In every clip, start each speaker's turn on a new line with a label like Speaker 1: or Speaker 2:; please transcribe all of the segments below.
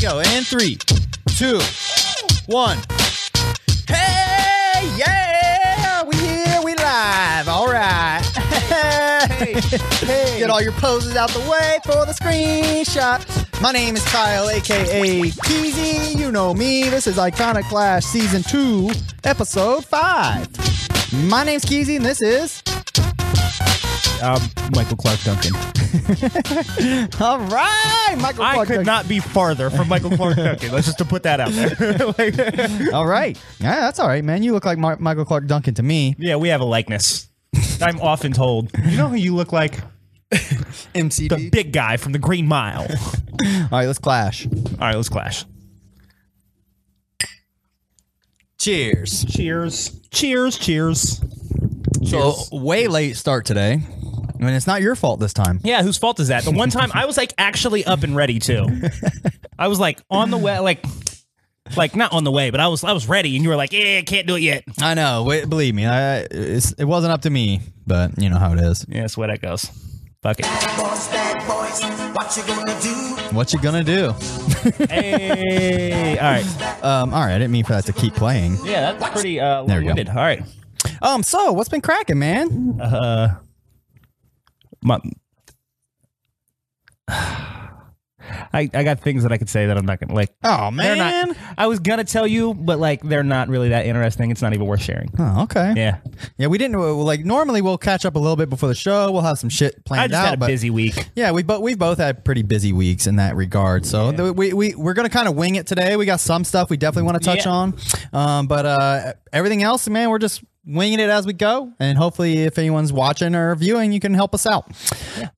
Speaker 1: go. And three, two, one. Hey, yeah, we here, we live. All right. Get all your poses out the way for the screenshot. My name is Kyle, aka Keezy. You know me. This is Iconic Clash Season 2, Episode 5. My name's Keezy, and this is.
Speaker 2: um, Michael Clark Duncan.
Speaker 1: All right, Michael
Speaker 2: I
Speaker 1: Clark
Speaker 2: could
Speaker 1: Duncan.
Speaker 2: not be farther from Michael Clark Duncan. Let's just to put that out there. Like-
Speaker 1: All right. Yeah, that's all right, man. You look like Mar- Michael Clark Duncan to me.
Speaker 2: yeah, we have a likeness. I'm often told, you know who you look like? The
Speaker 3: MCD.
Speaker 2: big guy from the Green Mile.
Speaker 1: All right, let's clash.
Speaker 2: All right, let's clash.
Speaker 3: Cheers.
Speaker 2: Cheers. Cheers. Cheers.
Speaker 1: So way late start today. I mean, it's not your fault this time.
Speaker 2: Yeah, whose fault is that? The one time I was like actually up and ready too. I was like on the way, like, like not on the way, but I was I was ready, and you were like, yeah, can't do it yet.
Speaker 1: I know. Wait, believe me, I, it's, it wasn't up to me, but you know how it is.
Speaker 2: Yeah, that's where that goes. Fuck it.
Speaker 4: boys, bad boys, what you gonna do?
Speaker 1: What you gonna do?
Speaker 2: Hey, all right.
Speaker 1: Um, all right, I didn't mean for that to keep playing.
Speaker 2: Yeah, that's pretty uh,
Speaker 1: There we go.
Speaker 2: long-winded. All right.
Speaker 1: Um, so what's been cracking, man?
Speaker 2: My, I, I got things that I could say that I'm not gonna like.
Speaker 1: Oh
Speaker 2: They're not. I was gonna tell you, but like they're not really that interesting. It's not even worth sharing.
Speaker 1: Oh, okay. Yeah.
Speaker 2: Yeah,
Speaker 1: we didn't well, like. Normally, we'll catch up a little bit before the show. We'll have some shit planned
Speaker 2: I just
Speaker 1: out.
Speaker 2: had a
Speaker 1: but
Speaker 2: busy week.
Speaker 1: yeah, we both we've both had pretty busy weeks in that regard. So th- we we we're gonna kind of wing it today. We got some stuff we definitely want to touch
Speaker 2: Yeah.
Speaker 1: on, um, but uh, everything else, man, we're just winging it as we go. And hopefully, if anyone's watching or viewing, you can help us out.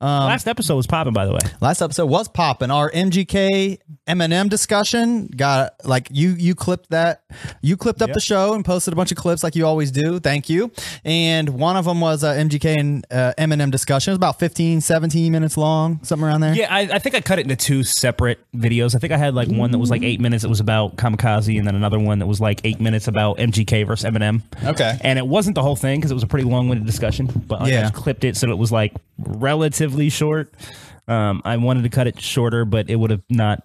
Speaker 1: um,
Speaker 2: Last episode was popping, by the way.
Speaker 1: Last episode was popping. Our MGK Eminem discussion got like you you clipped that you clipped up the show and posted a bunch of clips like you always do. Thank you. And one of them was uh, MGK and uh, Eminem discussion. It was about 15, 17 minutes long, something around there.
Speaker 2: Yeah, I, I think I cut it into two separate videos. I think I had like one that was like eight minutes that was about Kamikaze, and then another one that was like eight minutes about MGK versus Eminem.
Speaker 1: Okay.
Speaker 2: And it wasn't the whole thing because it was a pretty long-winded discussion, but like,
Speaker 1: Yeah.
Speaker 2: I just clipped it so it was like relatively short. Um, I wanted to cut it shorter, but it would have not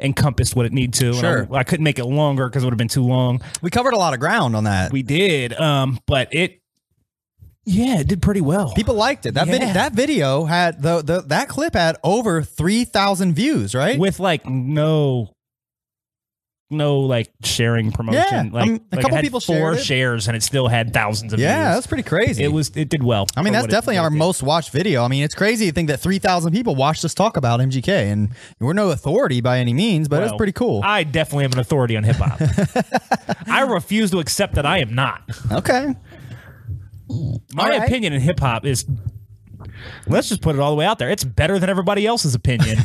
Speaker 2: encompassed what it needed to. and I-
Speaker 1: Sure.
Speaker 2: I, couldn't make it longer because it would have been too long.
Speaker 1: We covered a lot of ground on that.
Speaker 2: We did, um, but it, yeah, it did pretty well.
Speaker 1: People liked it. That video,
Speaker 2: Yeah.
Speaker 1: that video had the, the that clip had over 3,000 views, right?
Speaker 2: with like no no like sharing promotion
Speaker 1: Yeah, um,
Speaker 2: like,
Speaker 1: a
Speaker 2: like, it
Speaker 1: couple
Speaker 2: had
Speaker 1: people
Speaker 2: four
Speaker 1: shared it.
Speaker 2: shares and it still had thousands of
Speaker 1: yeah,
Speaker 2: views
Speaker 1: that's pretty crazy.
Speaker 2: it was it did well
Speaker 1: I mean,
Speaker 2: for
Speaker 1: that's
Speaker 2: what it-
Speaker 1: definitely
Speaker 2: what
Speaker 1: our
Speaker 2: it did.
Speaker 1: most watched video. I mean, it's crazy to think that 3,000 people watched us talk about MGK, and we're no authority by any means, but it's
Speaker 2: Well,
Speaker 1: pretty cool.
Speaker 2: i definitely am an authority on hip-hop i refuse to accept that i am not
Speaker 1: okay.
Speaker 2: my
Speaker 1: All right.
Speaker 2: opinion in hip-hop is let's just put it all the way out there it's better than everybody else's opinion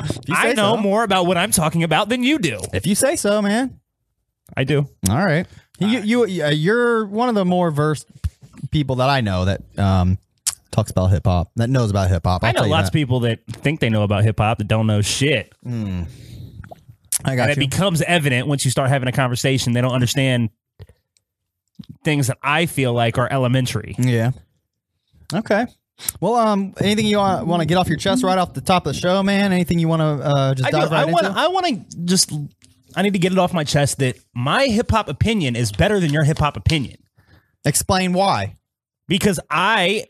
Speaker 1: If you
Speaker 2: i
Speaker 1: say
Speaker 2: know
Speaker 1: so.
Speaker 2: more about what i'm talking about than you do
Speaker 1: If you say so, man.
Speaker 2: i do
Speaker 1: All right. You, you, you, uh, you're one of the more versed people that I know that um, talks about hip hop, that knows about hip hop.
Speaker 2: i know lots of people that think they know about hip-hop that don't know shit
Speaker 1: I got
Speaker 2: and it
Speaker 1: you.
Speaker 2: becomes evident once you start having a conversation they don't understand things that i feel like are elementary
Speaker 1: yeah. Okay. Well, um, anything you want, want to get off your chest right off the top of the show, man? Anything you want to uh, just
Speaker 2: i do
Speaker 1: dive right
Speaker 2: i want to
Speaker 1: into?
Speaker 2: i want to just i need to get it off my chest that my hip-hop opinion is better than your hip-hop opinion
Speaker 1: Explain why.
Speaker 2: because i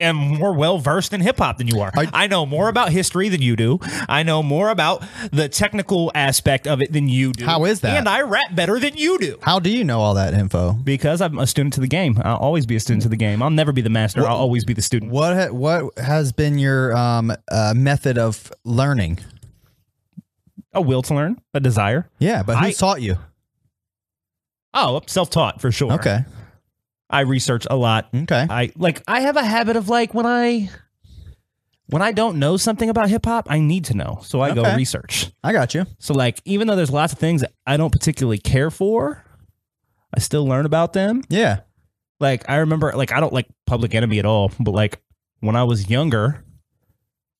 Speaker 2: am more well versed in hip hop than you are.
Speaker 1: I-
Speaker 2: I, know more about history than you do. I know more about the technical aspect of it than you do.
Speaker 1: How is that?
Speaker 2: And I rap better than you do.
Speaker 1: How do you know all that info?
Speaker 2: Because I'm a student to the game. I'll always be a student to the game. I'll never be the master. I'll always be the student.
Speaker 1: What ha- what has been your um, uh, method of learning?
Speaker 2: a will to learn, a desire.
Speaker 1: Yeah, but who
Speaker 2: I-
Speaker 1: taught you?
Speaker 2: Oh, self-taught for sure.
Speaker 1: Okay,
Speaker 2: I research a lot.
Speaker 1: okay,
Speaker 2: I like I have a habit of like when I when I don't know something about hip hop, I need to know. So I
Speaker 1: Okay.
Speaker 2: go research.
Speaker 1: I got you.
Speaker 2: So like even though there's lots of things that I don't particularly care for, I still learn about them.
Speaker 1: Yeah,
Speaker 2: Like I remember like I don't like Public Enemy at all, but like when I was younger,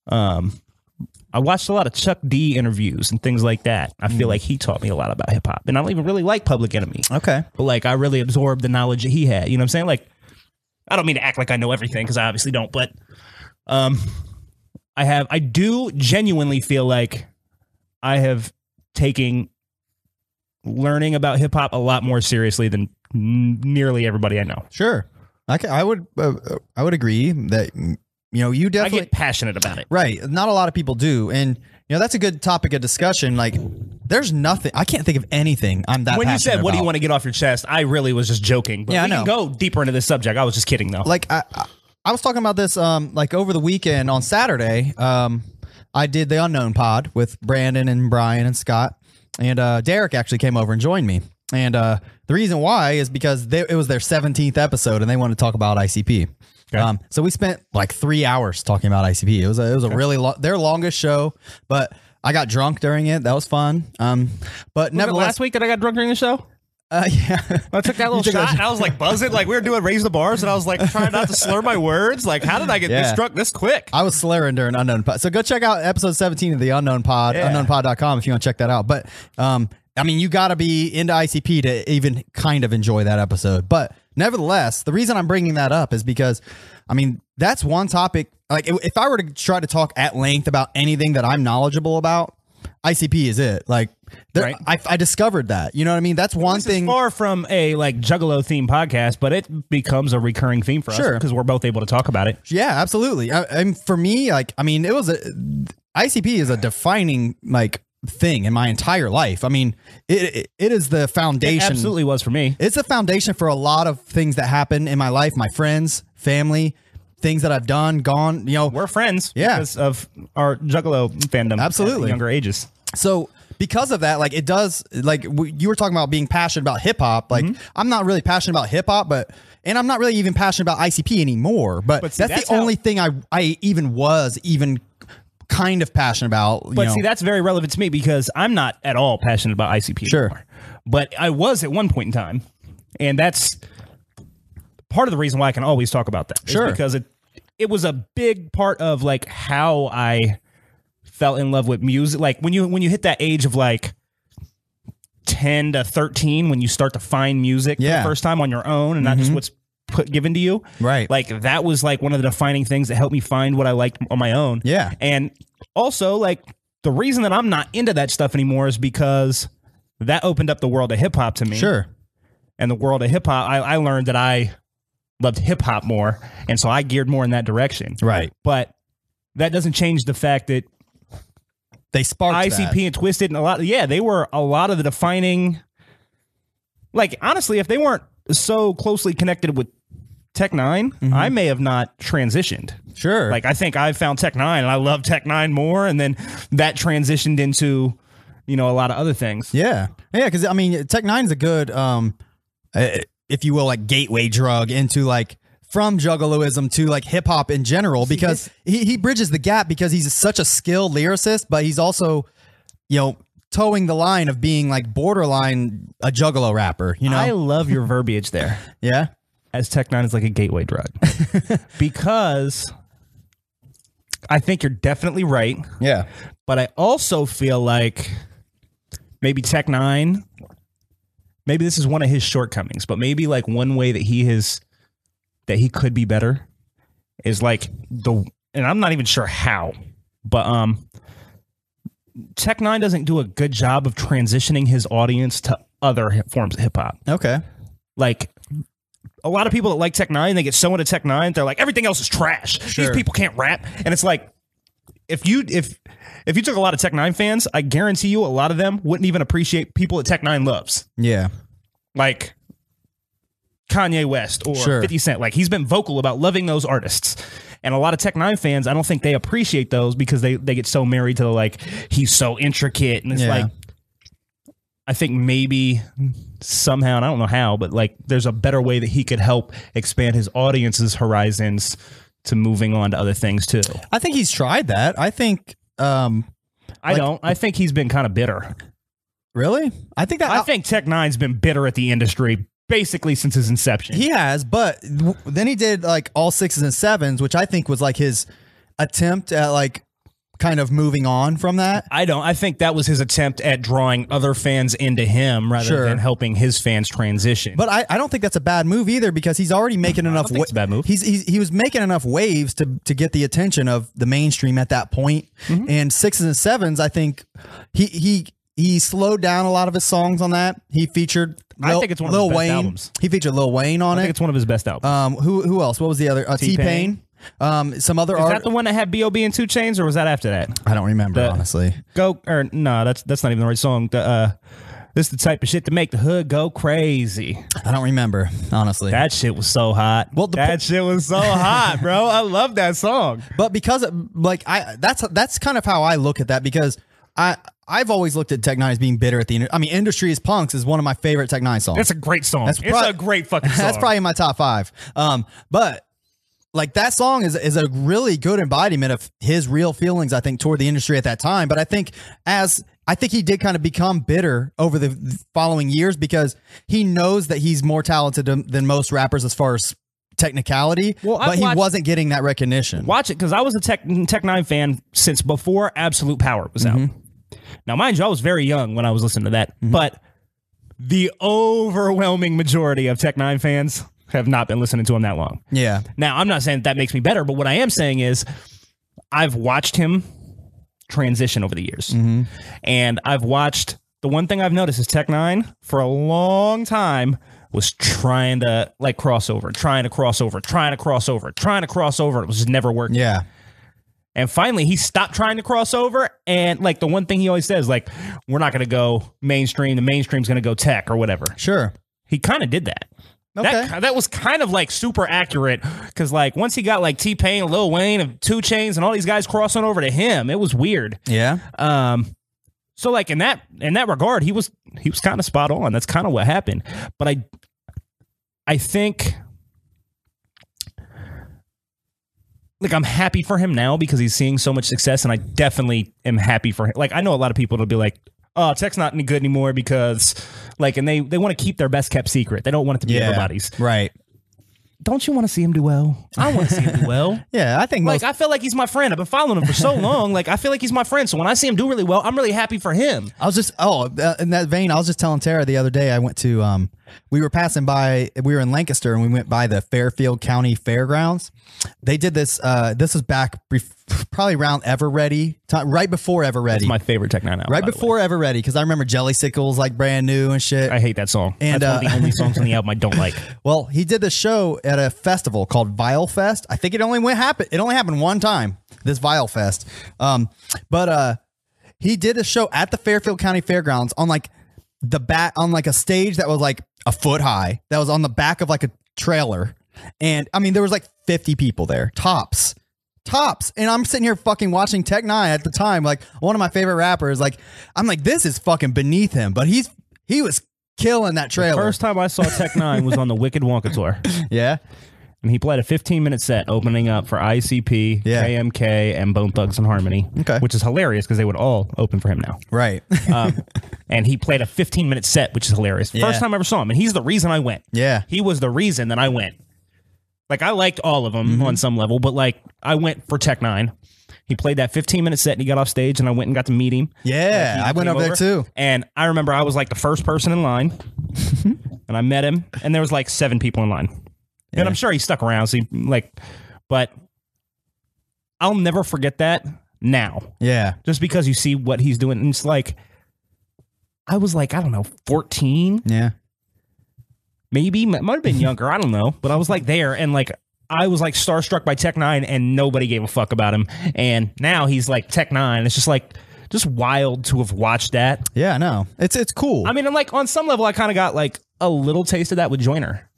Speaker 2: um I watched a lot of Chuck D interviews and things like that. I feel like he taught me a lot about hip hop. And I don't even really like Public Enemy.
Speaker 1: okay,
Speaker 2: but like I really absorbed the knowledge that he had. You know what I'm saying? Like, I don't mean to act like I know everything because I obviously don't, but um, I have I do genuinely feel like I have taken learning about hip hop a lot more seriously than n- nearly everybody I know.
Speaker 1: Sure. I, ca- I would uh, uh, I would agree that mm, you know you
Speaker 2: I
Speaker 1: definitely
Speaker 2: get passionate about it.
Speaker 1: right. Not a lot of people do, and you know that's a good topic of discussion. Like, there's nothing I can't think of anything I'm that.
Speaker 2: when you said
Speaker 1: passionate
Speaker 2: what do you
Speaker 1: about."
Speaker 2: want to get off your chest, I really was just joking. But
Speaker 1: Yeah, I
Speaker 2: we can
Speaker 1: know.
Speaker 2: go deeper into this subject. I was just kidding though.
Speaker 1: like I, I- I was talking about this um like over the weekend on Saturday. Um, I did the unknown pod with Brandon and Brian and Scott, and uh, Derek actually came over and joined me. And uh, the reason why is because they, it was their 17th episode, and they wanted to talk about ICP. Um, so we spent like three hours talking about ICP. It was a, it was a really long, their longest show, but I got drunk during it. That was fun. Um, but nevertheless,
Speaker 2: last week that I got drunk during the show,
Speaker 1: uh, yeah.
Speaker 2: I took that little
Speaker 1: took a-
Speaker 2: shot and I was like buzzing, like we were doing raise the bars, and I was like trying not to slur my words. Like, how did I get
Speaker 1: Yeah.
Speaker 2: this drunk this quick?
Speaker 1: I was slurring during Unknown Pod. So go check out episode 17 of the Unknown Pod,
Speaker 2: Yeah.
Speaker 1: unknownpod.com if you want to check that out. But um, I mean, you got to be into ICP to even kind of enjoy that episode. But nevertheless, the reason I'm bringing that up is because, I mean, that's one topic. Like, if if I were to try to talk at length about anything that I'm knowledgeable about, ICP is it. Like, there,
Speaker 2: Right.
Speaker 1: I, I discovered that. You know what I mean? That's one
Speaker 2: This
Speaker 1: thing.
Speaker 2: is far from a like Juggalo theme podcast, but it becomes a recurring theme for us
Speaker 1: Sure.
Speaker 2: because we're both able to talk about it.
Speaker 1: Yeah, absolutely. I, and for me, like, I mean, it was a ICP is a defining like thing in my entire life. I mean, it it, it is the
Speaker 2: It
Speaker 1: foundation.
Speaker 2: absolutely was for me.
Speaker 1: it's the foundation for a lot of things that happen in my life, my friends, family, things that I've done, gone. You know,
Speaker 2: We're friends,
Speaker 1: Yeah.
Speaker 2: because of our Juggalo fandom,
Speaker 1: Absolutely.
Speaker 2: at younger ages.
Speaker 1: so because of that like it does like w- you were talking about being passionate about hip hop like
Speaker 2: Mm-hmm.
Speaker 1: i'm not really passionate about hip hop but and i'm not really even passionate about icp anymore but,
Speaker 2: But see,
Speaker 1: that's,
Speaker 2: that's
Speaker 1: the
Speaker 2: how-
Speaker 1: only thing i i even was even kind of passionate about you
Speaker 2: But
Speaker 1: know.
Speaker 2: see, that's very relevant to me because I'm not at all passionate about ICP.
Speaker 1: Sure.
Speaker 2: anymore. But I was at one point in time. And that's part of the reason why I can always talk about that. is
Speaker 1: Sure.
Speaker 2: Because it it was a big part of like how I fell in love with music. Like when you when you hit that age of like 10 to 13 when you start to find music
Speaker 1: Yeah. Mm-hmm.
Speaker 2: for the first time on your own and not just what's put given to you.
Speaker 1: Right.
Speaker 2: Like that was like one of the defining things that helped me find what I liked on my own.
Speaker 1: Yeah.
Speaker 2: And also, like, the reason that I'm not into that stuff anymore is because that opened up the world of hip hop to me.
Speaker 1: sure
Speaker 2: And the world of hip hop, I, I learned that I loved hip hop more. And so I geared more in that direction.
Speaker 1: right
Speaker 2: But that doesn't change the fact that
Speaker 1: they sparked
Speaker 2: ICP
Speaker 1: that.
Speaker 2: and Twisted and a lot, yeah, they were a lot of the defining. Like, honestly, if they weren't so closely connected with Tech 9,
Speaker 1: Mm-hmm.
Speaker 2: I may have not transitioned.
Speaker 1: sure
Speaker 2: Like I think I found Tech Nine and I love Tech Nine more, and then that transitioned into you know a lot of other things.
Speaker 1: Yeah, yeah, because I mean, Tech Nine's a good, um, uh, if you will, like gateway drug into like from juggaloism to like hip hop in general because he, he bridges the gap because he's such a skilled lyricist, but he's also, you know, towing the line of being like borderline a juggalo rapper. You know,
Speaker 2: I love your verbiage there,
Speaker 1: yeah,
Speaker 2: as Tech Nine is like a gateway drug, because I think you're definitely right,
Speaker 1: yeah,
Speaker 2: but I also feel like maybe Tech Nine, maybe this is one of his shortcomings, but maybe like one way that he has that he could be better is like the and I'm not even sure how, but um Tech Nine doesn't do a good job of transitioning his audience to other hi- forms of hip hop.
Speaker 1: okay,
Speaker 2: Like a lot of people that like Tech Nine, they get so into Tech Nine, they're like everything else is trash.
Speaker 1: Sure.
Speaker 2: These people can't rap, and it's like if you if if you took a lot of Tech Nine fans, I guarantee you a lot of them wouldn't even appreciate people that Tech Nine loves
Speaker 1: yeah,
Speaker 2: like Kanye West or
Speaker 1: Sure.
Speaker 2: 50 Cent. Like he's been vocal about loving those artists. And a lot of Tech Nine fans, I don't think they appreciate those because they, they get so married to like he's so intricate and it's
Speaker 1: Yeah.
Speaker 2: like I think maybe somehow, and I don't know how, but like there's a better way that he could help expand his audience's horizons to moving on to other things too.
Speaker 1: I think he's tried that. I think, um,
Speaker 2: I don't. I think he's been kind of bitter.
Speaker 1: really, I think that
Speaker 2: I think Tech Nine's been bitter at the industry basically since his inception.
Speaker 1: He has, but w- then he did like all sixes and sevens, which I think was like his attempt at like kind of moving on from that.
Speaker 2: I don't. I think that was his attempt at drawing other fans into him rather
Speaker 1: Sure.
Speaker 2: than helping his fans transition.
Speaker 1: But I, I don't think that's a bad move either because he's already making enough.
Speaker 2: think it's a bad move.
Speaker 1: He's, he's he was making enough waves to to get the attention of the mainstream at that point.
Speaker 2: Mm-hmm.
Speaker 1: And sixes and sevens, I think he he he slowed down a lot of his songs on that. He featured.
Speaker 2: I
Speaker 1: Lil,
Speaker 2: think it's one of
Speaker 1: Lil
Speaker 2: his best
Speaker 1: Wayne.
Speaker 2: albums.
Speaker 1: He featured Lil Wayne on
Speaker 2: I
Speaker 1: it.
Speaker 2: think it's one of his best albums.
Speaker 1: Um, who who else? What was the other? Uh, T
Speaker 2: T-Pain.
Speaker 1: Pain. Um, some other
Speaker 2: Is
Speaker 1: art.
Speaker 2: that the one that had B.O.B. and Two Chains, or was that after that?
Speaker 1: I don't remember
Speaker 2: the-
Speaker 1: honestly.
Speaker 2: Go or no, that's that's not even the right song. The, uh, this is the type of shit to make the hood go crazy.
Speaker 1: I don't remember honestly.
Speaker 2: That shit was so hot.
Speaker 1: Well, the
Speaker 2: that
Speaker 1: po-
Speaker 2: shit was so hot, bro. I love that song.
Speaker 1: but because like I that's that's kind of how I look at that because I I've always looked at Tech Nine as being bitter at the I mean Industry is Punks is one of my favorite Tech Nine songs.
Speaker 2: That's a great song.
Speaker 1: That's
Speaker 2: it's
Speaker 1: prob-
Speaker 2: a great fucking song.
Speaker 1: That's probably in my top five. Um, but like that song is is a really good embodiment of his real feelings, I think, toward the industry at that time. But I think as I think he did kind of become bitter over the- the following years because he knows that he's more talented than than most rappers as far as technicality.
Speaker 2: Well, I've
Speaker 1: but he
Speaker 2: watched-
Speaker 1: wasn't getting that recognition.
Speaker 2: Watch it because I was a Tech Tech Nine fan since before Absolute Power was out. Now, mind you, I was very young when I was listening to that, but the overwhelming majority of Tech Nine fans have not been listening to him that long.
Speaker 1: Yeah.
Speaker 2: Now, I'm not saying that, that makes me better, but what I am saying is I've watched him transition over the years. And I've watched the one thing I've noticed is Tech Nine for a long time was trying to like crossover, trying to crossover, trying to crossover, trying to crossover. It was just never working.
Speaker 1: Yeah.
Speaker 2: And finally, he stopped trying to cross over. And like the one thing he always says, like, we're not going to go mainstream. The mainstream's going to go tech or whatever.
Speaker 1: Sure.
Speaker 2: He kind of did that.
Speaker 1: Okay.
Speaker 2: That, that was kind of like super accurate because like once he got like T Pain, Lil Wayne, and Two Chains, and all these guys crossing over to him, it was weird.
Speaker 1: Yeah.
Speaker 2: Um, so like in that in that regard, he was he was kind of spot on. That's kind of what happened. But I I think like I'm happy for him now because he's seeing so much success, and I definitely am happy for him. Like I know a lot of people will be like, "Oh, Tech's not any good anymore because like," and they they want to keep their best kept secret. They don't want it to be
Speaker 1: Yeah.
Speaker 2: everybody's.
Speaker 1: Right.
Speaker 2: Don't you want to see him do well? I want to see him do well.
Speaker 1: Yeah, I think
Speaker 2: Like
Speaker 1: most.
Speaker 2: I feel like he's my friend. I've been following him for so long. Like I feel like he's my friend. So when I see him do really well, I'm really happy for him.
Speaker 1: I was just oh uh, in that vein. I was just telling Tara the other day. I went to um, we were passing by. We were in Lancaster and we went by the Fairfield County Fairgrounds. They did this. Uh, this was back bef- probably around Ever Ready, ti- right before Ever Ready,
Speaker 2: It's my favorite Tech Nine album.
Speaker 1: right
Speaker 2: by the way.
Speaker 1: before Ever Ready, because I remember Jelly Sickles like brand new and shit.
Speaker 2: I hate that song.
Speaker 1: And,
Speaker 2: That's one
Speaker 1: uh,
Speaker 2: of the only songs on the album I don't like.
Speaker 1: Well, he did the show at a festival called Vile Fest. I think it only went happen. It only happened one time. This Vile Fest. Um, but uh, he did a show at the Fairfield County Fairgrounds on like the back on like a stage that was like a foot high. That was on the back of like a trailer, and I mean there was like fifty people there tops. Tops and I'm sitting here fucking watching Tech Nine at the time, like one of my favorite rappers. Like I'm like, this is fucking beneath him, but he's he was killing that trailer.
Speaker 2: First time I saw Tech Nine was on the Wicked Wonka tour,
Speaker 1: yeah,
Speaker 2: and he played a 15 minute set opening up for ICP,
Speaker 1: Yeah.
Speaker 2: KMK, and Bone Thugs and Harmony.
Speaker 1: Okay.
Speaker 2: which is hilarious because they would all open for him now.
Speaker 1: right.
Speaker 2: Um, and he played a 15 minute set, which is hilarious.
Speaker 1: Yeah.
Speaker 2: First time I ever saw him, and he's the reason I went.
Speaker 1: Yeah.
Speaker 2: he was the reason that I went. Like I liked all of them
Speaker 1: Mm-hmm.
Speaker 2: on some level, but like I went for Tech Nine. He played that 15 minute set and he got off stage, and I went and got to meet him.
Speaker 1: Yeah,
Speaker 2: He
Speaker 1: I went
Speaker 2: came
Speaker 1: over, there too.
Speaker 2: And I remember I was like the first person in line, and I met him, and there was like seven people in line, and I'm sure he stuck around. So he, like, but I'll never forget that now,
Speaker 1: Yeah,
Speaker 2: just because you see what he's doing, and it's like I was like I don't know 14,
Speaker 1: yeah,
Speaker 2: maybe M- might have been younger, I don't know, but I was like there, and like. I was like starstruck by Tech Nine, and nobody gave a fuck about him. And now he's like Tech Nine. It's just like just wild to have watched that.
Speaker 1: yeah. I know it's it's cool.
Speaker 2: I mean, I'm like on some level, I kind of got like a little taste of that with Joyner.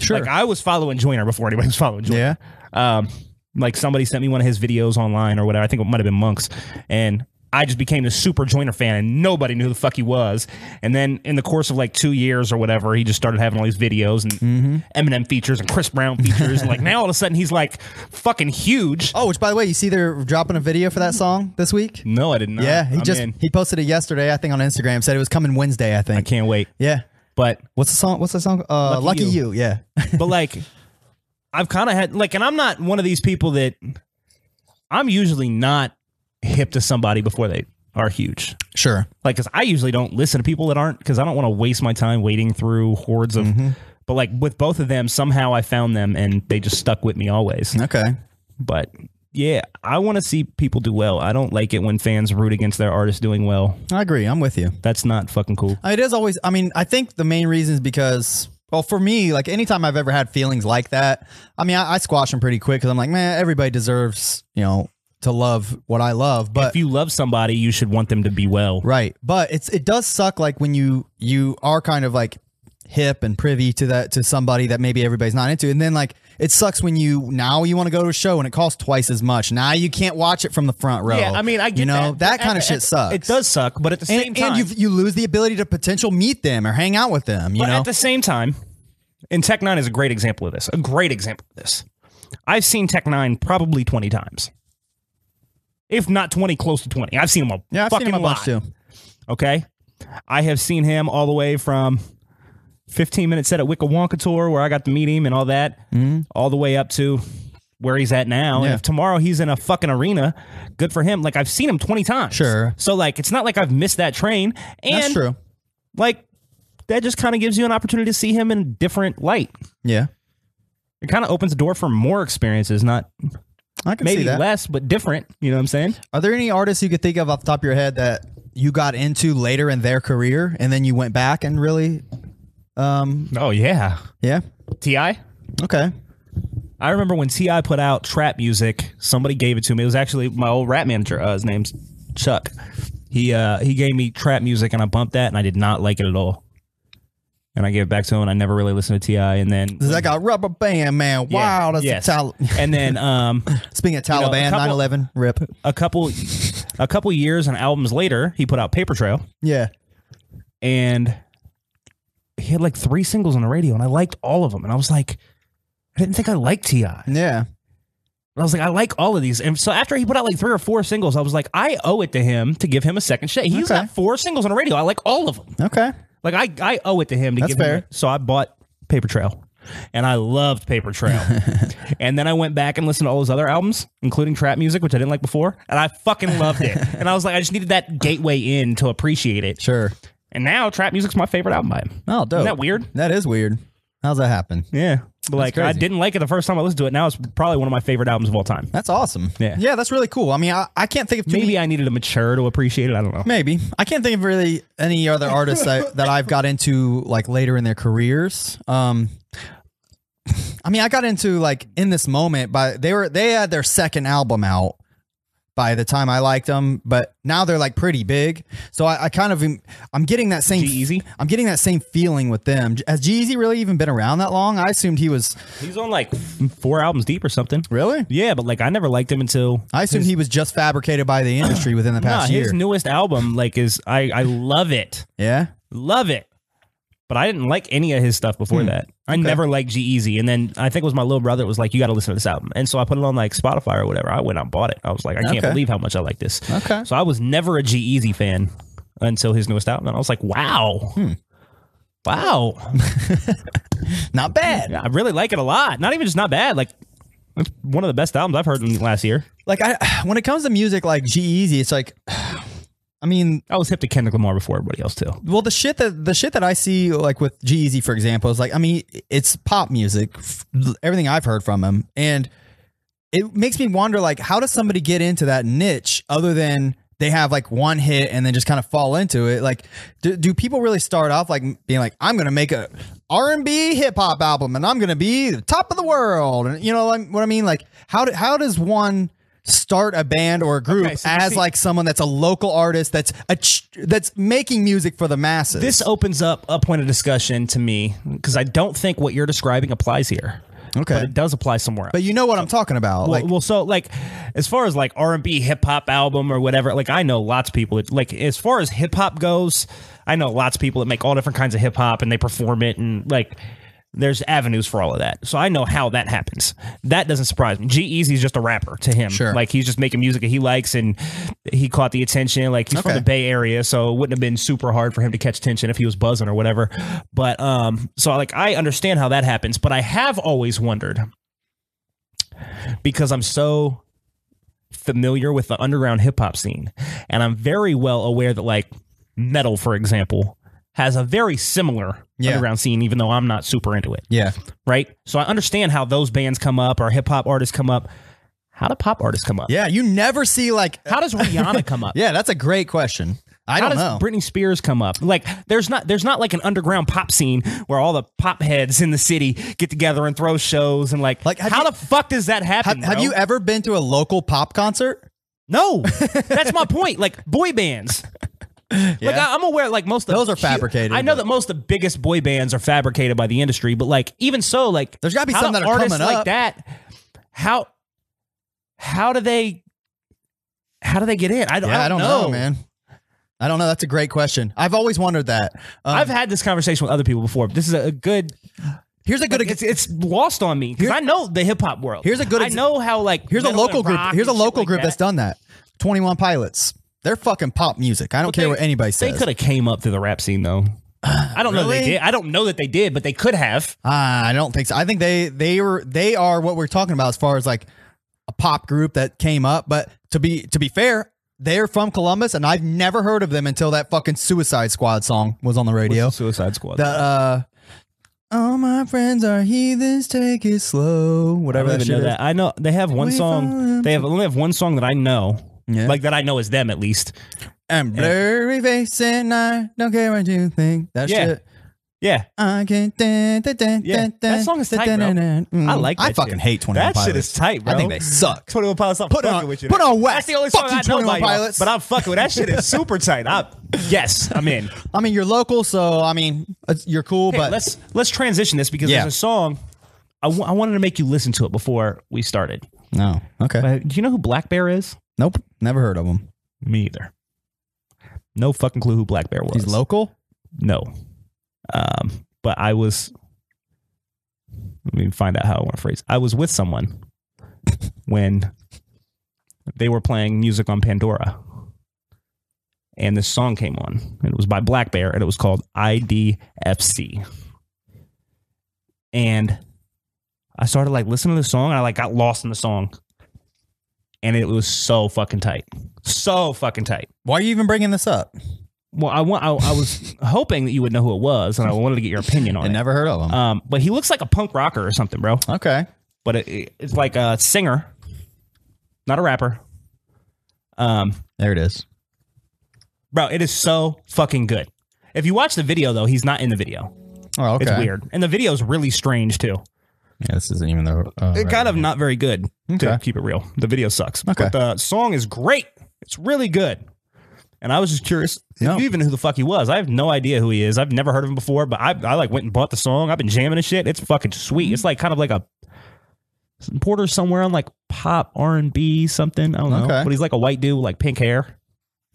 Speaker 1: sure.
Speaker 2: Like I was following Joyner before anybody was following Joyner.
Speaker 1: yeah,
Speaker 2: Um, like somebody sent me one of his videos online or whatever. I think it might have been Monks, and I just became this super Joyner fan, and nobody knew who the fuck he was. And then in the course of like two years or whatever, he just started having all these videos and
Speaker 1: Mm-hmm.
Speaker 2: Eminem features and Chris Brown features, and like now all of a sudden he's like fucking huge.
Speaker 1: Oh, which by the way, you see they're dropping a video for that song this week.
Speaker 2: No, I did not.
Speaker 1: Yeah, he
Speaker 2: Mm-hmm. I'm
Speaker 1: just
Speaker 2: in.
Speaker 1: he posted it yesterday, I think, on Instagram. Said it was coming Wednesday, I think.
Speaker 2: I can't wait.
Speaker 1: Yeah.
Speaker 2: But
Speaker 1: What's the song? What's the song? Uh,
Speaker 2: Lucky
Speaker 1: Lucky,
Speaker 2: You.
Speaker 1: you. Yeah.
Speaker 2: but like I've kind of had like, and I'm not one of these people that I'm usually not hip to somebody before they are huge.
Speaker 1: Sure.
Speaker 2: Like, cause I usually don't listen to people that aren't, cause I don't want to waste my time wading through hordes of.
Speaker 1: Mm-hmm.
Speaker 2: But like with both of them, somehow I found them and they just stuck with me always.
Speaker 1: Okay.
Speaker 2: But yeah, I want to see people do well. I don't like it when fans root against their artists doing well.
Speaker 1: I agree. I'm with you.
Speaker 2: That's not fucking cool.
Speaker 1: It is always. I mean, I think the main reason is because. Well, for me, like anytime I've ever had feelings like that, I mean, I, I squash them pretty quick because I'm like, man, everybody deserves, you know, to love what I love. But
Speaker 2: if you love somebody, you should want them to be well.
Speaker 1: Right. But it's it does suck like when you you are kind of like hip and privy to that to somebody that maybe everybody's not into. And then like it sucks when you now you want to go to a show and it costs twice as much. Now you can't watch it from the front row.
Speaker 2: Yeah, I mean, I get
Speaker 1: you know that, kind of
Speaker 2: It-
Speaker 1: shit
Speaker 2: it-
Speaker 1: sucks.
Speaker 2: It does suck, but at the same
Speaker 1: And,
Speaker 2: time,
Speaker 1: and you you lose the ability to potential meet them or hang out with them. You
Speaker 2: But
Speaker 1: know.
Speaker 2: at the same time, and Tech Nine is a great example of this. A great example of this. I've seen Tech Nine probably twenty times, if not twenty, close to twenty. I've seen him a
Speaker 1: yeah, I've seen
Speaker 2: fucking
Speaker 1: him a bunch too.
Speaker 2: lot. Okay, I have seen him all the way from fifteen minute set at Wicca Wonka tour where I got to meet him and all that, all the way up to where he's at now. And
Speaker 1: Mm-hmm. Yeah.
Speaker 2: if tomorrow he's in a fucking arena, good for him. Like I've seen him twenty times.
Speaker 1: Sure.
Speaker 2: So like it's not like I've missed that train. And
Speaker 1: That's true.
Speaker 2: like that just kind of gives you an opportunity to see him in a different light.
Speaker 1: Yeah,
Speaker 2: It kind of opens the door for more experiences, not
Speaker 1: I can see
Speaker 2: maybe
Speaker 1: that.
Speaker 2: less, but different. You know what I'm saying?
Speaker 1: Are there any artists you could think of off the top of your head that you got into later in their career and then you went back and really?
Speaker 2: Oh yeah,
Speaker 1: Yeah.
Speaker 2: Ti. I
Speaker 1: Okay.
Speaker 2: remember when Ti put out trap music. Somebody gave it to me. It was actually my old rap manager. Uh, his name's Chuck. He uh, he gave me trap music, and I bumped that, and I did not like it at all. And I gave it back to him, and I never really listened to Ti. And then
Speaker 1: Cause I got rubber band, man. Wow, that's
Speaker 2: yes.
Speaker 1: a tal-
Speaker 2: and then um,
Speaker 1: Speaking of
Speaker 2: know, a
Speaker 1: Taliban,
Speaker 2: couple-
Speaker 1: 9/11, rip.
Speaker 2: a couple a couple years and albums later, he put out Paper Trail.
Speaker 1: Yeah,
Speaker 2: and he had like three singles on the radio, and I liked all of them. And I was like, I didn't think I liked Ti. And
Speaker 1: yeah.
Speaker 2: I was like, I like all of these. And so after he put out like three or four singles, I was like, I owe it to him to give him a second shot. He's
Speaker 1: Okay.
Speaker 2: got four singles on the radio. I like all of them.
Speaker 1: Okay.
Speaker 2: Like I, I owe it to him to
Speaker 1: That's
Speaker 2: give him.
Speaker 1: fair.
Speaker 2: So I bought Paper Trail, and I loved Paper Trail. and then I went back and listened to all his other albums, including trap music, which I didn't like before, and I fucking loved it. and I was like, I just needed that gateway in to appreciate it.
Speaker 1: Sure.
Speaker 2: And now trap music's my favorite album by him.
Speaker 1: Oh, dope.
Speaker 2: Isn't that weird?
Speaker 1: That is weird. How's that happen?
Speaker 2: Yeah. But like I
Speaker 1: crazy.
Speaker 2: didn't like it the first time I listened to it. Now it's probably one of my favorite albums of all time.
Speaker 1: That's awesome.
Speaker 2: Yeah.
Speaker 1: Yeah, that's really cool. I mean, I, I can't think of too
Speaker 2: Maybe
Speaker 1: many-
Speaker 2: I needed to mature to appreciate it. I don't know.
Speaker 1: maybe I can't think of really any other artists that, that I've got into like later in their careers. Um, I mean, I got into like in this moment, but they were they had their second album out by the time I liked them, but now they're like pretty big. So I, I kind of am- I'm getting that same
Speaker 2: G-Eazy?
Speaker 1: I'm getting that same feeling with them. Has Jeezy really even been around that long? I assumed he was
Speaker 2: He's on like f- Mm, four albums deep or something.
Speaker 1: really.
Speaker 2: Yeah, but like I never liked him until
Speaker 1: I assumed he was just fabricated by the industry within the
Speaker 2: nah,
Speaker 1: past year.
Speaker 2: his newest album. Like is I I love it,
Speaker 1: yeah.
Speaker 2: love it. But I didn't like any of his stuff before that. I never liked G Easy. And then I think it was my little brother was like, You gotta listen to this album. And so I put it on like Spotify or whatever. I went out and bought it. I was like, I can't
Speaker 1: Okay.
Speaker 2: believe how much I like this.
Speaker 1: Okay.
Speaker 2: So I was never a G Easy fan until his newest album. And I was like, Wow. Wow.
Speaker 1: Not bad.
Speaker 2: Yeah, I really like it a lot. Not even just not bad. Like it's one of the best albums I've heard in the last year.
Speaker 1: like I when it comes to music like G Easy, it's like I mean,
Speaker 2: I was hip to Kendrick Lamar before everybody else too.
Speaker 1: well the shit that the shit that I see like with G Easy for example is like I mean, it's pop music, f- everything I've heard from him and it makes me wonder like how does somebody get into that niche other than they have like one hit and then just kind of fall into it like do, do people really start off like being like i'm gonna make a r&b hip-hop album and i'm gonna be the top of the world and you know like, what i mean like how, do, how does one start a band or a group
Speaker 2: Okay, so you
Speaker 1: as
Speaker 2: see-
Speaker 1: like someone that's a local artist that's a ch- that's making music for the masses
Speaker 2: This opens up a point of discussion to me because I don't think what you're describing applies here.
Speaker 1: okay
Speaker 2: But it
Speaker 1: but,
Speaker 2: does apply somewhere. else.
Speaker 1: you know what i'm talking about
Speaker 2: well,
Speaker 1: like
Speaker 2: well, so like as far as like R&B hip hop album or whatever, like I know lots of people that, like as far as hip hop goes, I know lots of people that make all different kinds of hip hop and they perform it and like there's avenues for all of that. So I know how that happens. That doesn't surprise me. G Easy's just a rapper to him.
Speaker 1: Sure.
Speaker 2: Like he's just making music that he likes and he caught the attention. Like he's from
Speaker 1: Okay.
Speaker 2: the Bay Area, so it wouldn't have been super hard for him to catch attention if he was buzzing or whatever. But um so like I understand how that happens, but I have always wondered because I'm so familiar with the underground hip hop scene, and I'm very well aware that like metal, for example, has a very similar
Speaker 1: Yeah.
Speaker 2: underground scene, even though I'm not super into it.
Speaker 1: Yeah.
Speaker 2: Right. So I understand how those bands come up or hip hop artists come up. How do pop artists come up?
Speaker 1: Yeah. You never see like,
Speaker 2: How does Rihanna come up?
Speaker 1: yeah, that's a great question. I
Speaker 2: uh, How
Speaker 1: don't
Speaker 2: does
Speaker 1: know.
Speaker 2: Britney Spears come up? Like, there's not there's not like an underground pop scene where all the pop heads in the city get together and throw shows and like,
Speaker 1: Like, have
Speaker 2: how
Speaker 1: you-
Speaker 2: the fuck does that
Speaker 1: have,
Speaker 2: happen?
Speaker 1: have
Speaker 2: bro?
Speaker 1: you ever been to a local pop concert?
Speaker 2: No, that's my point. Like boy bands. Like I, I'm aware, like most of
Speaker 1: Those are fabricated,
Speaker 2: I know
Speaker 1: but-
Speaker 2: that most of the biggest boy bands are fabricated by the industry, but like even so, like
Speaker 1: There's gotta be
Speaker 2: how
Speaker 1: some
Speaker 2: do
Speaker 1: that are
Speaker 2: artists
Speaker 1: coming
Speaker 2: like
Speaker 1: up.
Speaker 2: that. How how do they how do they get in? I, don't,
Speaker 1: Yeah,
Speaker 2: I, don't know.
Speaker 1: man. I don't know. That's a great question. I've always wondered that. Um,
Speaker 2: I've had this conversation with other people before. This is a, a good.
Speaker 1: here's a good.
Speaker 2: It's it's lost on me because I know the hip hop world.
Speaker 1: Here's a good
Speaker 2: I
Speaker 1: ex-
Speaker 2: know how like
Speaker 1: Here's a
Speaker 2: metal
Speaker 1: local
Speaker 2: and
Speaker 1: group.
Speaker 2: rock
Speaker 1: Here's a
Speaker 2: and shit
Speaker 1: local
Speaker 2: like
Speaker 1: group
Speaker 2: that.
Speaker 1: that's done that. Twenty One Pilots. They're fucking pop music. I don't care
Speaker 2: they-
Speaker 1: what anybody
Speaker 2: They
Speaker 1: says.
Speaker 2: could have came up through the rap scene though. I don't know. That they
Speaker 1: Really?
Speaker 2: did. I don't know that they did, but they could have.
Speaker 1: Ah, I don't think so. I think they they were they are what we're talking about as far as like a pop group that came up. But to be to be fair, they're from Columbus, and I've never heard of them until that fucking Suicide Squad song was on the radio.
Speaker 2: Suicide Squad.
Speaker 1: The uh, all my friends are heathens. Take it slow.
Speaker 2: I
Speaker 1: Whatever
Speaker 2: don't
Speaker 1: that
Speaker 2: even
Speaker 1: shit
Speaker 2: know
Speaker 1: is.
Speaker 2: that. I know they have one
Speaker 1: We
Speaker 2: song.
Speaker 1: found-
Speaker 2: They have only have one song that I know.
Speaker 1: Yeah.
Speaker 2: Like that I know is them at least.
Speaker 1: And blurry face and I don't care what you think. That
Speaker 2: Yeah.
Speaker 1: shit.
Speaker 2: Yeah.
Speaker 1: I can dun, dun, dun,
Speaker 2: Yeah.
Speaker 1: dun,
Speaker 2: That
Speaker 1: dun,
Speaker 2: song is
Speaker 1: dun,
Speaker 2: tight,
Speaker 1: dun,
Speaker 2: bro.
Speaker 1: dun, dun.
Speaker 2: I like
Speaker 1: Mm, I
Speaker 2: that
Speaker 1: fucking
Speaker 2: shit.
Speaker 1: hate 21
Speaker 2: That
Speaker 1: Pilots.
Speaker 2: shit is tight,
Speaker 1: I think
Speaker 2: bro.
Speaker 1: they suck.
Speaker 2: 21 Pilots. I'm
Speaker 1: Put
Speaker 2: fucking
Speaker 1: on,
Speaker 2: with you.
Speaker 1: put
Speaker 2: there.
Speaker 1: on wax.
Speaker 2: That's the only
Speaker 1: Fuck
Speaker 2: song
Speaker 1: you,
Speaker 2: I know
Speaker 1: 21
Speaker 2: by y'all,
Speaker 1: Pilots.
Speaker 2: But I'm fucking with that shit is super tight. I yes, I'm in.
Speaker 1: I mean, you're local, so I mean, it's- you're cool,
Speaker 2: Okay,
Speaker 1: but
Speaker 2: let's let's transition this because
Speaker 1: Yeah.
Speaker 2: there's a song I wa- I wanted to make you listen to it before we started.
Speaker 1: no. Okay.
Speaker 2: But do you know who Black Bear is?
Speaker 1: nope. Never heard of him.
Speaker 2: Me either. No fucking clue who Black Bear was.
Speaker 1: He's local.
Speaker 2: No. Um, but I was let me find out how I want to phrase. I was with someone when they were playing music on Pandora. And this song came on. And it was by Black Bear and it was called IDFC. And I started like listening to the song and I like got lost in the song. And it was so fucking tight. So fucking tight.
Speaker 1: Why are you even bringing this up?
Speaker 2: Well, I want. I, I was hoping that you would know who it was, and I wanted to get your opinion
Speaker 1: I
Speaker 2: on it.
Speaker 1: never heard of him.
Speaker 2: Um, but he looks like a punk rocker or something, bro.
Speaker 1: okay.
Speaker 2: But it- it, it's like a singer, not a rapper. Um,
Speaker 1: There it is.
Speaker 2: bro, it is so fucking good. If you watch the video, though, he's not in the video.
Speaker 1: Oh, okay.
Speaker 2: It's weird, and the video is really strange too.
Speaker 1: Yeah, this isn't even the. Uh,
Speaker 2: It
Speaker 1: right.
Speaker 2: kind of not very good. To
Speaker 1: Okay.
Speaker 2: keep it real, the video sucks.
Speaker 1: Okay.
Speaker 2: But the song is great. It's really good. And I was just curious, if
Speaker 1: No.
Speaker 2: you even knew who the fuck he was. I have no idea who he is. I've never heard of him before, but I, I like went and bought the song. I've been jamming and shit. It's fucking sweet. It's like kind of like a Porter somewhere on like pop R and B something. I don't know.
Speaker 1: Okay.
Speaker 2: But he's like a white dude with like pink hair.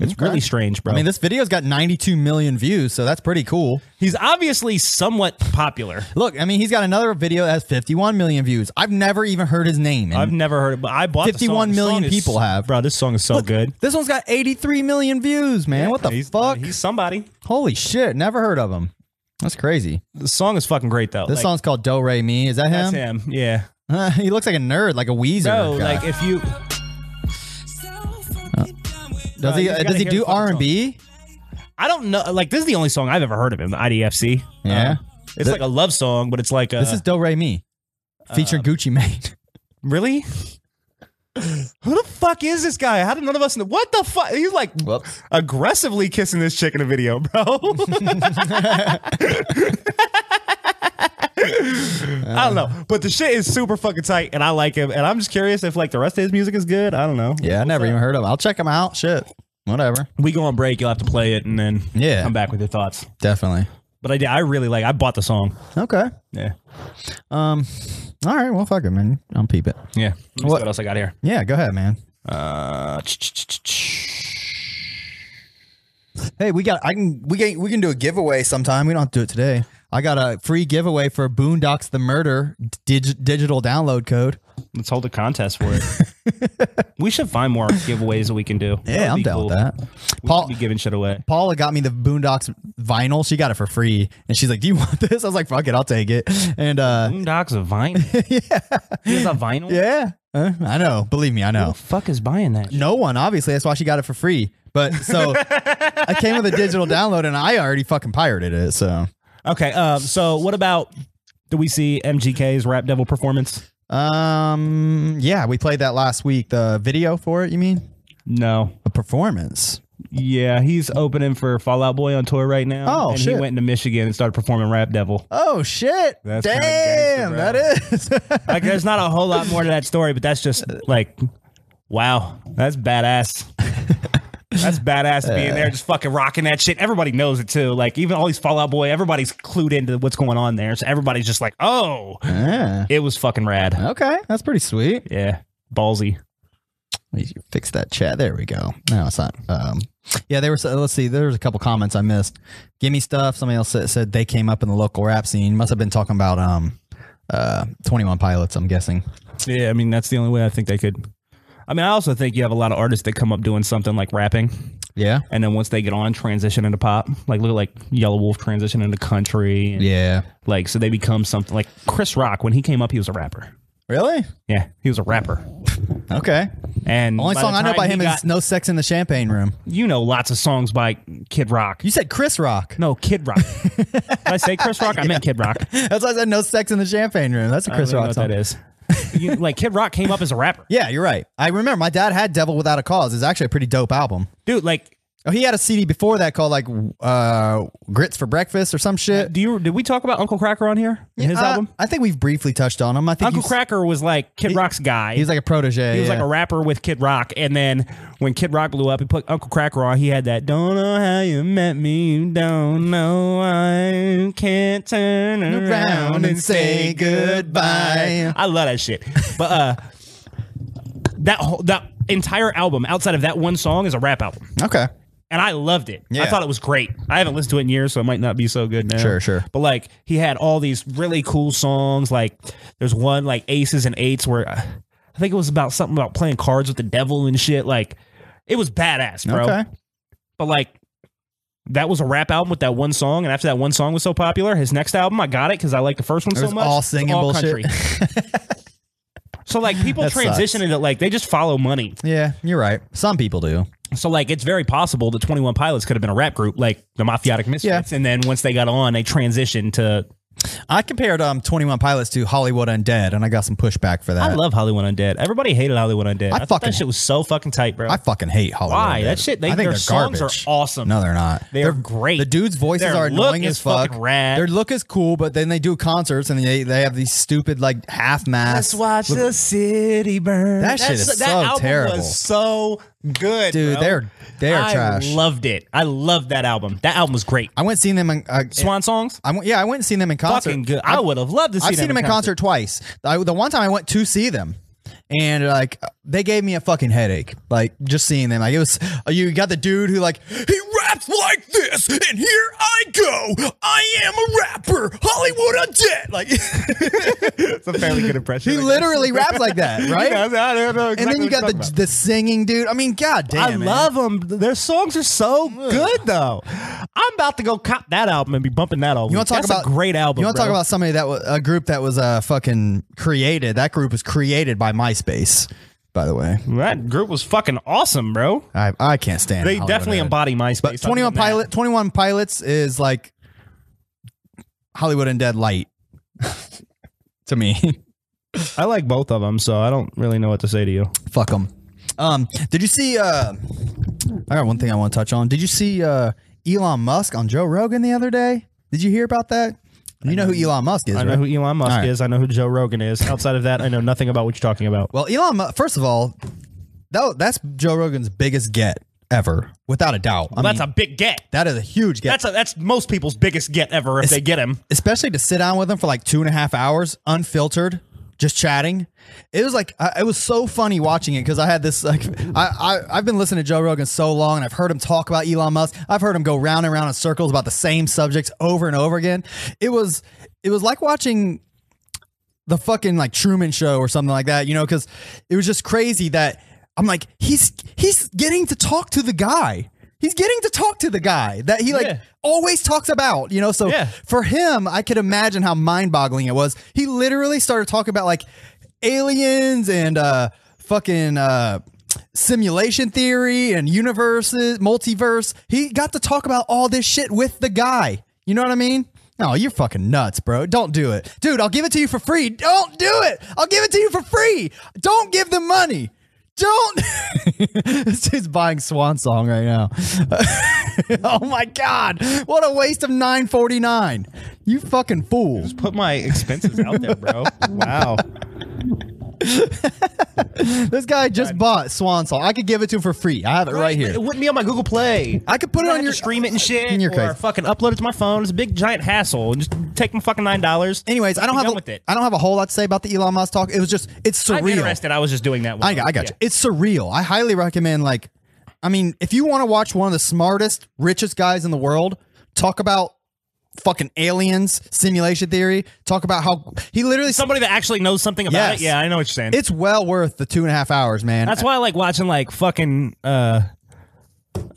Speaker 2: It's
Speaker 1: Okay.
Speaker 2: really strange, bro.
Speaker 1: I mean, this video's got 92 million views, so that's pretty cool.
Speaker 2: he's obviously somewhat popular.
Speaker 1: Look, I mean, he's got another video that has 51 million views. I've never even heard his name. and
Speaker 2: I've never heard it, but I bought the song.
Speaker 1: 51
Speaker 2: The song
Speaker 1: million
Speaker 2: is-
Speaker 1: people have.
Speaker 2: Bro, this song is so good.
Speaker 1: This one's got 83 million views, man. what the
Speaker 2: He's-
Speaker 1: fuck?
Speaker 2: He's somebody.
Speaker 1: Holy shit, never heard of him. That's crazy.
Speaker 2: The song is fucking great though.
Speaker 1: This
Speaker 2: Like,
Speaker 1: song's called Do Re Me. Is that
Speaker 2: that's
Speaker 1: him?
Speaker 2: him. Yeah.
Speaker 1: he looks like a nerd, like a Weezer.
Speaker 2: No,
Speaker 1: guy.
Speaker 2: like if you
Speaker 1: does he
Speaker 2: uh, you
Speaker 1: does he do
Speaker 2: gotta hear the fucking
Speaker 1: R and B?
Speaker 2: I don't know like this is the only song I've ever heard of him, the IDFC.
Speaker 1: Yeah.
Speaker 2: Um, it's like a love song, but it's like a,
Speaker 1: This is Do Re Me, featuring Gucci Mane.
Speaker 2: really Who the fuck is this guy? How did none of us know? What the fuck? He's like
Speaker 1: Whoops.
Speaker 2: aggressively kissing this chick in a video, bro. I don't know, but the shit is super fucking tight, and I like him. And I'm just curious if like the rest of his music is good. I don't know.
Speaker 1: Yeah, I never even heard of him. I'll check him out. Shit, whatever.
Speaker 2: We go on break. You'll have to play it, and then
Speaker 1: Yeah.
Speaker 2: come back with your thoughts.
Speaker 1: Definitely.
Speaker 2: But I did. I really like. I bought the song.
Speaker 1: Okay.
Speaker 2: Yeah.
Speaker 1: Um. All right. Well, fuck it, man. I'll peep it.
Speaker 2: Yeah.
Speaker 1: What-
Speaker 2: What, what else I got here?
Speaker 1: Yeah. Go ahead, man.
Speaker 2: Uh, ch- ch- ch- ch-
Speaker 1: Hey, we got. I can. We can. We can do a giveaway sometime. We don't have to do it today. I got a free giveaway for Boondocks the Murder dig, digital download code.
Speaker 2: let's hold a contest for it. we should find more giveaways that we can do. That would
Speaker 1: Yeah, I'm
Speaker 2: be
Speaker 1: down
Speaker 2: cool.
Speaker 1: with that.
Speaker 2: We
Speaker 1: Paul-
Speaker 2: should be giving shit away.
Speaker 1: Paula got me the Boondocks vinyl. She got it for free, and she's like, "Do you want this?" I was like, "Fuck it, I'll take it." And uh,
Speaker 2: Mm-hmm. Boondocks of vinyl. yeah. Is that vinyl?
Speaker 1: yeah, Uh, I know. Believe me, I
Speaker 2: Who
Speaker 1: know.
Speaker 2: the fuck is buying that?
Speaker 1: No one, obviously. That's why she got it for free. But so I came with a digital download and I already fucking pirated it. So
Speaker 2: Okay. Um. So what about? Do we see MGK's Rap Devil performance?
Speaker 1: um yeah, we played that last week. The video for it, you mean?
Speaker 2: No.
Speaker 1: A performance.
Speaker 2: Yeah, he's opening for Fallout Boy on tour right now.
Speaker 1: Oh,
Speaker 2: and
Speaker 1: shit.
Speaker 2: he went to Michigan and started performing Rap Devil.
Speaker 1: Oh shit.
Speaker 2: That's kinda
Speaker 1: Damn,
Speaker 2: gangsta
Speaker 1: that is.
Speaker 2: Like, there's not a whole lot more to that story, but that's just uh, like, wow, that's badass. That's badass being there, just fucking rocking that shit. Everybody knows it too. Like even all these Fallout Boy, everybody's clued into what's going on there. So everybody's just like, oh,
Speaker 1: yeah.
Speaker 2: it was fucking rad.
Speaker 1: Okay, that's pretty sweet.
Speaker 2: Yeah, ballsy.
Speaker 1: We should fix that chat. There we go. No, it's not. Um, yeah, there was. Let's see. There was a couple comments I missed. Gimme stuff. Somebody else said, said they came up in the local rap scene. Must have been talking about um, uh, Twenty One Pilots. I'm guessing.
Speaker 2: Yeah, I mean that's the only way I think they could. I mean, I also think you have a lot of artists that come up doing something like rapping.
Speaker 1: Yeah.
Speaker 2: and then once they get on transition into pop like look at, like yellow wolf transition into country and
Speaker 1: Yeah.
Speaker 2: like so they become something like chris rock when he came up he was a rapper
Speaker 1: Really?
Speaker 2: yeah he was a rapper
Speaker 1: Okay.
Speaker 2: and
Speaker 1: Only
Speaker 2: by
Speaker 1: song
Speaker 2: the
Speaker 1: I know
Speaker 2: time
Speaker 1: by
Speaker 2: he
Speaker 1: him
Speaker 2: got-
Speaker 1: is "No Sex in the Champagne Room."
Speaker 2: you know lots of songs by kid rock
Speaker 1: You said Chris Rock.
Speaker 2: no kid rock did i say chris rock i meant kid rock
Speaker 1: That's why I said "No Sex in the Champagne Room." That's a Chris
Speaker 2: I don't
Speaker 1: Rock
Speaker 2: know what
Speaker 1: song.
Speaker 2: that is You- like kid rock came up as a rapper
Speaker 1: Yeah, you're right. I remember my dad had "Devil Without a Cause." It's actually a pretty dope album.
Speaker 2: dude like
Speaker 1: Oh, he had a CD before that called like uh, "Grits for Breakfast" or some shit.
Speaker 2: do you did we talk about uncle cracker on here his
Speaker 1: Uh,
Speaker 2: album
Speaker 1: I think we've briefly touched on him. I think
Speaker 2: uncle
Speaker 1: you-
Speaker 2: cracker was like kid rock's guy
Speaker 1: He was like a protege.
Speaker 2: He was like a rapper with Kid Rock, and then when Kid Rock blew up, he put Uncle Cracker on. He had that "Don't know how you met me, you don't know I can't turn around and say goodbye." I love that shit. But uh, that whole, that entire album, outside of that one song, is a rap album,
Speaker 1: okay.
Speaker 2: and I loved it.
Speaker 1: Yeah.
Speaker 2: I thought it was great. I haven't listened to it in years, so it might not be so good now.
Speaker 1: Sure, sure.
Speaker 2: But like, he had all these really cool songs. Like, there's one like Aces and Eights where uh, I think it was about something about playing cards with the devil and shit. Like, it was badass, bro.
Speaker 1: Okay.
Speaker 2: But like, that was a rap album with that one song, and after that one song was so popular, his next album I got it because I liked the first one
Speaker 1: It
Speaker 2: so
Speaker 1: was
Speaker 2: much.
Speaker 1: all
Speaker 2: It was
Speaker 1: singing bullshit.
Speaker 2: so like, people
Speaker 1: That sucks.
Speaker 2: transition into like they just follow money.
Speaker 1: Yeah, you're right. Some people do.
Speaker 2: So like it's very possible that Twenty One Pilots could have been a rap group like the Mafiotic Misfits, and then once they got on, they transitioned to.
Speaker 1: I compared um 21 Pilots to Hollywood Undead, and I got some pushback for that.
Speaker 2: I love Hollywood Undead. Everybody hated Hollywood Undead. I, thought
Speaker 1: fucking-
Speaker 2: that shit was so fucking tight, bro.
Speaker 1: I fucking hate Hollywood.
Speaker 2: Why
Speaker 1: Undead.
Speaker 2: that shit? They,
Speaker 1: I think
Speaker 2: their
Speaker 1: they're
Speaker 2: songs
Speaker 1: garbage.
Speaker 2: are awesome.
Speaker 1: No, they're not.
Speaker 2: They're great.
Speaker 1: The dude's voices
Speaker 2: Their
Speaker 1: are annoying
Speaker 2: look
Speaker 1: as
Speaker 2: is
Speaker 1: fuck.
Speaker 2: fucking rad.
Speaker 1: Their look is cool, but then they do concerts and they they have these stupid like half masks.
Speaker 2: watch the city burn.
Speaker 1: That shit
Speaker 2: That's-
Speaker 1: is
Speaker 2: that
Speaker 1: so
Speaker 2: album
Speaker 1: terrible.
Speaker 2: Was so good,
Speaker 1: Dude,
Speaker 2: bro.
Speaker 1: they're they're
Speaker 2: I
Speaker 1: trash.
Speaker 2: loved it. I loved that album. That album was great.
Speaker 1: I went and seen them in uh,
Speaker 2: Swan songs,
Speaker 1: I went, yeah, I went and seen them in concert.
Speaker 2: fucking good. I, would have loved to see.
Speaker 1: I've seen
Speaker 2: them
Speaker 1: them in concert, twice. I, the one time I went to see them, and like they gave me a fucking headache. Like just seeing them, like it was you got the dude who like he raps like this, and here I go, I am a rapper, Hollywood undead. Like
Speaker 2: It's a fairly good impression.
Speaker 1: he literally raps like that, right?
Speaker 2: I don't know
Speaker 1: and then you got the the singing dude. I mean, god damn,
Speaker 2: I
Speaker 1: man.
Speaker 2: love them. Their songs are so good, though. I'm about to go cop that album and be bumping that all.
Speaker 1: You
Speaker 2: want to
Speaker 1: talk about
Speaker 2: a great album?
Speaker 1: You want to talk
Speaker 2: bro.
Speaker 1: about somebody that was a group that was uh fucking created. That group was created by MySpace, by the way.
Speaker 2: that group was fucking awesome, bro.
Speaker 1: I I can't stand.
Speaker 2: They
Speaker 1: Hollywood
Speaker 2: definitely
Speaker 1: Undead.
Speaker 2: embody MySpace.
Speaker 1: But Twenty One
Speaker 2: other than that.
Speaker 1: Pilot, Twenty One Pilots is like Hollywood and Dead Light to me.
Speaker 2: I like both of them, so I don't really know what to say to you.
Speaker 1: Fuck them. Um, did you see? Uh, I got one thing I want to touch on. Did you see uh, Elon Musk on Joe Rogan the other day? Did you hear about that? You know, who Elon Musk is,
Speaker 2: I
Speaker 1: right?
Speaker 2: know who Elon Musk
Speaker 1: All right.
Speaker 2: is. I know who Joe Rogan is. Outside of that, I know nothing about what you're talking about.
Speaker 1: Well, Elon, Mu- first of all, that, that's Joe Rogan's biggest get ever, without a doubt. I
Speaker 2: that's
Speaker 1: mean,
Speaker 2: a big get.
Speaker 1: that is a huge get.
Speaker 2: That's a, that's most people's biggest get ever if they get him.
Speaker 1: especially to sit down with him for like two and a half hours, unfiltered, just chatting. It was like I, it was so funny watching it because I had this like I, I I've been listening to Joe Rogan so long and I've heard him talk about Elon Musk. I've heard him go round and round in circles about the same subjects over and over again. It was it was like watching the fucking like Truman Show or something like that, you know, because it was just crazy that I'm like he's he's getting to talk to the guy. He's getting to talk to the guy that he like
Speaker 2: Yeah.
Speaker 1: always talks about, you know. So
Speaker 2: Yeah.
Speaker 1: for him, I could imagine how mind boggling it was. He literally started talking about like aliens and uh, fucking uh, simulation theory and universes, multiverse. He got to talk about all this shit with the guy. You know what I mean? No, you're fucking nuts, bro. Don't do it. Dude, I'll give it to you for free. Don't do it. I'll give it to you for free. Don't give them money. Don't. this dude's buying Swan Song right now. oh my God. What a waste of 949. You fucking fool.
Speaker 2: Put my expenses out there, bro. wow.
Speaker 1: This guy just bought Swan Song. I could give it to him for free. I have it right here.
Speaker 2: It wouldn't be on my Google Play.
Speaker 1: I could put it
Speaker 2: I
Speaker 1: on
Speaker 2: have
Speaker 1: your
Speaker 2: to stream it and shit,
Speaker 1: In your
Speaker 2: or
Speaker 1: case.
Speaker 2: fucking upload it to my phone. It's a big giant hassle. And just take my fucking nine dollars.
Speaker 1: Anyways, I don't have
Speaker 2: done
Speaker 1: a,
Speaker 2: with it.
Speaker 1: I don't have a whole lot to say about the Elon Musk talk. It was just it's surreal.
Speaker 2: I'm interested. I was just doing that. One.
Speaker 1: I got, I got you. It's surreal. I highly recommend. Like, I mean, if you want to watch one of the smartest, richest guys in the world talk about fucking aliens, simulation theory, talk about how he literally,
Speaker 2: Somebody that actually knows something about
Speaker 1: Yes.
Speaker 2: it. Yeah, I know what you're saying.
Speaker 1: it's well worth the two and a half hours, man.
Speaker 2: That's why I like watching like fucking uh,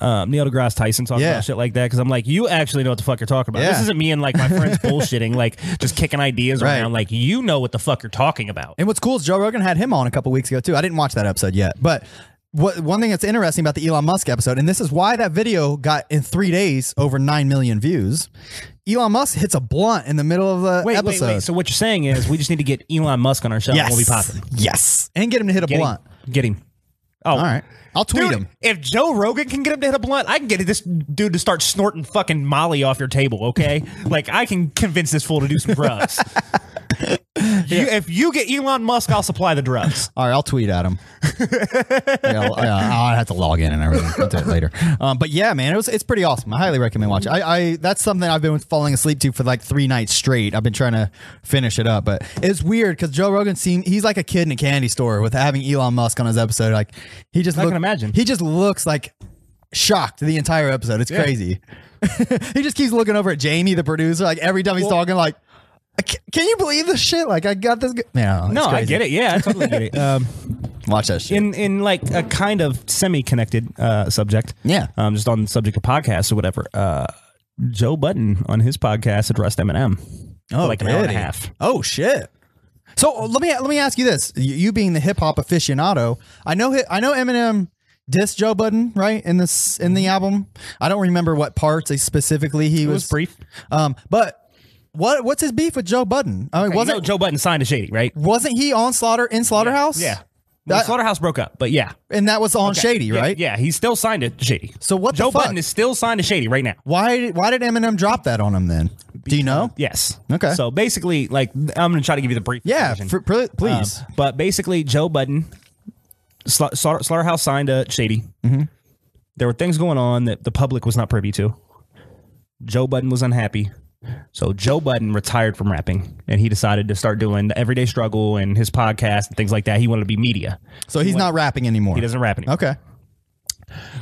Speaker 2: uh, Neil deGrasse Tyson talk
Speaker 1: Yeah.
Speaker 2: about shit like that because I'm like, you actually know what the fuck you're talking about.
Speaker 1: Yeah.
Speaker 2: This isn't me and like my friends bullshitting, like just kicking ideas
Speaker 1: Right.
Speaker 2: around. Like you know what the fuck you're talking about.
Speaker 1: And what's cool is Joe Rogan had him on a couple weeks ago too. I didn't watch that episode yet, but what one thing that's interesting about the Elon Musk episode, and this is why that video got in three days over nine million views. Elon Musk hits a blunt in the middle of the
Speaker 2: Wait, wait,
Speaker 1: episode.
Speaker 2: wait. So what you're saying is we just need to get Elon Musk on our show. and We'll be
Speaker 1: yes,
Speaker 2: popping.
Speaker 1: yes, and get him to hit a
Speaker 2: Get him.
Speaker 1: blunt.
Speaker 2: Get him. Oh,
Speaker 1: All right, I'll tweet
Speaker 2: Dude,
Speaker 1: him.
Speaker 2: if Joe Rogan can get him to hit a blunt, I can get this dude to start snorting fucking Molly off your table. Okay, like I can convince this fool to do some drugs. you, if you get Elon Musk, I'll supply the drugs.
Speaker 1: All right, I'll tweet at him. yeah, I'll, I'll I'll have to log in and everything. I'll do it later. Um, but yeah, man, it was it's pretty awesome. I highly recommend watching. I, I that's something I've been falling asleep to for like three nights straight. I've been trying to finish it up, but it's weird because Joe Rogan seemed he's like a kid in a candy store with having Elon Musk on his episode. Like he just I
Speaker 2: can imagine.
Speaker 1: he just looks like shocked the entire episode. It's crazy. he just keeps looking over at Jamie, the producer, like every time he's talking, like. "I ca- Can you believe this shit? Like I got this. G-. Yeah,
Speaker 2: No, I get it. Yeah, I totally get it. Um,
Speaker 1: Watch that shit.
Speaker 2: in in like a kind of semi-connected uh, subject.
Speaker 1: Yeah.
Speaker 2: Um, just on the subject of podcasts or whatever. Uh, Joe Button on his podcast addressed Eminem.
Speaker 1: Oh,
Speaker 2: like an hour and a
Speaker 1: did he?
Speaker 2: half.
Speaker 1: Oh shit. So uh, let me let me ask you this: you, you being the hip hop aficionado, I know hi- I know Eminem dissed Joe Budden right in this in the album. I don't remember what parts they specifically he was,
Speaker 2: Mm-hmm. was brief.
Speaker 1: Um, but what what's his beef with Joe Budden? I mean,
Speaker 2: Wasn't
Speaker 1: wasn't
Speaker 2: Joe Button signed to Shady, right?
Speaker 1: wasn't he on Slaughter in Slaughterhouse?
Speaker 2: Yeah. Well,
Speaker 1: That-
Speaker 2: Slaughterhouse broke up, but yeah,
Speaker 1: and that was on Shady,
Speaker 2: Yeah,
Speaker 1: right?
Speaker 2: Yeah, he's still signed to Shady.
Speaker 1: So what the
Speaker 2: Joe
Speaker 1: fuck?
Speaker 2: Button is still signed to Shady right now.
Speaker 1: Why did- why did Eminem drop that on him then? Do you know?
Speaker 2: Yes.
Speaker 1: Okay.
Speaker 2: So basically, like, I'm gonna try to give you the brief.
Speaker 1: Yeah,
Speaker 2: version.
Speaker 1: for- pr-
Speaker 2: Um,
Speaker 1: please.
Speaker 2: but basically, Joe Budden, Sla- Sla- Slaughterhouse signed a Shady.
Speaker 1: Mm-hmm.
Speaker 2: There were things going on that the public was not privy to. Joe Budden was unhappy. So Joe Budden retired from rapping and he decided to start doing the everyday struggle and his podcast and things like that. He wanted to be media.
Speaker 1: so he's not rapping anymore.
Speaker 2: He doesn't rap anymore,
Speaker 1: Okay,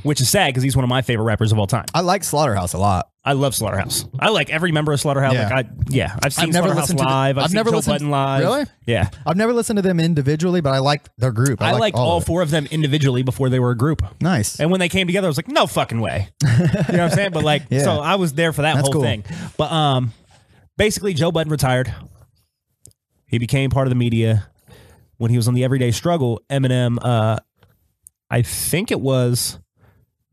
Speaker 2: which is sad because he's one of my favorite rappers of all time.
Speaker 1: I like Slaughterhouse a lot.
Speaker 2: I love Slaughterhouse. I like every member of Slaughterhouse.
Speaker 1: Yeah.
Speaker 2: Like I, yeah, I've seen
Speaker 1: I've never
Speaker 2: Slaughterhouse
Speaker 1: listened to the-
Speaker 2: live. I've,
Speaker 1: I've
Speaker 2: seen
Speaker 1: never
Speaker 2: Joe
Speaker 1: listened-
Speaker 2: Budden live.
Speaker 1: Really?
Speaker 2: Yeah.
Speaker 1: I've never listened to them individually, but I like their group. I,
Speaker 2: I,
Speaker 1: like
Speaker 2: liked
Speaker 1: all,
Speaker 2: all,
Speaker 1: of it.
Speaker 2: four of them individually before they were a group.
Speaker 1: Nice.
Speaker 2: And when they came together, I was like, no fucking way. You know what I'm saying? But like,
Speaker 1: Yeah.
Speaker 2: so I was there for that
Speaker 1: That's
Speaker 2: whole
Speaker 1: cool.
Speaker 2: thing. But um, basically, Joe Budden retired. He became part of the media when he was on the Everyday Struggle. Eminem, uh, I think it was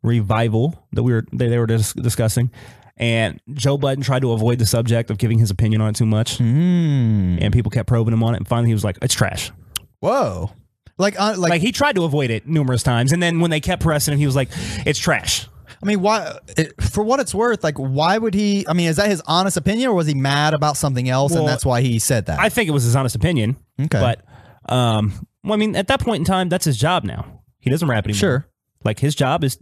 Speaker 2: Revival that we were they, they were dis- discussing, and Joe Budden tried to avoid the subject of giving his opinion on it too much, and people kept probing him on it. And finally, he was like, "It's trash."
Speaker 1: Whoa. Like, uh, like,
Speaker 2: Like he tried to avoid it numerous times, and then when they kept pressing him, he was like, "It's trash."
Speaker 1: I mean, why? It, for what it's worth, like, why would he? I mean, is that his honest opinion, or was he mad about something else, and
Speaker 2: Well,
Speaker 1: that's why he said that?
Speaker 2: I think it was his honest opinion.
Speaker 1: Okay.
Speaker 2: But um well, I mean at that point in time that's his job now. He doesn't rap anymore.
Speaker 1: Sure.
Speaker 2: Like his job is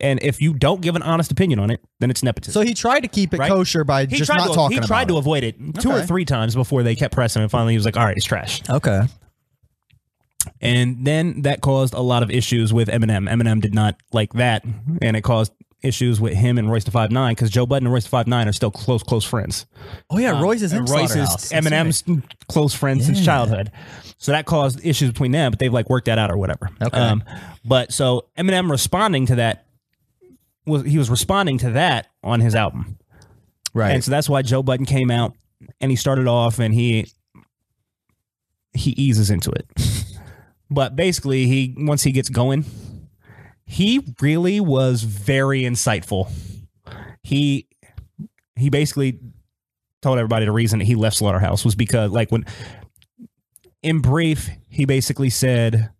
Speaker 2: and if you don't give an honest opinion on it, then it's nepotism.
Speaker 1: so he tried to keep it
Speaker 2: right?
Speaker 1: kosher by
Speaker 2: he
Speaker 1: just
Speaker 2: tried
Speaker 1: not
Speaker 2: to,
Speaker 1: talking.
Speaker 2: He tried to
Speaker 1: about
Speaker 2: avoid it two or
Speaker 1: Okay.
Speaker 2: three times before they kept pressing him and finally he was like, All right, it's trash.
Speaker 1: it. Okay.
Speaker 2: And then that caused a lot of issues with Eminem. Eminem did not like that, and it caused issues with him and Royce to Five Nine because Joe Budden and Royce to Five Nine are still close, close friends.
Speaker 1: Oh yeah, Royce is in
Speaker 2: Um, and Royce is
Speaker 1: Slaughterhouse. That's right.
Speaker 2: Eminem's close friend since childhood. So that caused issues between them, but they've like worked that out or whatever. Um,
Speaker 1: Okay.
Speaker 2: but so Eminem responding to that was he was responding to that on his album,
Speaker 1: right.
Speaker 2: and so that's why Joe Budden came out and he started off and he he eases into it. but basically, he once he gets going, he really was very insightful. He he basically told everybody the reason that he left Slaughterhouse was because like when in brief, he basically said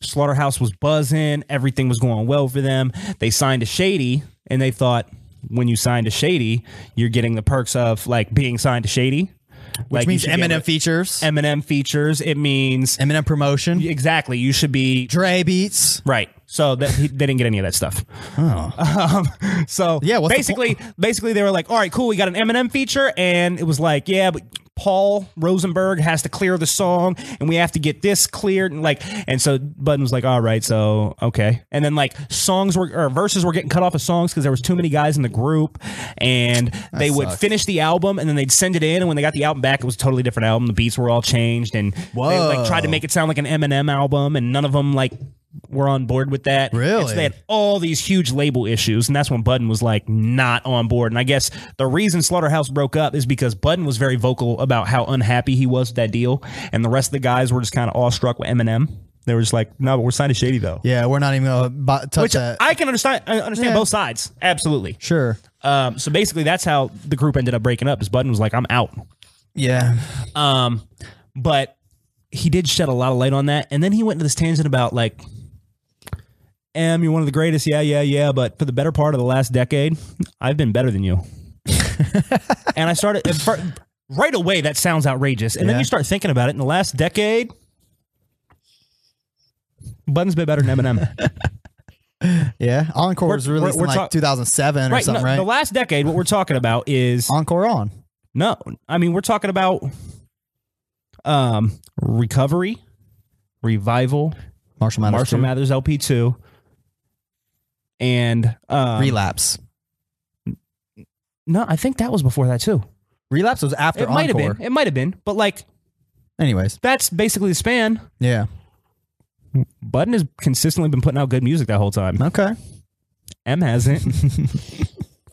Speaker 2: Slaughterhouse was buzzing, everything was going well for them. They signed a Shady and they thought when you signed a Shady, you're getting the perks of like being signed to Shady.
Speaker 1: which means Eminem
Speaker 2: features.
Speaker 1: features,
Speaker 2: Eminem features. It means
Speaker 1: Eminem promotion,
Speaker 2: exactly you should be
Speaker 1: Dre beats.
Speaker 2: right. So that he, they didn't get any of that stuff. Um, so
Speaker 1: Oh. Yeah, what's the
Speaker 2: basically, basically they were like, all right, cool, we got an Eminem feature, and it was like, yeah, but Paul Rosenberg has to clear the song, and we have to get this cleared, and like, and so Button was like, all right, so okay, and then like songs were or verses were getting cut off of songs because there was too many guys in the group, and they would finish the album, and then they'd send it in, and when they got the album back, it was a totally different album. The beats were all changed, and they like tried to make it sound like an Eminem album, and none of them like were on board with that. And so
Speaker 1: Really?
Speaker 2: they had all these huge label issues, and that's when Budden was like not on board. And I guess the reason Slaughterhouse broke up is because Budden was very vocal about how unhappy he was with that deal, and the rest of the guys were just kind of awestruck with Eminem. They were just like, "No, but we're signed to Shady though,"
Speaker 1: Yeah, we're not even gonna bu- touch
Speaker 2: which
Speaker 1: that.
Speaker 2: I can understand. I understand
Speaker 1: Yeah.
Speaker 2: both sides, absolutely.
Speaker 1: sure.
Speaker 2: Um, so basically, that's how the group ended up breaking up. Is Budden was like, "I'm out,"
Speaker 1: Yeah.
Speaker 2: um, but he did shed a lot of light on that, and then he went into this tangent about like M, you're one of the greatest. Yeah, yeah, yeah. But for the better part of the last decade, I've been better than you. and I started at fir- right away. That sounds outrageous. And then
Speaker 1: Yeah.
Speaker 2: you start thinking about it. In the last decade, Button's been better than Eminem.
Speaker 1: Yeah. Encore was
Speaker 2: We're-
Speaker 1: released
Speaker 2: we're- we're
Speaker 1: in like
Speaker 2: talk-
Speaker 1: 2007 or
Speaker 2: right.
Speaker 1: something,
Speaker 2: no, The
Speaker 1: right?
Speaker 2: last decade, what we're talking about is
Speaker 1: Encore on.
Speaker 2: no. I mean, we're talking about um recovery, revival,
Speaker 1: Marshall Mathers.
Speaker 2: Marshall
Speaker 1: too.
Speaker 2: Mathers LP two, and um,
Speaker 1: Relapse.
Speaker 2: no, I think that was before that too.
Speaker 1: Relapse was after
Speaker 2: It might have
Speaker 1: Encore.
Speaker 2: been. It might have been. But like
Speaker 1: Anyways,
Speaker 2: that's basically the span.
Speaker 1: yeah.
Speaker 2: Button has consistently been putting out good music that whole time.
Speaker 1: Okay.
Speaker 2: M hasn't.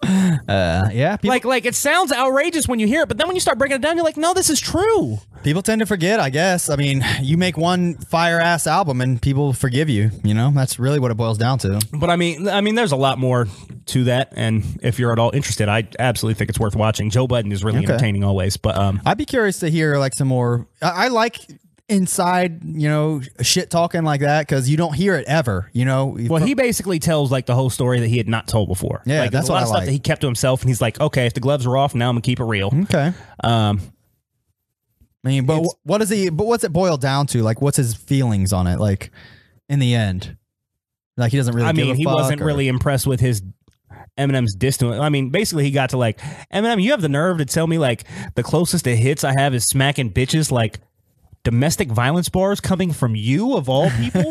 Speaker 1: Uh, yeah. People,
Speaker 2: like like it sounds outrageous when you hear it, but then when you start breaking it down, you're like, no, this is true.
Speaker 1: people tend to forget, I guess. I mean, you make one fire ass album and people forgive you. You know, that's really what it boils down to.
Speaker 2: But I mean, I mean, there's a lot more to that, and if you're at all interested, I absolutely think it's worth watching. Joe Budden is really
Speaker 1: Okay.
Speaker 2: entertaining always, but um,
Speaker 1: I'd be curious to hear like some more. I, I like inside, you know, shit talking like that because you don't hear it ever. You know,
Speaker 2: Well, he basically tells like the whole story that he had not told before.
Speaker 1: Yeah,
Speaker 2: like, there's
Speaker 1: that's
Speaker 2: a lot
Speaker 1: what
Speaker 2: of
Speaker 1: I
Speaker 2: stuff
Speaker 1: like. Mm-hmm.
Speaker 2: that he kept to himself, and he's like, okay, if the gloves are off, now I'm gonna keep it real.
Speaker 1: okay.
Speaker 2: Um,
Speaker 1: I mean, but wh- what is he? But what's it boiled down to? Like, what's his feelings on it? Like, in the end, like he doesn't really.
Speaker 2: I
Speaker 1: give
Speaker 2: mean,
Speaker 1: a
Speaker 2: he
Speaker 1: fuck
Speaker 2: wasn't
Speaker 1: or-
Speaker 2: really impressed with his Eminem's diss to him. I mean, basically, he got to like Eminem. You have the nerve to tell me like the closest to hits I have is smacking bitches like. Domestic violence bars coming from you of all people.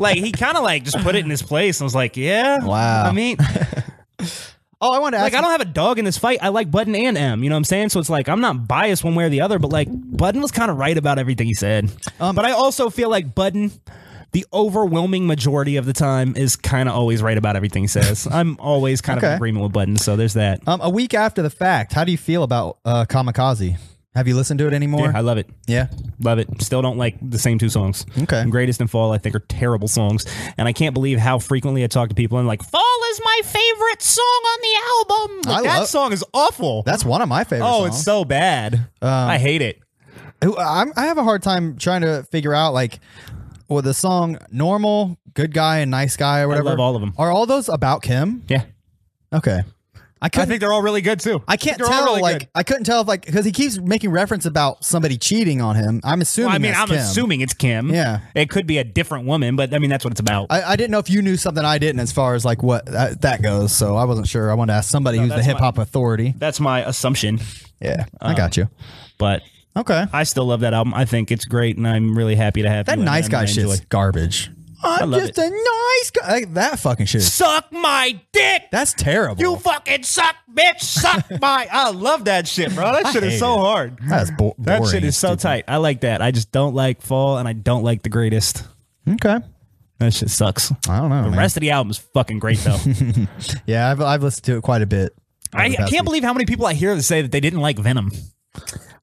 Speaker 2: like he kind of like just put it in his place and was like, "Yeah,
Speaker 1: Wow.
Speaker 2: I mean,
Speaker 1: Oh, I want to ask.
Speaker 2: like I
Speaker 1: you-
Speaker 2: don't have a dog in this fight. I like Budden and M. You know what I'm saying? So it's like I'm not biased one way or the other, but like Budden was kind of right about everything he said.
Speaker 1: Um,
Speaker 2: but I also feel like Budden, the overwhelming majority of the time, is kind of always right about everything he says. I'm always kind of
Speaker 1: Okay.
Speaker 2: in agreement with Budden, so there's that.
Speaker 1: um, a week after the fact, how do you feel about uh, Kamikaze? Have you listened to it anymore?
Speaker 2: Yeah, I love it.
Speaker 1: Yeah.
Speaker 2: Love it. Still don't like the same two songs.
Speaker 1: Okay.
Speaker 2: Greatest and Fall, I think, are terrible songs. And I can't believe how frequently I talk to people and like, Fall is my favorite song on the album. Like,
Speaker 1: I
Speaker 2: that
Speaker 1: love-
Speaker 2: song is awful.
Speaker 1: That's one of my favorite.
Speaker 2: oh,
Speaker 1: songs.
Speaker 2: it's so bad.
Speaker 1: Um,
Speaker 2: I hate it.
Speaker 1: Who- I'm, I have a hard time trying to figure out like, well, the song "Normal," "Good Guy," and "Nice Guy" or whatever.
Speaker 2: love all of 'em.
Speaker 1: Are all those about Kim?
Speaker 2: Yeah.
Speaker 1: Okay. I
Speaker 2: I
Speaker 1: couldn't.
Speaker 2: think they're all really good too.
Speaker 1: I can't
Speaker 2: They're all
Speaker 1: tell.
Speaker 2: really
Speaker 1: like,
Speaker 2: good.
Speaker 1: I couldn't tell if like because he keeps making reference about somebody cheating on him. I'm assuming.
Speaker 2: Well, I mean,
Speaker 1: that's
Speaker 2: I'm
Speaker 1: Kim.
Speaker 2: assuming it's Kim.
Speaker 1: Yeah.
Speaker 2: It could be a different woman, but I mean, that's what it's about.
Speaker 1: I, I didn't know if you knew something I didn't as far as like what that, that goes. So I wasn't sure. I wanted to ask somebody who's the
Speaker 2: that's
Speaker 1: hip hop authority.
Speaker 2: that's my assumption.
Speaker 1: Yeah, I got you.
Speaker 2: But
Speaker 1: Okay,
Speaker 2: I still love that album. I think it's great, and I'm really happy to have
Speaker 1: that
Speaker 2: you and
Speaker 1: nice
Speaker 2: I
Speaker 1: guy
Speaker 2: enjoy.
Speaker 1: shit's garbage. I'm
Speaker 2: love
Speaker 1: just a nice guy. Like, that fucking shit. Is,
Speaker 2: Suck my dick.
Speaker 1: that's terrible.
Speaker 2: you fucking suck, bitch. Suck my. I love that shit, bro. That shit is
Speaker 1: hate
Speaker 2: so
Speaker 1: it.
Speaker 2: hard.
Speaker 1: That's bo-
Speaker 2: That
Speaker 1: boring
Speaker 2: shit
Speaker 1: and
Speaker 2: is so
Speaker 1: stupid.
Speaker 2: tight. I like that. I just don't like Fall, and I don't like The Greatest.
Speaker 1: Okay,
Speaker 2: That shit sucks.
Speaker 1: I don't know.
Speaker 2: The
Speaker 1: man.
Speaker 2: rest of the album is fucking great though.
Speaker 1: yeah, I've, I've listened to it quite a bit.
Speaker 2: I, I
Speaker 1: Over the past
Speaker 2: can't
Speaker 1: week.
Speaker 2: believe how many people I hear that say that they didn't like Venom.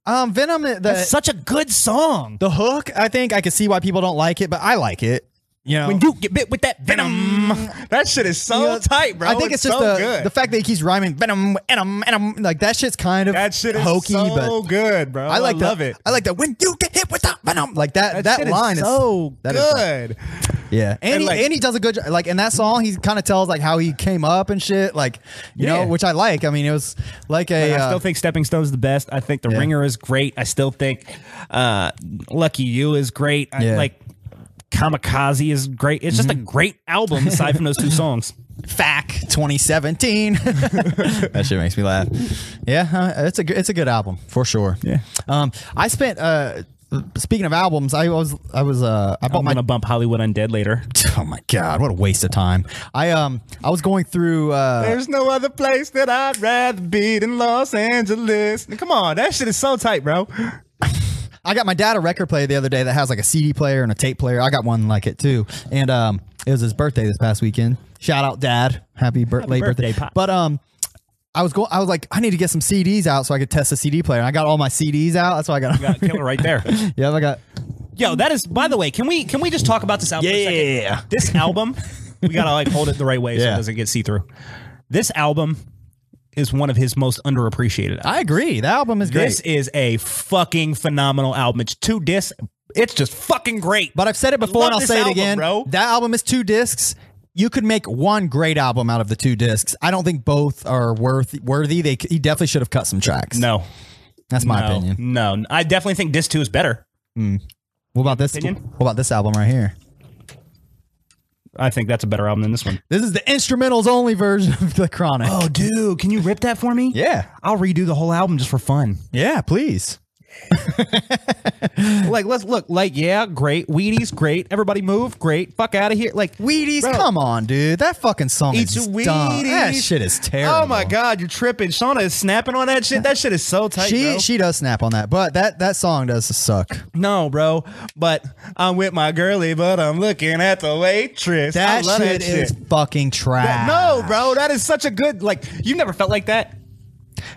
Speaker 1: Um, Venom,
Speaker 2: That's
Speaker 1: the
Speaker 2: such a good song.
Speaker 1: the hook. I think I can see why people don't like it, but I like it. You know,
Speaker 2: when you get bit with that venom, that shit is so
Speaker 1: Yeah,
Speaker 2: tight, bro.
Speaker 1: I think it's, just
Speaker 2: so
Speaker 1: the,
Speaker 2: good.
Speaker 1: the fact that he keeps rhyming venom, venom, venom. Like that shit's kind of
Speaker 2: that shit is
Speaker 1: hokey,
Speaker 2: so
Speaker 1: but
Speaker 2: good, bro.
Speaker 1: I like
Speaker 2: love
Speaker 1: that.
Speaker 2: it.
Speaker 1: I like that when you get hit with that venom, like that. That,
Speaker 2: shit
Speaker 1: line is,
Speaker 2: so
Speaker 1: that is-
Speaker 2: good.
Speaker 1: yeah, and,
Speaker 2: And,
Speaker 1: he,
Speaker 2: like-
Speaker 1: and he does a good job. Like in that song, he kind of tells like how he came up and shit. Like you
Speaker 2: Yeah.
Speaker 1: know, which I like. I mean, it was like a.
Speaker 2: I
Speaker 1: uh,
Speaker 2: still think Stepping Stone's the best. I think The
Speaker 1: Yeah.
Speaker 2: Ringer is great. I still think uh, Lucky You is great. I
Speaker 1: Yeah. Mm-hmm.
Speaker 2: like Kamikaze is great. It's just a great album aside from those two songs.
Speaker 1: Fact 2017. that shit makes me laugh. Yeah, huh, it's a good, it's a good album for sure.
Speaker 2: Yeah.
Speaker 1: Um, I spent uh, speaking of albums, I was I was uh I bought
Speaker 2: I'm
Speaker 1: my
Speaker 2: gonna bump Hollywood Undead later.
Speaker 1: oh my god, what a waste of time. I um I was going through uh
Speaker 2: There's no other place that I'd rather be than Los Angeles. Come on, that shit is so tight, bro.
Speaker 1: I got my dad a record player the other day that has like a CD player and a tape player. I got one like it too, and um it was his birthday this past weekend. Shout out dad, happy, bir- late birthday,
Speaker 2: birthday, Pop.
Speaker 1: But um. I was going. I was like, I need to get some CDs out so I could test the CD player. And I got all my CDs out. That's why I got.
Speaker 2: Got killer right there.
Speaker 1: yeah, I got
Speaker 2: Yo, that is. By the way, can we can we just talk about this album? for a second?
Speaker 1: Yeah.
Speaker 2: This album, we gotta like hold it the right way so
Speaker 1: Yeah.
Speaker 2: it doesn't get see through. This album is one of his most underappreciated. Albums.
Speaker 1: I agree. The album is great.
Speaker 2: This is a fucking phenomenal album. It's two discs. It's just fucking great.
Speaker 1: but I've said it before
Speaker 2: love
Speaker 1: and I'll
Speaker 2: this
Speaker 1: say
Speaker 2: album,
Speaker 1: it again.
Speaker 2: bro.
Speaker 1: That album is two discs. You could make one great album out of the two discs. I don't think both are worth worthy. They c- he definitely should have cut some tracks.
Speaker 2: no,
Speaker 1: that's my
Speaker 2: no,
Speaker 1: opinion.
Speaker 2: no. I definitely think disc two is better.
Speaker 1: What about this?
Speaker 2: Opinion?
Speaker 1: What about this album right here?
Speaker 2: I think that's a better album than this one.
Speaker 1: This is the instrumentals only version of the Chronic.
Speaker 2: Oh, dude, can you rip that for me?
Speaker 1: Yeah,
Speaker 2: I'll redo the whole album just for fun.
Speaker 1: yeah, please.
Speaker 2: Like, let's look. Like, yeah, great. Wheaties, great. Everybody move, great. Fuck out of here. Like,
Speaker 1: Wheaties,
Speaker 2: Bro.
Speaker 1: come on, dude. That fucking song
Speaker 2: Eat
Speaker 1: is
Speaker 2: your
Speaker 1: dumb. That
Speaker 2: Wheaties.
Speaker 1: shit is terrible.
Speaker 2: Oh my god, you're tripping. Shauna is snapping on that shit. That shit is so tight.
Speaker 1: She
Speaker 2: bro.
Speaker 1: she does snap on that, but that that song does suck.
Speaker 2: no, bro. But I'm with my girly, but I'm looking at the waitress.
Speaker 1: That,
Speaker 2: I love
Speaker 1: shit,
Speaker 2: that shit.
Speaker 1: is fucking trash.
Speaker 2: no, bro, that is such a good like. You never felt like that.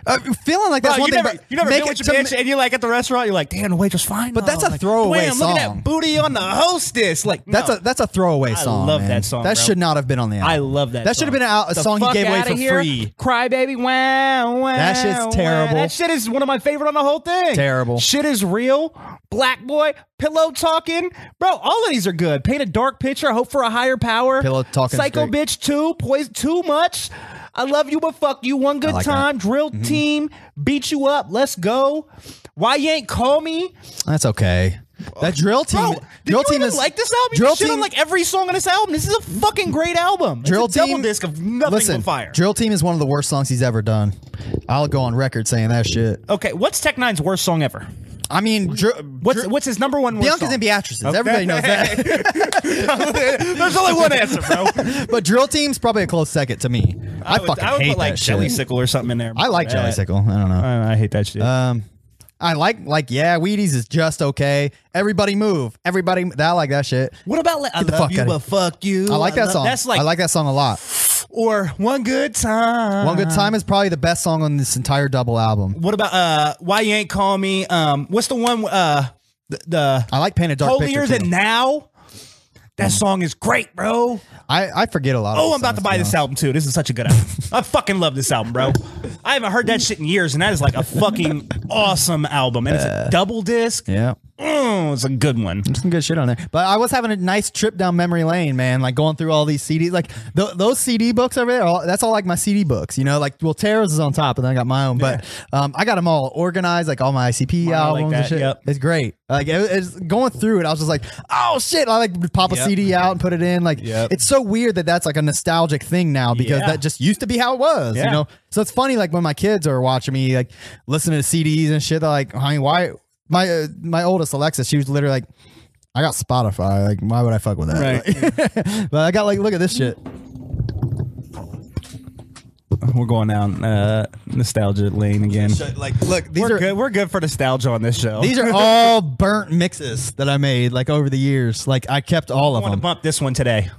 Speaker 1: Uh, feeling like that's
Speaker 2: Bro,
Speaker 1: one
Speaker 2: you
Speaker 1: thing.
Speaker 2: never,
Speaker 1: but
Speaker 2: you never
Speaker 1: make
Speaker 2: been
Speaker 1: it
Speaker 2: with your
Speaker 1: to
Speaker 2: bitch, and you're like at the restaurant, you're like, damn, the waitress fine.
Speaker 1: But
Speaker 2: though."
Speaker 1: that's a
Speaker 2: Like,
Speaker 1: throwaway
Speaker 2: damn, Look at
Speaker 1: song.
Speaker 2: that booty on the hostess. Like,
Speaker 1: That's
Speaker 2: no.
Speaker 1: a that's a throwaway song.
Speaker 2: love
Speaker 1: man.
Speaker 2: that song,
Speaker 1: That
Speaker 2: bro.
Speaker 1: should not have been on the album.
Speaker 2: I love that.
Speaker 1: That should have been a, a
Speaker 2: The
Speaker 1: song he
Speaker 2: fuck
Speaker 1: gave away
Speaker 2: outta
Speaker 1: for
Speaker 2: here.
Speaker 1: free.
Speaker 2: Cry baby, wow, wow.
Speaker 1: That shit's
Speaker 2: wow.
Speaker 1: terrible.
Speaker 2: That shit is one of my favorite on the whole thing.
Speaker 1: Terrible.
Speaker 2: Shit is real. Black boy, pillow talking, bro. All of these are good. Paint a dark picture. Hope for a higher power.
Speaker 1: Pillow Talkin's
Speaker 2: Psycho
Speaker 1: great.
Speaker 2: bitch too. Poise too much. I love you, but fuck you. One good
Speaker 1: like that. Mm-hmm.
Speaker 2: time. Drill team. Beat you up. Let's go. Why you ain't call me?
Speaker 1: That's okay. That drill team.
Speaker 2: Bro, did
Speaker 1: drill
Speaker 2: you
Speaker 1: team
Speaker 2: even
Speaker 1: is
Speaker 2: like this album?
Speaker 1: Drill
Speaker 2: you shit
Speaker 1: team.
Speaker 2: on like every song on this album. This is a fucking great album. It's
Speaker 1: drill
Speaker 2: a double
Speaker 1: team.
Speaker 2: disc of nothing
Speaker 1: listen,
Speaker 2: but fire.
Speaker 1: Drill team is one of the worst songs he's ever done. I'll go on record saying that shit.
Speaker 2: okay, what's Tech Nine's worst song ever?
Speaker 1: I mean, dr-
Speaker 2: What's what's his number one worst
Speaker 1: Biancas
Speaker 2: song?
Speaker 1: and Beatrices. Everybody knows that.
Speaker 2: There's only one answer, bro.
Speaker 1: but drill team's probably a close second to me. I,
Speaker 2: would,
Speaker 1: fucking
Speaker 2: I would
Speaker 1: hate
Speaker 2: put like
Speaker 1: that
Speaker 2: Jelly
Speaker 1: shit.
Speaker 2: Sickle or something in there.
Speaker 1: I like
Speaker 2: That-
Speaker 1: Jelly Sickle. I don't know.
Speaker 2: I I hate that shit.
Speaker 1: Um, I like like yeah, Wheaties is just okay. Everybody move, everybody. I like that shit.
Speaker 2: what about like, I
Speaker 1: the fuck
Speaker 2: love you,
Speaker 1: outta
Speaker 2: but fuck you?
Speaker 1: I like that
Speaker 2: love-
Speaker 1: song.
Speaker 2: That's like,
Speaker 1: I like that song a lot.
Speaker 2: or one good time.
Speaker 1: One good time is probably the best song on this entire double album.
Speaker 2: What about uh? Why you ain't call me? Um, what's the one? Uh, the, the
Speaker 1: I like painted dark
Speaker 2: holier
Speaker 1: picture.
Speaker 2: than
Speaker 1: too.
Speaker 2: now. That song is great, bro.
Speaker 1: I I forget a lot.
Speaker 2: Oh,
Speaker 1: of
Speaker 2: I'm about to buy this
Speaker 1: out.
Speaker 2: album too. This is such a good album. I fucking love this album, bro. I haven't heard that shit in years, and that is like a fucking awesome album. And it's a double disc.
Speaker 1: Yeah,
Speaker 2: Mm, Uh, it's a good one.
Speaker 1: some good shit on there. But I was having a nice trip down memory lane, man. Like going through all these CDs, like th- those CD books over there. All, that's all like my CD books, you know. Like well, Tara's is on top, and then I got my own. But um, I got them all organized, like all my ICP
Speaker 2: Mine are
Speaker 1: albums
Speaker 2: like
Speaker 1: and
Speaker 2: that,
Speaker 1: shit.
Speaker 2: yep.
Speaker 1: It's great. Like it, it's going through it, I was just like, oh shit! I like pop a
Speaker 2: Yep.
Speaker 1: CD out and put it in. Like
Speaker 2: Yep.
Speaker 1: it's so weird that that's like a nostalgic thing now because
Speaker 2: Yeah.
Speaker 1: that just used to be how it was, you
Speaker 2: Yeah.
Speaker 1: know. So it's funny, like when my kids are watching me, like listening to CDs and shit. They're like, honey, why? My uh, my oldest Alexa, she was literally like. I got Spotify. Like, why would I fuck with that? but I got like, look at this shit.
Speaker 2: We're going down uh, nostalgia lane again.
Speaker 1: Like, look, these
Speaker 2: We're
Speaker 1: are
Speaker 2: good. We're good for nostalgia on this show.
Speaker 1: these are all burnt mixes that I made like over the years. Like, I kept all
Speaker 2: I
Speaker 1: of
Speaker 2: want to
Speaker 1: them.
Speaker 2: bump this one today.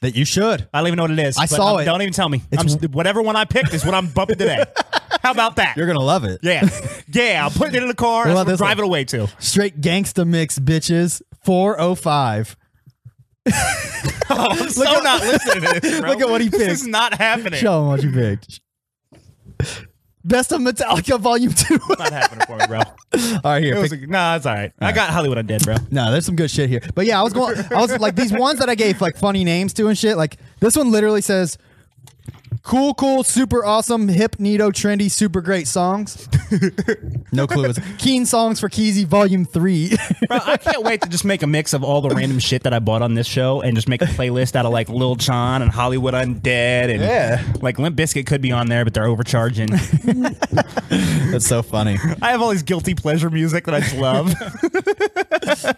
Speaker 1: that you should.
Speaker 2: I don't even know what it is.
Speaker 1: I
Speaker 2: but
Speaker 1: saw
Speaker 2: I'm-
Speaker 1: it.
Speaker 2: Don't even tell me.
Speaker 1: It's-
Speaker 2: I'm, whatever one I picked is what I'm bumping today. How about that?
Speaker 1: You're gonna love it.
Speaker 2: yeah, yeah. I'm putting it in the car.
Speaker 1: What
Speaker 2: That's
Speaker 1: about
Speaker 2: what I'm
Speaker 1: this one?
Speaker 2: driving away to.
Speaker 1: Straight gangsta mix, bitches. Four oh five.
Speaker 2: I'm so not listening to this. Bro.
Speaker 1: Look at what he picked.
Speaker 2: This is not happening.
Speaker 1: Show them what you picked. Best of Metallica Volume Two. All
Speaker 2: Not happening for me, bro.
Speaker 1: right, here.
Speaker 2: It
Speaker 1: Pick,
Speaker 2: was like, nah, it's all right. I got Hollywood Undead, bro.
Speaker 1: No, there's some good shit here. But yeah, I was going. I was like these ones that I gave like funny names to and shit. Like this one literally says, "Cool, cool, super awesome, hip, neato, trendy, super great songs." no clue. It's Keen songs for Keezy Volume Three.
Speaker 2: Bro, I can't wait to just make a mix of all the random shit that I bought on this show and just make a playlist out of like Lil Jon and Hollywood Undead and
Speaker 1: Yeah.
Speaker 2: like Limp Bizkit could be on there, but they're overcharging.
Speaker 1: That's so funny.
Speaker 2: I have all these guilty pleasure music that I just love.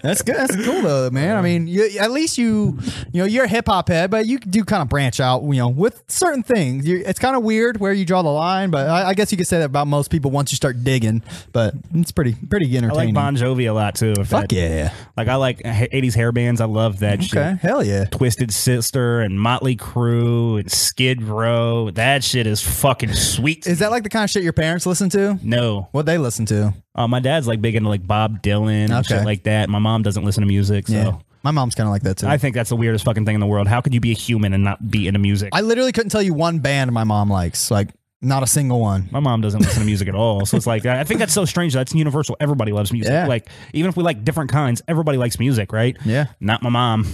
Speaker 1: That's good. That's cool though, man. I mean, you, at least you, you know, you're a hip hop head, but you do kind of branch out, you know, with certain things. You, it's kind of weird where you draw the line, but I, I guess you could say that about most people once you start digging. But it's pretty, pretty
Speaker 2: I like
Speaker 1: entertaining.
Speaker 2: Bon Jovi a lot too. if
Speaker 1: Fuck
Speaker 2: that-
Speaker 1: yeah.
Speaker 2: Like I like h- 80s hair bands. I love that
Speaker 1: Okay,
Speaker 2: shit.
Speaker 1: hell yeah.
Speaker 2: Twisted Sister and Motley Crue and Skid Row. That shit is fucking sweet.
Speaker 1: Is that like the kind of shit your parents listen to?
Speaker 2: no.
Speaker 1: What they listen to?
Speaker 2: Uh, my dad's like big into like Bob Dylan and
Speaker 1: Okay.
Speaker 2: shit like that. My mom doesn't listen to music, so
Speaker 1: my mom's kind of like that too.
Speaker 2: I
Speaker 1: Oh. I,
Speaker 2: think that's the weirdest fucking thing in the world. How could you be a human and not be into music?
Speaker 1: literally couldn't tell you one band my mom likes. Like not a single one.
Speaker 2: my mom doesn't listen to music at all, so it's like I think that's so strange. That's universal. Everybody loves music.
Speaker 1: Yeah.
Speaker 2: Like even if we like different kinds, everybody likes music, right?
Speaker 1: Yeah.
Speaker 2: Not my mom,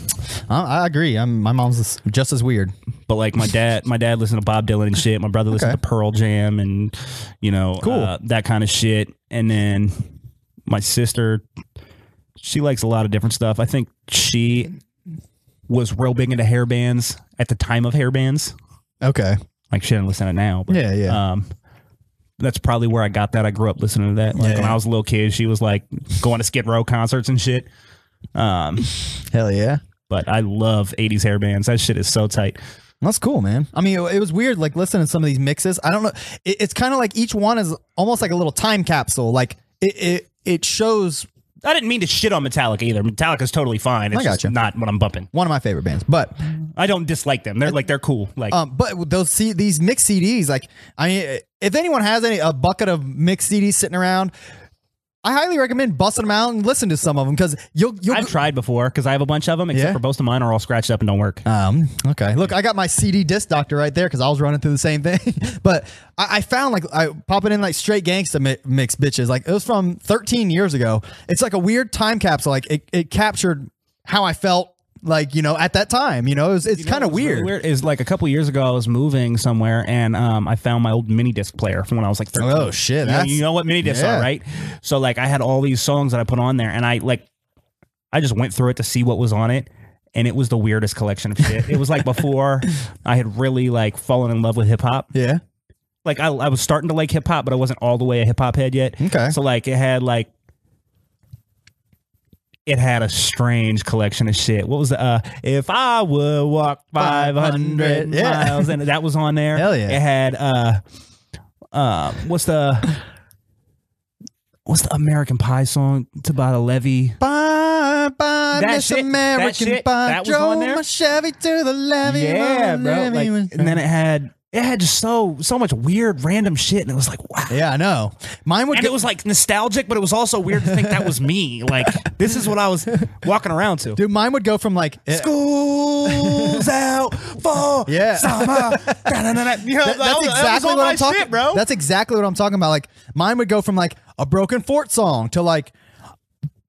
Speaker 1: I, I agree. I'm, my mom's just as weird.
Speaker 2: but like my dad. My dad listened to Bob Dylan and shit. My brother listened
Speaker 1: Okay.
Speaker 2: to Pearl Jam and you know
Speaker 1: Cool.
Speaker 2: uh, that kind of shit. And then my sister, she likes a lot of different stuff. I think she was real big into hair bands at the time of hair bands.
Speaker 1: Okay.
Speaker 2: like she didn't listen to it now. But,
Speaker 1: Yeah, yeah.
Speaker 2: Um, that's probably where I got that. I grew up listening to that. Like
Speaker 1: Yeah,
Speaker 2: when
Speaker 1: yeah.
Speaker 2: I was a little kid, she was like going to Skid Row concerts and shit. Um,
Speaker 1: Hell yeah.
Speaker 2: but I love '80s hair bands. That shit is so tight.
Speaker 1: That's cool, man. I mean, it, it was weird, like listening to some of these mixes. I don't know. It, it's kind of like each one is almost like a little time capsule. Like it, it, it shows
Speaker 2: I didn't mean to shit on Metallica either. Metallica's totally fine. It's
Speaker 1: I gotcha.
Speaker 2: just not what I'm bumping.
Speaker 1: one of my favorite bands, but
Speaker 2: I don't dislike them.
Speaker 1: Uh,
Speaker 2: They're like they're cool. Like
Speaker 1: Um, but those C- these mixed CDs, like I mean, if anyone has any a bucket of mixed CDs sitting around, I highly recommend busting them out and listen to some of them because you'll you'll.
Speaker 2: I've tried before because I have a bunch of them. Except
Speaker 1: Yeah?
Speaker 2: for most of mine are all scratched up and don't work.
Speaker 1: um. Okay. Look, I got my CD disc doctor right there because I was running through the same thing. but I, I found like I popping in like straight gangsta mi- mix bitches. Like it was from 13 years ago. It's like a weird time capsule. Like it, it captured how I felt. Like you know at that time. You know it was, it's kind of
Speaker 2: What's really
Speaker 1: weird.
Speaker 2: weird is like a couple years ago, I was moving somewhere and um, I found my old mini disc player from when I was like 13.
Speaker 1: Oh, shit,
Speaker 2: You know-
Speaker 1: that's-
Speaker 2: you know, what mini discs
Speaker 1: yeah.
Speaker 2: are, right? So like I had all these songs that I put on there, and I like I just went through it to see what was on it. And it was the weirdest collection of shit. It was like before I had really like fallen in love with hip hop.
Speaker 1: Yeah.
Speaker 2: Like I, I was starting to like hip hop, but I wasn't all the way a hip hop head yet.
Speaker 1: Okay.
Speaker 2: So like it had like it had a strange collection of shit. What was the uh if I would walk five
Speaker 1: 500,
Speaker 2: hundred
Speaker 1: yeah.
Speaker 2: miles and that was on there.
Speaker 1: Hell yeah.
Speaker 2: It had uh uh what's the what's the American Pie song to buy the levy?
Speaker 1: Bye, bye,
Speaker 2: That
Speaker 1: Miss
Speaker 2: shit- that
Speaker 1: American
Speaker 2: shit-
Speaker 1: Pie.
Speaker 2: that was
Speaker 1: Drove
Speaker 2: on there?
Speaker 1: my Chevy to the levee.
Speaker 2: Yeah,
Speaker 1: my
Speaker 2: bro.
Speaker 1: levee
Speaker 2: Like,
Speaker 1: was-
Speaker 2: and then it had it had just so so much weird random shit and it was like wow.
Speaker 1: yeah, I know. Mine would
Speaker 2: And
Speaker 1: go,
Speaker 2: it was like nostalgic, but it was also weird to think that was me. Like this is what I was walking around to.
Speaker 1: dude. Mine would go from like eh,
Speaker 2: School's out for
Speaker 1: Yeah.
Speaker 2: summer. Da-da-da-da. You know,
Speaker 1: that- that's
Speaker 2: that was- that was
Speaker 1: exactly
Speaker 2: all
Speaker 1: what
Speaker 2: my
Speaker 1: I'm talking.
Speaker 2: shit, bro.
Speaker 1: That's exactly what I'm talking about. Like mine would go from like a broken fort song to like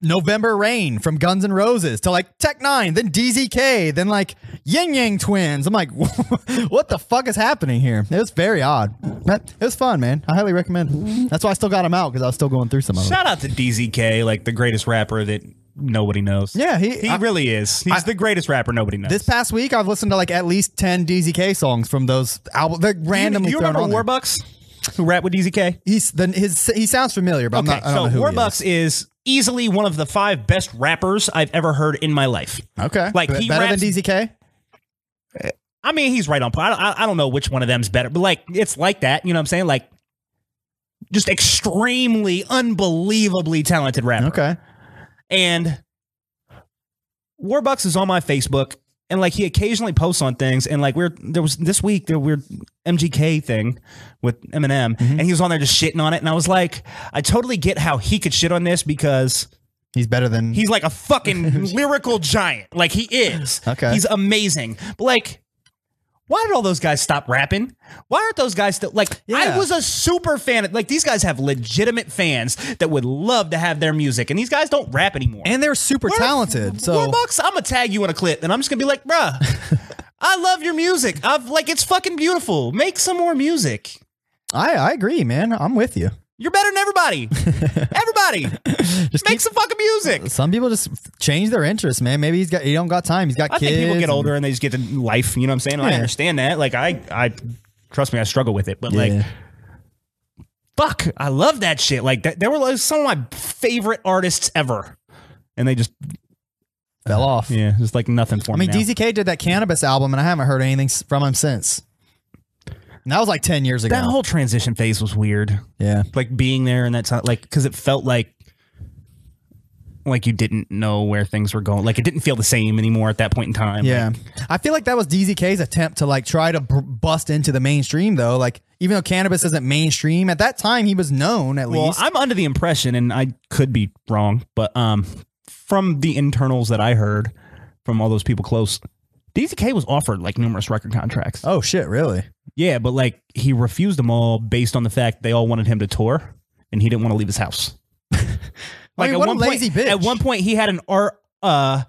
Speaker 1: November Rain from Guns N' Roses to like Tech Nine, then DZK, then like Yin Yang Twins. I'm like, what the fuck is happening here? It was very odd, but it was fun, man. I highly recommend. it. That's why I still got them out because I was still going through some of them.
Speaker 2: Shout out to DZK, like the greatest rapper that nobody knows.
Speaker 1: Yeah, he-
Speaker 2: he
Speaker 1: I-
Speaker 2: really is. He's the greatest rapper nobody knows.
Speaker 1: This past week, I've listened to like at least ten DZK songs from those albums. They're
Speaker 2: Do you, do
Speaker 1: randomly.
Speaker 2: you
Speaker 1: thrown
Speaker 2: remember
Speaker 1: on there.
Speaker 2: Warbucks who rap with DZK?
Speaker 1: He's the, his he sounds familiar, but I'm not. I
Speaker 2: so
Speaker 1: don't know who he
Speaker 2: Warbucks is. easily one of the five best rappers I've ever heard in my life.
Speaker 1: is. Okay,
Speaker 2: like,
Speaker 1: B-
Speaker 2: he
Speaker 1: better
Speaker 2: raps-
Speaker 1: than DZK.
Speaker 2: I mean, he's right on point. I don't, I- I don't know which one of them's better, but like, it's like that. You know what I'm saying? Like, just extremely, unbelievably talented rapper.
Speaker 1: Okay,
Speaker 2: And Warbucks is on my Facebook and like he occasionally posts on things and like we're there was this week the weird MGK thing with Eminem and he was on there just shitting on it and I was like I totally get how he could shit on this because
Speaker 1: He's better than
Speaker 2: he's like a fucking lyrical giant like he is
Speaker 1: Okay.
Speaker 2: he's amazing but like why did all those guys stop rapping? Why aren't those guys still like? I
Speaker 1: Yeah.
Speaker 2: was a super fan. Of, like these guys have legitimate fans that would love to have their music, and these guys don't rap anymore.
Speaker 1: and they're super
Speaker 2: We're-
Speaker 1: talented. So
Speaker 2: Warbucks, I'm gonna tag you in a clip, and I'm just gonna be like, bruh, I love your music. I've like it's fucking beautiful. Make some more music.
Speaker 1: I, I agree, man. I'm with you.
Speaker 2: You're better than everybody. everybody,
Speaker 1: Just
Speaker 2: make some fucking music.
Speaker 1: Some people just change their interests, man. Maybe he's got he don't got time. He's got
Speaker 2: I
Speaker 1: kids.
Speaker 2: think people get
Speaker 1: and-
Speaker 2: older and they just get to life. You know what I'm saying? I
Speaker 1: Yeah.
Speaker 2: understand that. Like I, I trust me, I struggle with it. But like,
Speaker 1: Yeah.
Speaker 2: fuck, I love that shit. Like that, they were like some of my favorite artists ever, and they just
Speaker 1: fell off.
Speaker 2: yeah, just like nothing for
Speaker 1: I mean,
Speaker 2: me. now.
Speaker 1: DZK did that cannabis album, and I haven't heard anything s- from him since. And that was like ten years ago.
Speaker 2: that whole transition phase was weird.
Speaker 1: yeah,
Speaker 2: like being there and that time like because it felt like like you didn't know where things were going like it didn't feel the same anymore at that point in time
Speaker 1: yeah.
Speaker 2: Like,
Speaker 1: I feel like that was DZK's attempt to like try to b- bust into the mainstream, though. Like, even though cannabis isn't mainstream at that time, he was known at
Speaker 2: well
Speaker 1: least.
Speaker 2: i'm under the impression and i could be wrong but um from the internals that i heard from all those people close DZK was offered like numerous record contracts.
Speaker 1: oh shit, really?
Speaker 2: Yeah, but like he refused them all based on the fact they all wanted him to tour and he didn't want to leave his house.
Speaker 1: I mean, what a
Speaker 2: one
Speaker 1: lazy
Speaker 2: point,
Speaker 1: bitch.
Speaker 2: at one point he had an R uh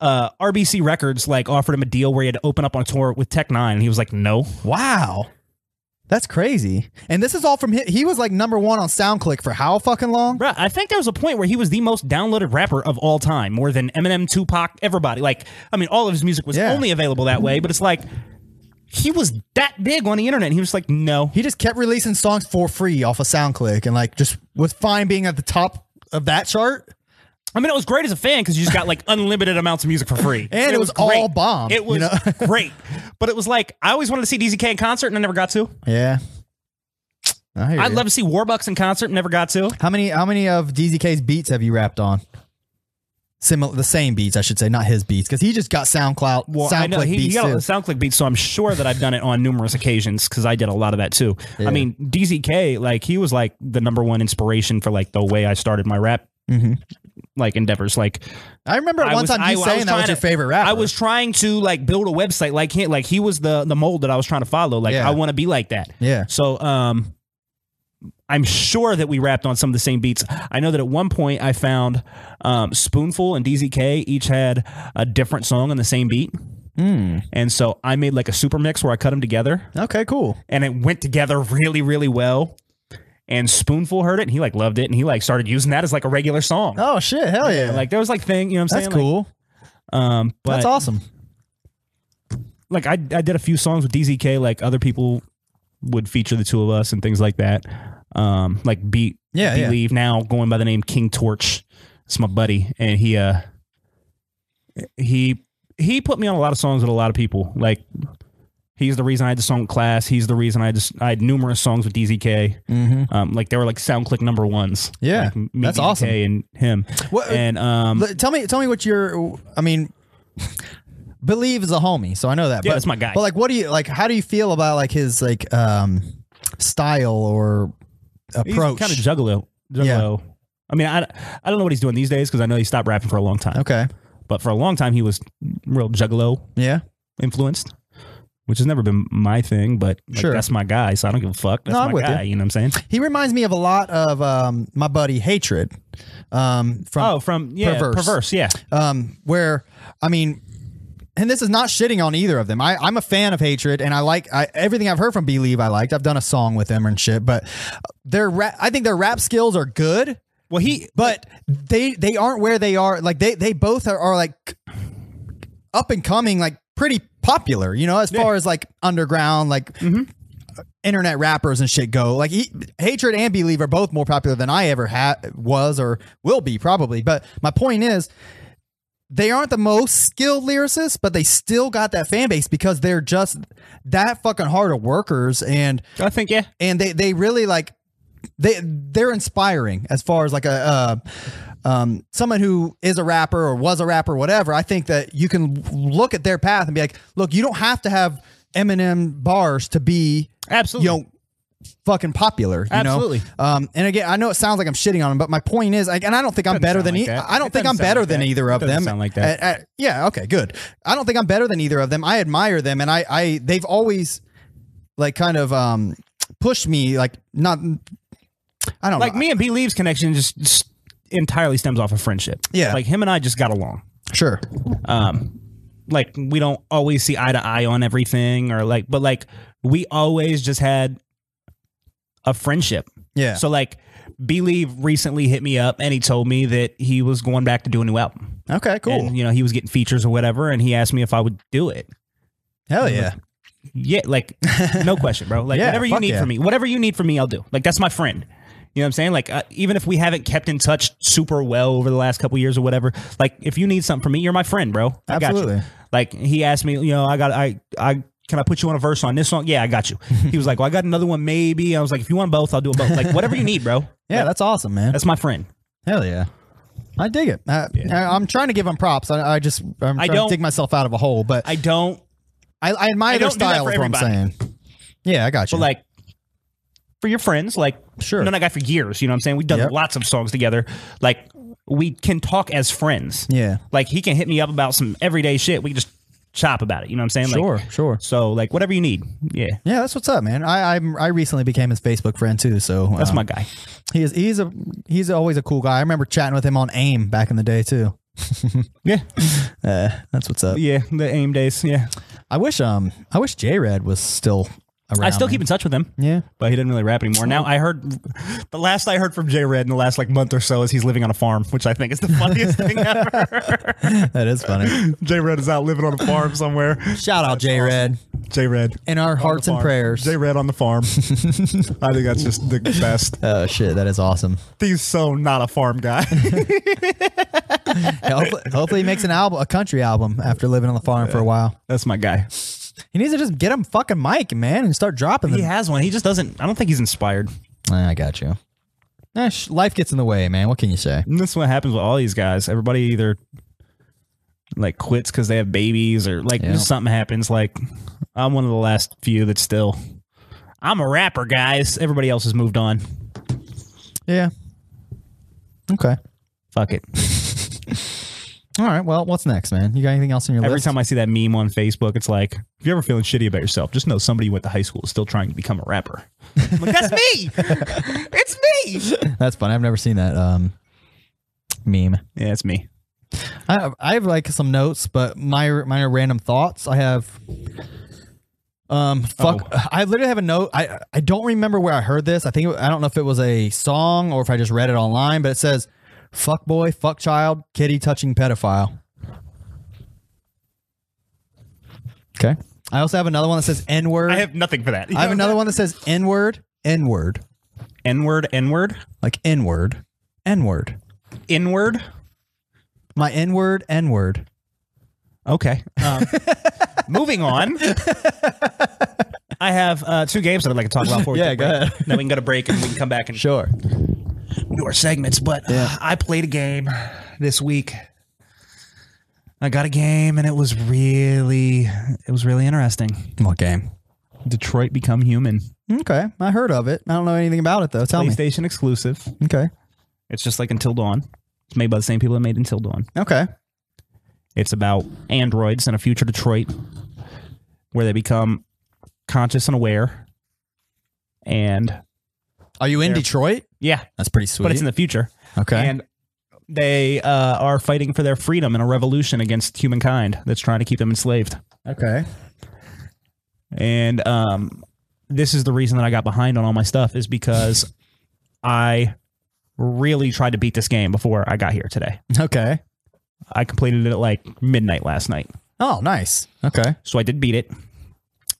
Speaker 2: uh RBC Records like offered him a deal where he had to open up on a tour with Tech Nine and he was like, No.
Speaker 1: Wow. That's crazy. And this is all from him. He was like number one on SoundClick for how fucking long?
Speaker 2: Bruh, I think there was a point where he was the most downloaded rapper of all time, more than Eminem, Tupac, everybody. Like, I mean, all of his music was
Speaker 1: Yeah.
Speaker 2: only available that way, but it's like he was that big on the internet. and He was like, No.
Speaker 1: He just kept releasing songs for free off of SoundClick and like just was fine being at the top of that chart.
Speaker 2: I mean, it was great as a fan because you just got like unlimited amounts of music for free,
Speaker 1: And it was all bomb,
Speaker 2: It
Speaker 1: you
Speaker 2: was
Speaker 1: know?
Speaker 2: great, but it was like I always wanted to see DZK in concert, and I never got to.
Speaker 1: Yeah. I hear
Speaker 2: I'd
Speaker 1: ya.
Speaker 2: love to see Warbucks in concert, never got to.
Speaker 1: How many how many of DZK's beats have you rapped on? Similar the same beats, I should say, not his beats, because he just got SoundCloud
Speaker 2: Well, I know
Speaker 1: SoundClick
Speaker 2: he, he
Speaker 1: beats
Speaker 2: got all
Speaker 1: too.
Speaker 2: the SoundClick beats, so I'm sure that I've done it on numerous occasions because I did a lot of that too. I mean, DZK, like he was like the number one inspiration for like the way I started my rap.
Speaker 1: Mm-hmm.
Speaker 2: Like endeavors, like
Speaker 1: I remember
Speaker 2: I
Speaker 1: one
Speaker 2: was-
Speaker 1: time
Speaker 2: I- I
Speaker 1: you
Speaker 2: was
Speaker 1: saying that
Speaker 2: trying
Speaker 1: was your
Speaker 2: to-
Speaker 1: favorite rapper.
Speaker 2: I was trying to like build a website like him. Like he was the the mold that I was trying to follow. Like
Speaker 1: Yeah.
Speaker 2: I want to be like that.
Speaker 1: Yeah.
Speaker 2: So um, I'm sure that we rapped on some of the same beats. I know that at one point I found um, Spoonful and DZK each had a different song on the same beat. And so I made like a super mix where I cut them together
Speaker 1: Hmm. Okay, cool.
Speaker 2: and it went together really, really well. And Spoonful heard it and he like loved it and he like started using that as like a regular song.
Speaker 1: Oh shit, hell yeah.
Speaker 2: Like there was like thing, you know what I'm
Speaker 1: That's
Speaker 2: saying?
Speaker 1: cool.
Speaker 2: Like, um, but
Speaker 1: That's awesome.
Speaker 2: like I, I did a few songs with DZK. Like other people would feature the two of us and things like that. Um, like beat
Speaker 1: Yeah, yeah.
Speaker 2: believe now going by the name King Torch. It's my buddy, and he uh he he put me on a lot of songs with a lot of people. Like he's the reason I had the song with class. He's the reason I just I had numerous songs with DZK. Um, like they were like SoundClick number ones.
Speaker 1: Yeah,
Speaker 2: Like, me,
Speaker 1: that's
Speaker 2: DZK,
Speaker 1: awesome.
Speaker 2: And him.
Speaker 1: What-
Speaker 2: and um,
Speaker 1: L- tell me, tell me what your. I mean, believe is a homie, so I know that.
Speaker 2: Yeah,
Speaker 1: but,
Speaker 2: that's my guy.
Speaker 1: But like, what do you like? How do you feel about like his like um style or approach?
Speaker 2: He's kind of juggalo. Juggalo. I mean, I, I don't know what he's doing these days because I know he stopped rapping for a long time.
Speaker 1: okay.
Speaker 2: But for a long time, he was real juggalo
Speaker 1: Yeah.
Speaker 2: influenced, which has never been my thing. But like,
Speaker 1: Sure.
Speaker 2: that's my guy, so I don't give a fuck. That's
Speaker 1: No, I'm
Speaker 2: my
Speaker 1: with
Speaker 2: guy. You. know what I'm saying?
Speaker 1: He reminds me of a lot of um my buddy Hatred, um from
Speaker 2: oh, from yeah,
Speaker 1: Perverse.
Speaker 2: perverse. yeah.
Speaker 1: um, where I mean, and this is not shitting on either of them. I, I'm a fan of Hatred, and I like I, everything I've heard from Believe. I liked. I've done a song with them and shit, but their rap, I think their rap skills are good.
Speaker 2: Well, he
Speaker 1: but they they aren't where they are like they they both are, are like up and coming like pretty popular you know as far as like underground like internet rappers and shit go like he, hatred and believe are both more popular than i ever had was or will be probably but my point is they aren't the most skilled lyricists but they still got that fan base because they're just that fucking hard of workers and
Speaker 2: I think yeah.
Speaker 1: and they they really like they they're inspiring as far as like a uh, um, someone who is a rapper or was a rapper, whatever, I think that you can look at their path and be like, look, you don't have to have Eminem bars to be,
Speaker 2: Absolutely.
Speaker 1: you know, fucking popular. You
Speaker 2: Absolutely.
Speaker 1: Know? Um, and again, I know it sounds like I'm shitting on him, but my point is, like, and I don't think I'm better
Speaker 2: sound
Speaker 1: than
Speaker 2: like
Speaker 1: e-
Speaker 2: that.
Speaker 1: I don't
Speaker 2: It
Speaker 1: think
Speaker 2: doesn't
Speaker 1: I'm
Speaker 2: sound
Speaker 1: better
Speaker 2: like
Speaker 1: than
Speaker 2: that.
Speaker 1: either
Speaker 2: It
Speaker 1: of
Speaker 2: doesn't
Speaker 1: them.
Speaker 2: sound like that.
Speaker 1: Uh, uh, yeah. Okay. Good. I don't think I'm better than either of them. I admire them, and I, I, they've always like kind of um pushed me, like not. I don't
Speaker 2: like
Speaker 1: know.
Speaker 2: me and B Leaves connection just, just entirely stems off of friendship.
Speaker 1: Yeah.
Speaker 2: Like him and I just got along.
Speaker 1: Sure.
Speaker 2: Um, like we don't always see eye to eye on everything or like, but like we always just had a friendship.
Speaker 1: Yeah.
Speaker 2: So like B Leave recently hit me up and he told me that he was going back to do a new album.
Speaker 1: okay. Cool.
Speaker 2: And, you know, he was getting features or whatever. And he asked me if I would do it.
Speaker 1: Hell yeah.
Speaker 2: Yeah, like no question, bro. Like
Speaker 1: Yeah,
Speaker 2: whatever you
Speaker 1: fuck
Speaker 2: need
Speaker 1: yeah.
Speaker 2: from me, whatever you need from me, I'll do. Like that's my friend. You know what I'm saying? Like uh, even if we haven't kept in touch super well over the last couple years or whatever, like if you need something from me, you're my friend, bro. I Got
Speaker 1: Absolutely.
Speaker 2: you. Like he asked me, you know, I got I I can I put you on a verse on this song? Yeah, I got you. he was like, well, I got another one maybe. I was like, if you want both, I'll do both. Like whatever you need, bro.
Speaker 1: Yeah, that's awesome, man.
Speaker 2: That's my friend.
Speaker 1: Hell yeah. I dig it. I, I, am trying to give them props. I, I just I'm trying to
Speaker 2: don't-
Speaker 1: dig myself out of a hole, but I,
Speaker 2: I don't
Speaker 1: I, admire
Speaker 2: I
Speaker 1: their
Speaker 2: don't do that
Speaker 1: style.
Speaker 2: for
Speaker 1: Is what I'm saying.
Speaker 2: everybody.
Speaker 1: Yeah, I got you.
Speaker 2: But like for your friends, like
Speaker 1: Sure.
Speaker 2: known that guy for years. You know what I'm saying? We've done
Speaker 1: Yep.
Speaker 2: lots of songs together. Like we can talk as friends.
Speaker 1: Yeah.
Speaker 2: Like he can hit me up about some everyday shit. We can just chop about it. You know what I'm saying?
Speaker 1: Sure,
Speaker 2: Like,
Speaker 1: sure.
Speaker 2: So like whatever you need. Yeah.
Speaker 1: yeah, that's what's up, man. I I'm, I recently became his Facebook friend too, so uh,
Speaker 2: That's my guy.
Speaker 1: He is he's a he's always a cool guy. I remember chatting with him on AIM back in the day too.
Speaker 2: Yeah.
Speaker 1: Uh, that's what's up.
Speaker 2: Yeah. The aim days. Yeah.
Speaker 1: I wish um I wish J Red was still around.
Speaker 2: I still keep in touch with him.
Speaker 1: Yeah.
Speaker 2: But he didn't really rap anymore. Now I heard the last I heard from J Red in the last like month or so is he's living on a farm, which I think is the funniest thing ever.
Speaker 1: that is funny.
Speaker 2: J Red is out living on a farm somewhere.
Speaker 1: Shout out J Red
Speaker 2: J Red.
Speaker 1: in our hearts and prayers.
Speaker 2: J Red on the farm. I think that's just the best.
Speaker 1: oh shit, that is awesome.
Speaker 2: He's so not a farm guy.
Speaker 1: Yeah, hopefully, hopefully he makes an album, a country album after living on the farm for a while.
Speaker 2: that's my guy.
Speaker 1: He needs to just get him fucking mic, man, and start dropping them.
Speaker 2: He has one. He just doesn't. I don't think he's inspired.
Speaker 1: Ah, I got you. Eh, sh- life gets in the way, man. What can you say?
Speaker 2: And this is what happens with all these guys. Everybody either like quits because they have babies or like
Speaker 1: Yeah.
Speaker 2: just something happens. Like I'm one of the last few that's still. I'm a rapper, guys. Everybody else has moved on.
Speaker 1: Yeah. Okay.
Speaker 2: Fuck it.
Speaker 1: All right. Well, what's next, man? You got anything else on your
Speaker 2: Every
Speaker 1: list?
Speaker 2: time I see that meme on Facebook, it's like, if you're ever feeling shitty about yourself, just know somebody who went to high school is still trying to become a rapper. I'm like, that's me. it's me.
Speaker 1: That's fun. I've never seen that um, meme.
Speaker 2: Yeah, it's me.
Speaker 1: I have, I have like some notes, but my my random thoughts. I have. Um, fuck.
Speaker 2: Oh.
Speaker 1: I literally have a note. I I don't remember where I heard this. I think it- I don't know if it was a song or if I just read it online, but it says, "Fuck boy, fuck child, kitty touching pedophile." Okay. I also have another one that says N word.
Speaker 2: I have nothing for that.
Speaker 1: I have another one that says N word, N word,
Speaker 2: N word, N word,
Speaker 1: like N word, N word.
Speaker 2: N word.
Speaker 1: My N word, N word.
Speaker 2: Okay. Um, moving on. I have uh, two games that I'd like to talk about for
Speaker 1: Yeah,
Speaker 2: you.
Speaker 1: go ahead.
Speaker 2: Then we can go to break and we can come back and
Speaker 1: Sure.
Speaker 2: do our segments. But uh, I played a game this week. I got a game and it was really, it was really interesting.
Speaker 1: What game?
Speaker 2: Detroit Become Human,
Speaker 1: Okay, I heard of it. I don't know anything about it though. Tell me.
Speaker 2: PlayStation exclusive.
Speaker 1: Okay.
Speaker 2: It's just like Until Dawn. It's made by the same people that made Until Dawn.
Speaker 1: Okay.
Speaker 2: It's about androids in a future Detroit where they become conscious and aware. And
Speaker 1: Are you in Detroit?
Speaker 2: yeah,
Speaker 1: That's pretty sweet.
Speaker 2: but it's in the future.
Speaker 1: okay.
Speaker 2: And they uh, are fighting for their freedom in a revolution against humankind that's trying to keep them enslaved.
Speaker 1: okay.
Speaker 2: And um, this is the reason that I got behind on all my stuff is because I really tried to beat this game before I got here today.
Speaker 1: Okay.
Speaker 2: I completed it at like midnight last night.
Speaker 1: Oh, nice. Okay.
Speaker 2: So I did beat it.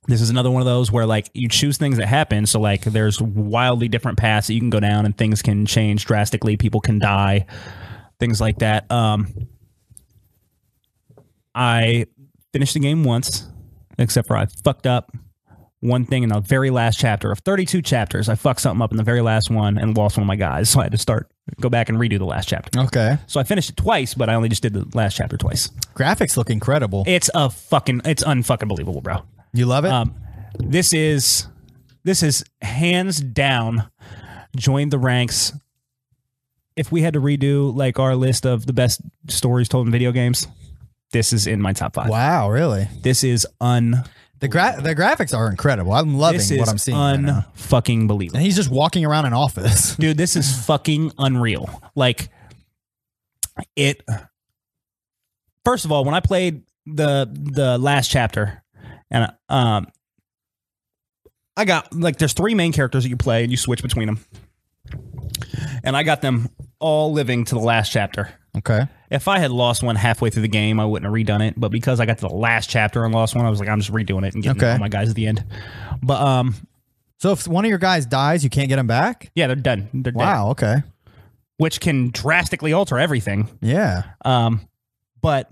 Speaker 2: This is another one of those where like you choose things that happen. So like there's wildly different paths that you can go down and things can change drastically. People can die, things like that. Um, I finished the game once, except for I fucked up one thing in the very last chapter of 32 chapters. I fucked something up in the very last one and lost one of my guys. So I had to start go back and redo the last chapter.
Speaker 1: Okay.
Speaker 2: So I finished it twice, but I only just did the last chapter twice.
Speaker 1: Graphics look incredible.
Speaker 2: It's a fucking, it's unfucking believable, bro.
Speaker 1: You love it?
Speaker 2: Um, this is, this is hands down, join the ranks. If we had to redo like our list of the best stories told in video games, this is in my top five.
Speaker 1: wow, really?
Speaker 2: This is un.
Speaker 1: The gra- the graphics are incredible. I'm loving
Speaker 2: This is
Speaker 1: what I'm seeing. right now.
Speaker 2: un fucking believable.
Speaker 1: and he's just walking around an office.
Speaker 2: dude this is fucking unreal like it first of all when i played the the last chapter and um i got like there's three main characters that you play and you switch between them and i got them all living to the last chapter
Speaker 1: Okay.
Speaker 2: if i had lost one halfway through the game i wouldn't have redone it but because i got to the last chapter and lost one i was like i'm just redoing it and getting
Speaker 1: Okay.
Speaker 2: all my guys at the end but um
Speaker 1: So if one of your guys dies, you can't get him back?
Speaker 2: yeah they're done they're dead
Speaker 1: Wow, okay.
Speaker 2: which can drastically alter everything
Speaker 1: Yeah.
Speaker 2: Um, but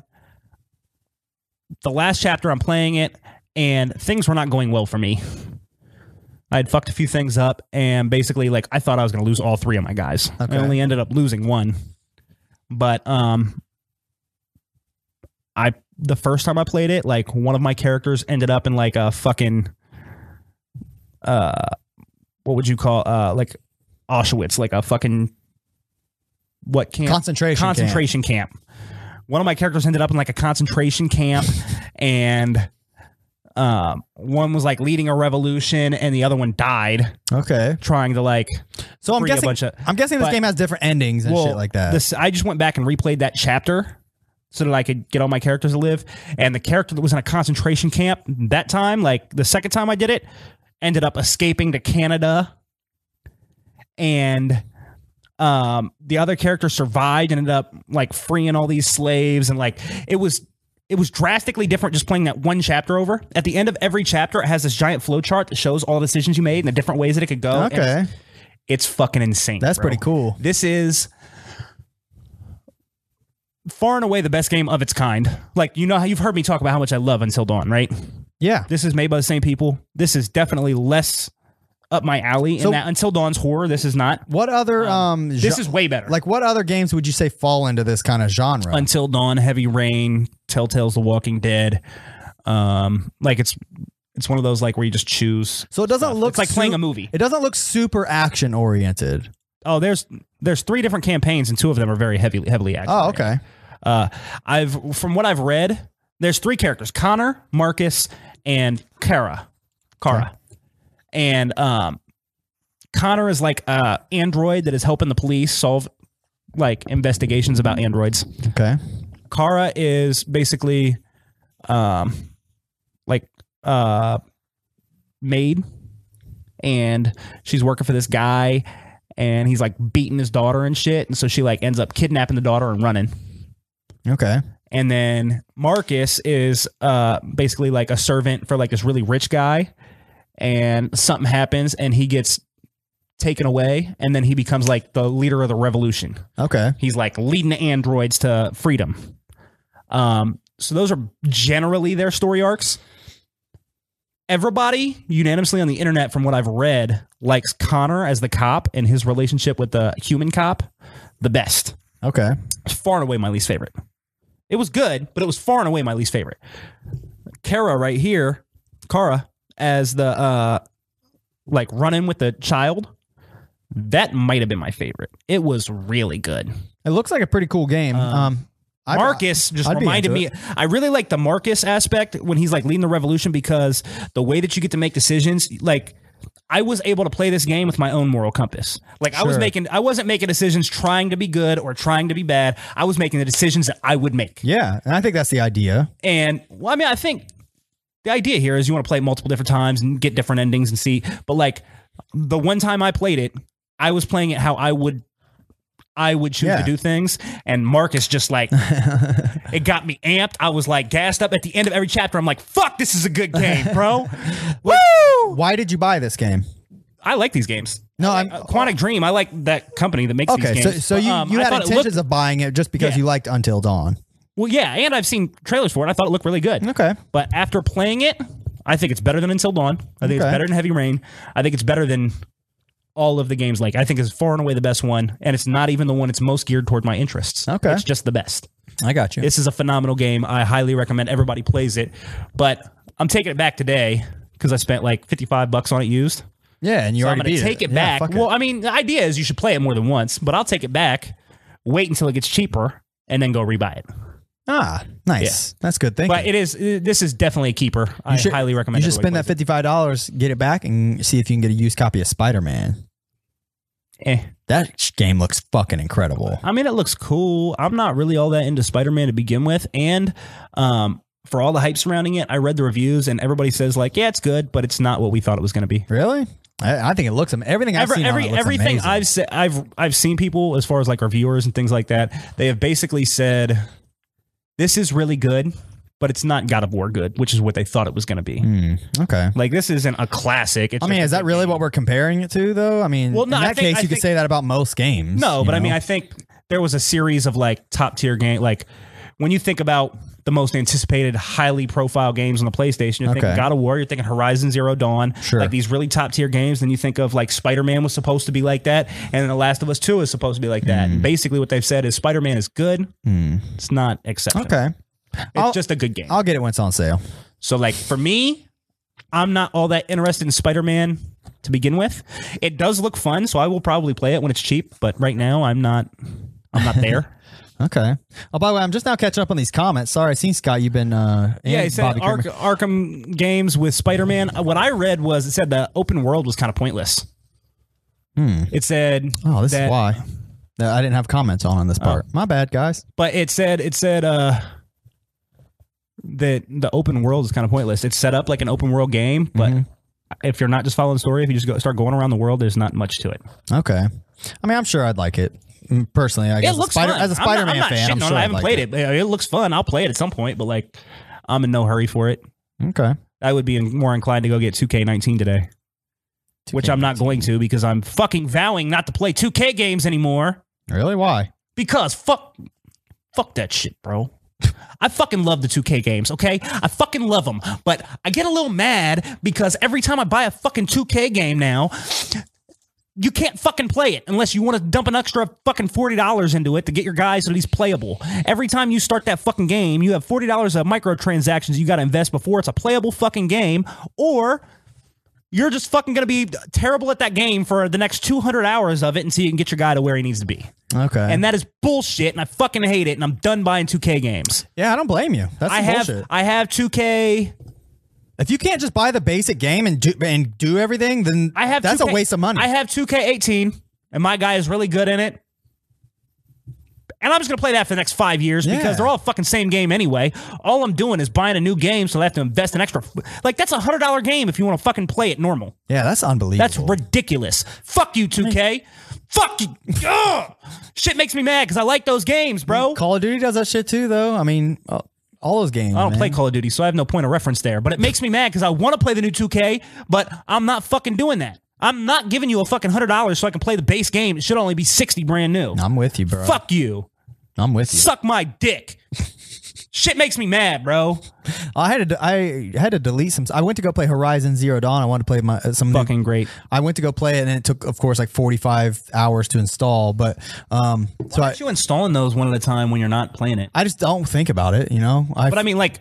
Speaker 2: the last chapter, I'm playing it, and things were not going well for me. I had fucked a few things up, and basically, like, I thought I was going to lose all three of my guys.
Speaker 1: Okay.
Speaker 2: I only ended up losing one. But um, I the first time I played it, like, one of my characters ended up in like a fucking uh, what would you call uh, like Auschwitz, like a fucking what camp?
Speaker 1: Concentration camp.
Speaker 2: concentration camp. One of my characters ended up in like a concentration camp, and um, one was like leading a revolution, and the other one died
Speaker 1: Okay.
Speaker 2: trying to like.
Speaker 1: So I'm
Speaker 2: Free a
Speaker 1: guessing
Speaker 2: bunch of-
Speaker 1: I'm guessing this
Speaker 2: but-
Speaker 1: game has different endings and shit like that.
Speaker 2: This, I just went back and replayed that chapter so that I could get all my characters to live. And the character that was in a concentration camp that time, like the second time I did it, ended up escaping to Canada. And um, the other character survived and ended up like freeing all these slaves and like it was it was drastically different just playing that one chapter over. At the end of every chapter, it has this giant flow chart that shows all the decisions you made and the different ways that it could go. And
Speaker 1: okay.
Speaker 2: it's, it's fucking insane.
Speaker 1: That's
Speaker 2: bro.
Speaker 1: pretty cool.
Speaker 2: This is far and away the best game of its kind. Like you know how you've heard me talk about how much I love Until Dawn, right?
Speaker 1: Yeah.
Speaker 2: This is made by the same people. This is definitely less up my alley.
Speaker 1: So-
Speaker 2: and that Until Dawn's horror, this is not.
Speaker 1: What other um,
Speaker 2: This
Speaker 1: gen-
Speaker 2: is way better.
Speaker 1: like what other games would you say fall into this kind of genre?
Speaker 2: Until Dawn, Heavy Rain, Telltale's The Walking Dead. Um, like it's it's one of those like where you just choose.
Speaker 1: so it doesn't look
Speaker 2: It's like playing
Speaker 1: su-
Speaker 2: a movie.
Speaker 1: It doesn't look super action oriented.
Speaker 2: Oh, there's there's three different campaigns and two of them are very heavily heavily active.
Speaker 1: Oh, okay.
Speaker 2: Uh, I've from what I've read, there's three characters: Connor, Marcus, and Kara. Kara, and um, Connor is like a android that is helping the police solve like investigations about androids.
Speaker 1: Okay.
Speaker 2: Kara is basically, um, like uh, maid, and she's working for this guy, and he's like beating his daughter and shit, and so she like ends up kidnapping the daughter and running
Speaker 1: Okay.
Speaker 2: and then Marcus is uh basically like a servant for like this really rich guy and something happens and he gets taken away and then he becomes like the leader of the revolution.
Speaker 1: Okay.
Speaker 2: He's like leading the androids to freedom. Um so those are generally their story arcs. Everybody unanimously on the internet from what I've read likes Connor as the cop and his relationship with the human cop the best
Speaker 1: Okay.
Speaker 2: was far and away my least favorite. It was good, but it was far and away my least favorite. Kara right here, Kara as the uh like running with the child, that might have been my favorite. It was really good.
Speaker 1: It looks like a pretty cool game. Um, I'd-
Speaker 2: Marcus just
Speaker 1: I'd be
Speaker 2: reminded
Speaker 1: into
Speaker 2: me. I really like the Marcus aspect when he's like leading the revolution because the way that you get to make decisions, like I was able to play this game with my own moral compass. Like I was
Speaker 1: Sure.
Speaker 2: making, I wasn't making decisions trying to be good or trying to be bad. I was making the decisions that I would make.
Speaker 1: yeah, and I think that's the idea.
Speaker 2: And well, I mean, I think the idea here is you want to play multiple different times and get different endings and see. But like the one time I played it, I was playing it how I would. I would choose
Speaker 1: Yeah.
Speaker 2: to do things, and Marcus just like it got me amped. I was like gassed up at the end of every chapter. I'm like, "Fuck, this is a good game, bro." Woo!
Speaker 1: Why did you buy this game?
Speaker 2: I like these games.
Speaker 1: No, I'm
Speaker 2: Uh, Quantic Dream. I like that company that makes
Speaker 1: okay.
Speaker 2: these
Speaker 1: So,
Speaker 2: games.
Speaker 1: so you,
Speaker 2: Um,
Speaker 1: you
Speaker 2: I
Speaker 1: had
Speaker 2: thought it
Speaker 1: intentions
Speaker 2: looked-
Speaker 1: of buying it just because
Speaker 2: Yeah.
Speaker 1: you liked Until Dawn.
Speaker 2: well, yeah, and I've seen trailers for it. I thought it looked really good.
Speaker 1: Okay.
Speaker 2: But after playing it, I think it's better than Until Dawn. I think
Speaker 1: Okay.
Speaker 2: it's better than Heavy Rain. I think it's better than all of the games like. I think it's far and away the best one, and it's not even the one it's most geared toward my interests.
Speaker 1: Okay.
Speaker 2: It's just the best.
Speaker 1: I got you.
Speaker 2: This is a phenomenal game. I highly recommend everybody plays it. But I'm taking it back today because I spent like 55 bucks on it used.
Speaker 1: yeah, and you
Speaker 2: So I'm
Speaker 1: already
Speaker 2: going
Speaker 1: beat
Speaker 2: to take it,
Speaker 1: Yeah,
Speaker 2: back.
Speaker 1: fuck it.
Speaker 2: well, I mean, the idea is you should play it more than once, but I'll take it back, wait until it gets cheaper, and then go rebuy it.
Speaker 1: Ah, nice. That's good thinking.
Speaker 2: But it is this is definitely a keeper. I
Speaker 1: You should-
Speaker 2: highly recommend.
Speaker 1: You should spend
Speaker 2: everybody
Speaker 1: that fifty five dollars, get it back, and see if you can get a used copy of Spider Man.
Speaker 2: plays it. Eh.
Speaker 1: That sh- game looks fucking incredible.
Speaker 2: I mean, it looks cool. I'm not really all that into Spider Man to begin with, and um, for all the hype surrounding it, I read the reviews and everybody says like, yeah, it's good, but it's not what we thought it was going to be.
Speaker 1: Really? I, I think it looks am- everything I've
Speaker 2: Every-
Speaker 1: seen. on
Speaker 2: every-
Speaker 1: it looks
Speaker 2: everything
Speaker 1: amazing.
Speaker 2: I've se- I've I've seen people as far as like reviewers and things like that. They have basically said this is really good, but it's not God of War good, which is what they thought it was going to be.
Speaker 1: Hmm, okay.
Speaker 2: Like this isn't a classic. It's
Speaker 1: I mean,
Speaker 2: just
Speaker 1: is
Speaker 2: a
Speaker 1: that
Speaker 2: good
Speaker 1: really
Speaker 2: game.
Speaker 1: what we're comparing it to, though? I mean,
Speaker 2: Well, no,
Speaker 1: in
Speaker 2: I
Speaker 1: that
Speaker 2: think-
Speaker 1: case,
Speaker 2: I
Speaker 1: you could
Speaker 2: think-
Speaker 1: say that about most games.
Speaker 2: No,
Speaker 1: you
Speaker 2: but I mean,
Speaker 1: know?
Speaker 2: I think there was a series of like top tier game. Like when you think about the most anticipated, highly profile games on the PlayStation, you're thinking
Speaker 1: Okay.
Speaker 2: God of War, you're thinking Horizon Zero Dawn,
Speaker 1: Sure.
Speaker 2: like these really top tier games. Then you think of like Spider Man was supposed to be like that, and then The Last of Us Two is supposed to be like
Speaker 1: Hmm.
Speaker 2: that. And basically, what they've said is Spider Man is good. It's not exceptional.
Speaker 1: okay,
Speaker 2: It's
Speaker 1: I'll-
Speaker 2: just a good game.
Speaker 1: I'll get it when it's on sale.
Speaker 2: So like for me, I'm not all that interested in Spider-Man to begin with. It does look fun, so I will probably play it when it's cheap, but right now I'm not I'm not there.
Speaker 1: Okay. Oh, by the way, I'm just now catching up on these comments. Sorry, I seen Scott. You've been uh,
Speaker 2: yeah,
Speaker 1: and
Speaker 2: it said
Speaker 1: Bobby
Speaker 2: Ark-
Speaker 1: Kramer.
Speaker 2: Arkham games with Spider-Man. Uh, What I read was it said the open world was kind of pointless. It said
Speaker 1: Oh, this is
Speaker 2: that- Oh.
Speaker 1: why. No, I didn't have comments on on this part. My bad, guys.
Speaker 2: but it said it said uh that the open world is kind of pointless. It's set up like an open world game, but
Speaker 1: Mm-hmm.
Speaker 2: if you're not just following the story, if you just go, start going around the world, there's not much to it.
Speaker 1: Okay. I mean, I'm sure I'd like it Mm, personally. I guess
Speaker 2: it looks
Speaker 1: as, a Spider-
Speaker 2: fun.
Speaker 1: as a
Speaker 2: I'm not- I'm
Speaker 1: Spider-Man
Speaker 2: not
Speaker 1: fan,
Speaker 2: shitting
Speaker 1: I'm
Speaker 2: on
Speaker 1: sure
Speaker 2: it. I
Speaker 1: I'd
Speaker 2: haven't
Speaker 1: like
Speaker 2: played it. but It looks fun. I'll play it at some point, but like, I'm in no hurry for it.
Speaker 1: Okay.
Speaker 2: I would be in- more inclined to go get 2K19 today, which I'm not going to because I'm fucking vowing not to play 2K games anymore
Speaker 1: Really? Why?
Speaker 2: because fuck, fuck that shit, bro. I fucking love the 2K games, okay? I fucking love them, but I get a little mad because every time I buy a fucking 2K game now, you can't fucking play it unless you want to dump an extra fucking $40 into it to get your guys so that he's playable. Every time you start that fucking game, you have $40 of microtransactions you got to invest before it's a playable fucking game, or you're just fucking going to be terrible at that game for the next 200 hours of it until you can get your guy to where he needs to be.
Speaker 1: Okay.
Speaker 2: And that is bullshit, and I fucking hate it, and I'm done buying 2K games.
Speaker 1: yeah, I don't blame you. That's
Speaker 2: I
Speaker 1: some
Speaker 2: have
Speaker 1: bullshit.
Speaker 2: I have 2K.
Speaker 1: if you can't just buy the basic game and do and do everything, then
Speaker 2: I have
Speaker 1: that's
Speaker 2: 2K
Speaker 1: a waste of money.
Speaker 2: I have 2K18, and my guy is really good in it. And I'm just gonna play that for the next five years
Speaker 1: Yeah.
Speaker 2: because they're all fucking same game anyway. All I'm doing is buying a new game, so I have to invest an extra. Like that's a hundred dollar game if you want to fucking play it normal.
Speaker 1: yeah, that's unbelievable.
Speaker 2: That's ridiculous. Fuck you, 2K. Fuck you. Ugh. Shit makes me mad because I like those games, bro.
Speaker 1: Call of Duty does that shit too, though. I mean, uh, all those games.
Speaker 2: I don't
Speaker 1: man.
Speaker 2: play Call of Duty, so I have no point of reference there. But it makes me mad because I want to play the new 2K, but I'm not fucking doing that. I'm not giving you a fucking hundred dollars so I can play the base game. It should only be sixty brand new.
Speaker 1: I'm with you, bro.
Speaker 2: Fuck you.
Speaker 1: I'm with you.
Speaker 2: Suck my dick. Shit makes me mad, bro.
Speaker 1: Mm-hmm. I had to. I had to delete some. I went to go play Horizon Zero Dawn. I wanted to play my uh, some new-
Speaker 2: Fucking great.
Speaker 1: I went to go play it, and it took, of course, like 45 hours to install. But um, so I,
Speaker 2: Aren't you installing those one at a time when you're not playing it?
Speaker 1: I just don't think about it. You know, I,
Speaker 2: But I mean, like,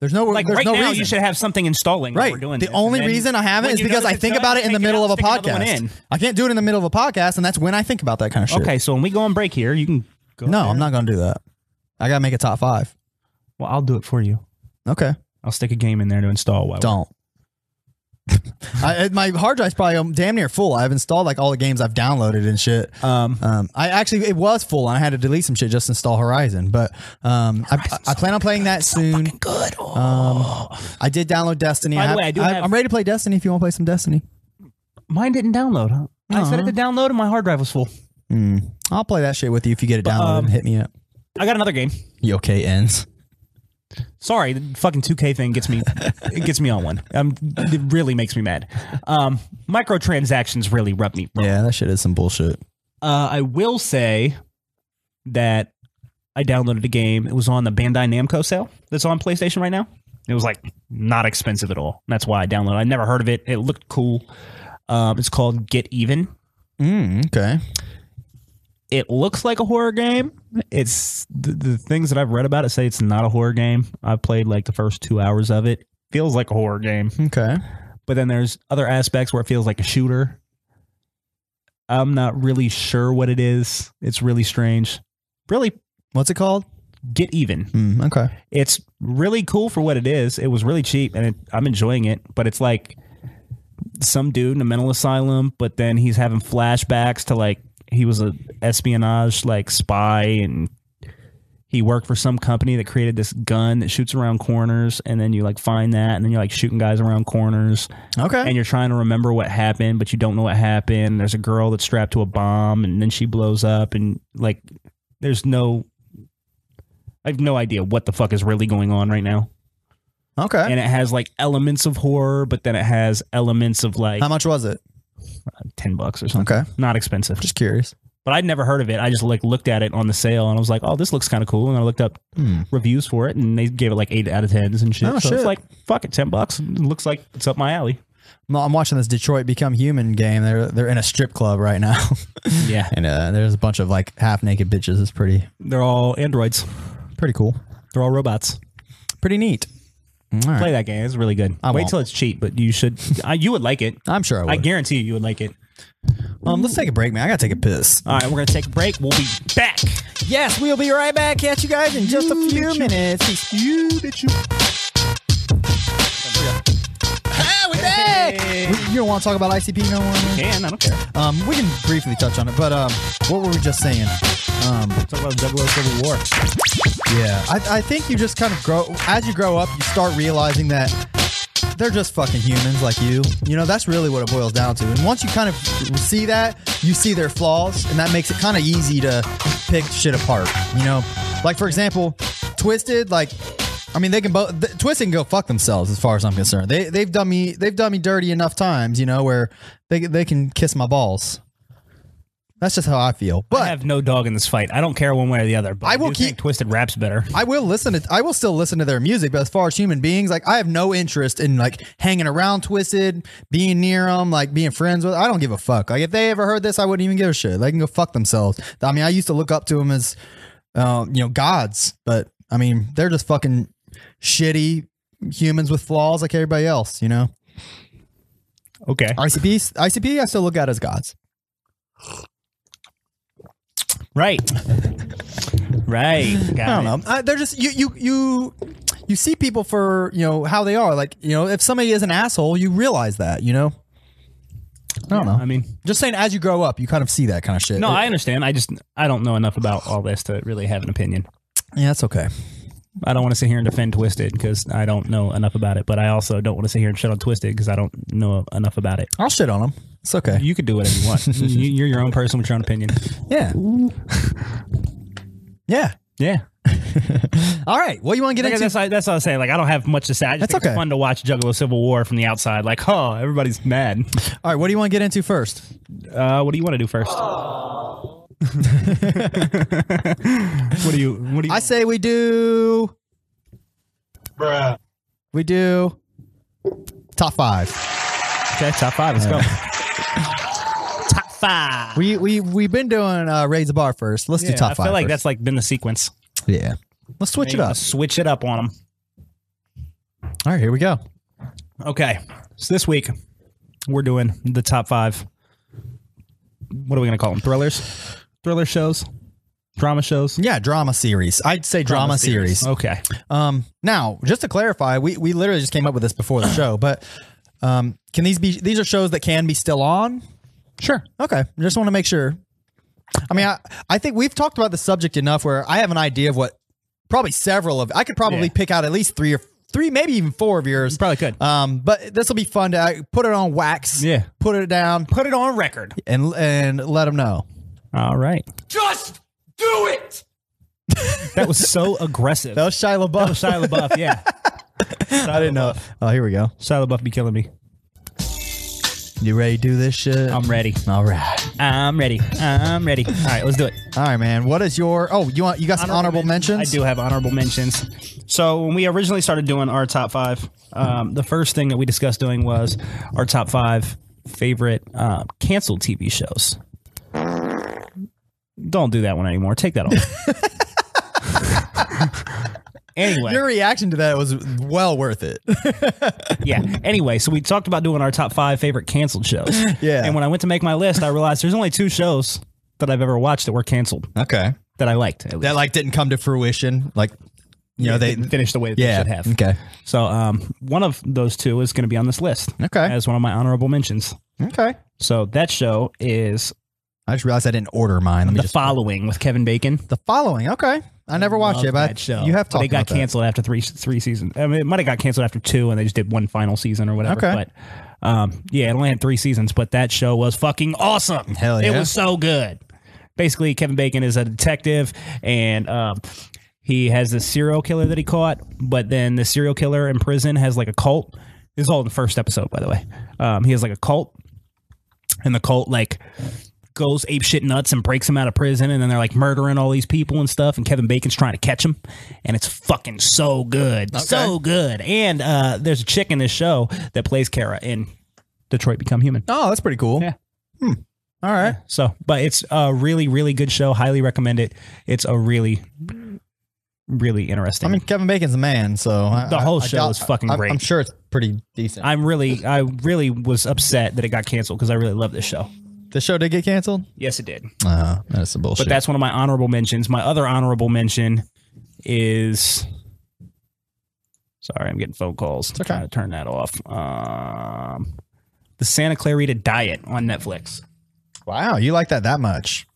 Speaker 1: there's no
Speaker 2: like
Speaker 1: there's
Speaker 2: right
Speaker 1: no
Speaker 2: now
Speaker 1: reason.
Speaker 2: you should have something installing. while
Speaker 1: right.
Speaker 2: We're doing
Speaker 1: the
Speaker 2: this.
Speaker 1: only
Speaker 2: And then
Speaker 1: reason I haven't
Speaker 2: when
Speaker 1: is
Speaker 2: you
Speaker 1: because
Speaker 2: notice
Speaker 1: I
Speaker 2: it's
Speaker 1: think
Speaker 2: done,
Speaker 1: about it in the
Speaker 2: take out,
Speaker 1: middle of a
Speaker 2: stick another one
Speaker 1: podcast.
Speaker 2: in.
Speaker 1: I can't do it in the middle of a podcast, and that's when I think about that kind of shit.
Speaker 2: Okay, so when we go on break here, you can go.
Speaker 1: No, I'm not gonna do that. I gotta make a top five.
Speaker 2: Well, I'll do it for you.
Speaker 1: Okay.
Speaker 2: I'll stick a game in there to install. While
Speaker 1: Don't. I, it- my hard drive's probably um, damn near full. I've installed like all the games I've downloaded and shit.
Speaker 2: Um,
Speaker 1: Um, I actually it was full, and I had to delete some shit just to install Horizon. But um, I, I plan on playing that soon. Um,
Speaker 2: good. Oh.
Speaker 1: I did download Destiny.
Speaker 2: By the
Speaker 1: have-
Speaker 2: way, I do have-
Speaker 1: I'm ready to play Destiny if you want to play some Destiny.
Speaker 2: Mine didn't download. Huh? I set it to download, and my hard drive was full.
Speaker 1: Hmm. I'll play that shit with you if you get it downloaded
Speaker 2: um,
Speaker 1: and hit me up.
Speaker 2: I got another game.
Speaker 1: You okay, ends.
Speaker 2: Sorry, the fucking 2K thing gets me. it gets me on one. Um, it really makes me mad. Um, microtransactions really rub me. wrong.
Speaker 1: Yeah, that shit is some bullshit.
Speaker 2: Uh, I will say that I downloaded a game. It was on the Bandai Namco sale that's on PlayStation right now. It was like not expensive at all. That's why I downloaded. I never heard of it. It looked cool. Um, it's called Get Even.
Speaker 1: Mm, okay.
Speaker 2: It looks like a horror game. It's the, the things that I've read about it say it's not a horror game. I've played like the first two hours of it. Feels like a horror game,
Speaker 1: Okay.
Speaker 2: but then there's other aspects where it feels like a shooter. I'm not really sure what it is. It's really strange. Really,
Speaker 1: What's it called?
Speaker 2: Get Even.
Speaker 1: Mm, okay.
Speaker 2: it's really cool for what it is. It was really cheap, and it, I'm enjoying it. But it's like some dude in a mental asylum, but then he's having flashbacks to like he was a espionage like spy, and he worked for some company that created this gun that shoots around corners, and then you like find that, and then you're like shooting guys around corners,
Speaker 1: Okay.
Speaker 2: and you're trying to remember what happened, but you don't know what happened. There's a girl that's strapped to a bomb, and then she blows up, and like there's no. I have no idea what the fuck is really going on right now.
Speaker 1: Okay.
Speaker 2: And it has like elements of horror, but then it has elements of like
Speaker 1: How much was it?
Speaker 2: 10 bucks or something.
Speaker 1: Um, Okay.
Speaker 2: Not expensive.
Speaker 1: Just curious.
Speaker 2: But I'd never heard of it. I just like looked at it on the sale and I was like, oh, this looks kind of cool. And I looked up
Speaker 1: Hmm.
Speaker 2: reviews for it and they gave it like eight out of 10s and shit.
Speaker 1: Oh,
Speaker 2: so
Speaker 1: shit.
Speaker 2: it's like, fuck it, 10 bucks. It looks like it's up my alley.
Speaker 1: No, I'm watching this Detroit Become Human game. They're they're in a strip club right now,
Speaker 2: Yeah.
Speaker 1: and uh, there's a bunch of like half naked bitches. It's pretty
Speaker 2: They're all androids,
Speaker 1: pretty cool.
Speaker 2: they're all robots.
Speaker 1: Pretty neat. All right.
Speaker 2: Play that game. It's really good.
Speaker 1: I
Speaker 2: Wait
Speaker 1: won't.
Speaker 2: till it's cheap, but you should, I, you would like it.
Speaker 1: I'm sure I
Speaker 2: I
Speaker 1: would.
Speaker 2: guarantee you, you would like it.
Speaker 1: um, let's take a break, man. I gotta take a piss.
Speaker 2: All right, we're going to take a break. We'll be back.
Speaker 1: Yes, we'll be right back at you guys in just a few minutes.
Speaker 2: You bitch.
Speaker 1: we're back. you don't want to talk about ICP no more.
Speaker 2: Can, I don't care.
Speaker 1: Um, we can briefly touch on it, but um, what were we just saying? Um,
Speaker 2: Talk about 00 Civil War.
Speaker 1: Yeah, I, I think you just kind of grow as you grow up. You start realizing that they're just fucking humans like you. You know, that's really what it boils down to. And once you kind of see that, you see their flaws, and that makes it kind of easy to pick shit apart. You know, like for example, Twisted. Like, I mean, they can both th- Twisted can go fuck themselves as far as I'm concerned. They they've done me they've done me dirty enough times. You know, where they they can kiss my balls. That's just how I feel. But
Speaker 2: I have no dog in this fight. I don't care one way or the other. But I,
Speaker 1: I will
Speaker 2: do
Speaker 1: keep-
Speaker 2: think Twisted Rap's better.
Speaker 1: I will listen to I will still listen to their music, but as far as human beings, like I have no interest in like hanging around Twisted, being near them, like being friends with. I don't give a fuck. Like if they ever heard this, I wouldn't even give a shit. They can go fuck themselves. I mean, I used to look up to them as, uh, you know, gods, but I mean, they're just fucking shitty humans with flaws like everybody else. You know,
Speaker 2: Okay.
Speaker 1: ICP, ICP, I still look at as gods.
Speaker 2: Right. right. Got
Speaker 1: I
Speaker 2: it.
Speaker 1: don't know. I, they're just you you you you see people for you know how they are. Like you know, if somebody is an asshole, you realize that. You know. I don't know.
Speaker 2: I mean,
Speaker 1: just saying, as you grow up, you kind of see that kind of shit.
Speaker 2: no,
Speaker 1: It-
Speaker 2: I understand. I just I don't know enough about all this to really have an opinion.
Speaker 1: yeah, that's okay.
Speaker 2: I don't want to sit here and defend Twisted because I don't know enough about it. But I also don't want to sit here and shit on Twisted because I don't know enough about it.
Speaker 1: I'll shit on them. It's okay.
Speaker 2: You could do whatever you want. you, you're your own person with your own opinion.
Speaker 1: Yeah. yeah.
Speaker 2: Yeah.
Speaker 1: All right. What you want to get
Speaker 2: Like,
Speaker 1: into?
Speaker 2: that's, that's what I was saying. Like, I don't have much to say. I just
Speaker 1: That's
Speaker 2: think
Speaker 1: okay.
Speaker 2: it's fun to watch Juggalo Civil War from the outside. Like, oh, everybody's mad.
Speaker 1: All right. What do you want to get into first?
Speaker 2: Uh, what do you want to do first? what do you? What do you?
Speaker 1: I say we do. Bruh. We do. Top five.
Speaker 2: okay, top five. Let's go. top five.
Speaker 1: We we we've been doing uh, raise the bar first. Let's do
Speaker 2: Yeah,
Speaker 1: top
Speaker 2: I
Speaker 1: five.
Speaker 2: feel like
Speaker 1: first.
Speaker 2: that's like been the sequence.
Speaker 1: Yeah. Let's switch it up.
Speaker 2: Switch it up on them.
Speaker 1: All right, here we go.
Speaker 2: Okay. So this week we're doing the top five. What are we gonna call them? Thrillers, thriller shows, drama shows.
Speaker 1: Yeah, drama series. I'd say drama, series.
Speaker 2: Okay.
Speaker 1: Um, now, just to clarify, we, we literally just came up with this before the show, but um, can these be? These are shows that can be still on.
Speaker 2: Sure.
Speaker 1: Okay, just want to make sure. I mean, I, I think we've talked about the subject enough where I have an idea of what probably several of. I could probably
Speaker 2: Yeah.
Speaker 1: pick out at least three or three, maybe even four of yours.
Speaker 2: Probably could.
Speaker 1: Um, but this will be fun to uh, put it on wax.
Speaker 2: Yeah.
Speaker 1: put it down
Speaker 2: Put it on record.
Speaker 1: and and let them know.
Speaker 2: All right.
Speaker 4: Just do it!
Speaker 2: That was so aggressive.
Speaker 1: That was Shia LaBeouf.
Speaker 2: Shia LaBeouf. Yeah.
Speaker 1: I didn't know. Oh, here we go.
Speaker 2: Shia LaBeouf be killing me.
Speaker 1: You ready to do this shit?
Speaker 2: I'm ready.
Speaker 1: All right.
Speaker 2: I'm ready. I'm ready. All right, let's do it.
Speaker 1: All right, man. What is your? Oh, you want you got some honorable, mentions?
Speaker 2: I do have honorable mentions. So when we originally started doing our top five, um, the first thing that we discussed doing was our top five favorite uh, canceled TV shows. Don't do that one anymore. Take that off. anyway,
Speaker 1: Your reaction to that was well worth it.
Speaker 2: yeah. Anyway, so we talked about doing our top five favorite canceled shows.
Speaker 1: Yeah.
Speaker 2: And when I went to make my list, I realized there's only two shows that I've ever watched that were canceled
Speaker 1: okay.
Speaker 2: that I liked. At least.
Speaker 1: That like didn't come to fruition. Like, you know, they.
Speaker 2: didn't finish the way that
Speaker 1: Yeah.
Speaker 2: they should have.
Speaker 1: Okay.
Speaker 2: So um, one of those two is going to be on this list
Speaker 1: Okay.
Speaker 2: as one of my honorable mentions.
Speaker 1: Okay.
Speaker 2: So that show is
Speaker 1: I just realized I didn't order mine. Let me
Speaker 2: The
Speaker 1: just.
Speaker 2: Following with Kevin Bacon.
Speaker 1: the following. Okay. I never watched
Speaker 2: Love
Speaker 1: it, but
Speaker 2: that show.
Speaker 1: you have
Speaker 2: But
Speaker 1: talked
Speaker 2: They got
Speaker 1: about that.
Speaker 2: canceled after three three seasons. I mean, it might have got canceled after two, and they just did one final season or whatever.
Speaker 1: Okay.
Speaker 2: But um, yeah, it only had three seasons, but that show was fucking awesome.
Speaker 1: Hell
Speaker 2: It
Speaker 1: yeah.
Speaker 2: was so good. Basically, Kevin Bacon is a detective, and um, he has this serial killer that he caught. But then the serial killer in prison has like a cult. This is all in the first episode, by the way. Um, he has like a cult, and the cult like goes ape shit nuts and breaks him out of prison and then they're like murdering all these people and stuff and Kevin Bacon's trying to catch him and it's fucking so good. So good. And uh there's a chick in this show that plays Kara in Detroit Become Human.
Speaker 1: Oh, that's pretty cool.
Speaker 2: Yeah.
Speaker 1: Hmm. All right.
Speaker 2: So, but it's a really really good show. Highly recommend it. It's a really really interesting.
Speaker 1: I mean, Kevin Bacon's a man, so I-
Speaker 2: The
Speaker 1: I-
Speaker 2: whole
Speaker 1: I
Speaker 2: show
Speaker 1: doubt-
Speaker 2: is fucking
Speaker 1: I-
Speaker 2: great.
Speaker 1: I'm sure it's pretty decent.
Speaker 2: I'm really I really was upset that it got canceled because I really love this show.
Speaker 1: the show did get canceled.
Speaker 2: Yes, it did.
Speaker 1: Uh, that's some bullshit.
Speaker 2: But that's one of my honorable mentions. My other honorable mention is. Sorry, I'm getting phone calls.
Speaker 1: okay.
Speaker 2: Trying to turn that off. Um, the Santa Clarita Diet on Netflix.
Speaker 1: wow, you like that that much?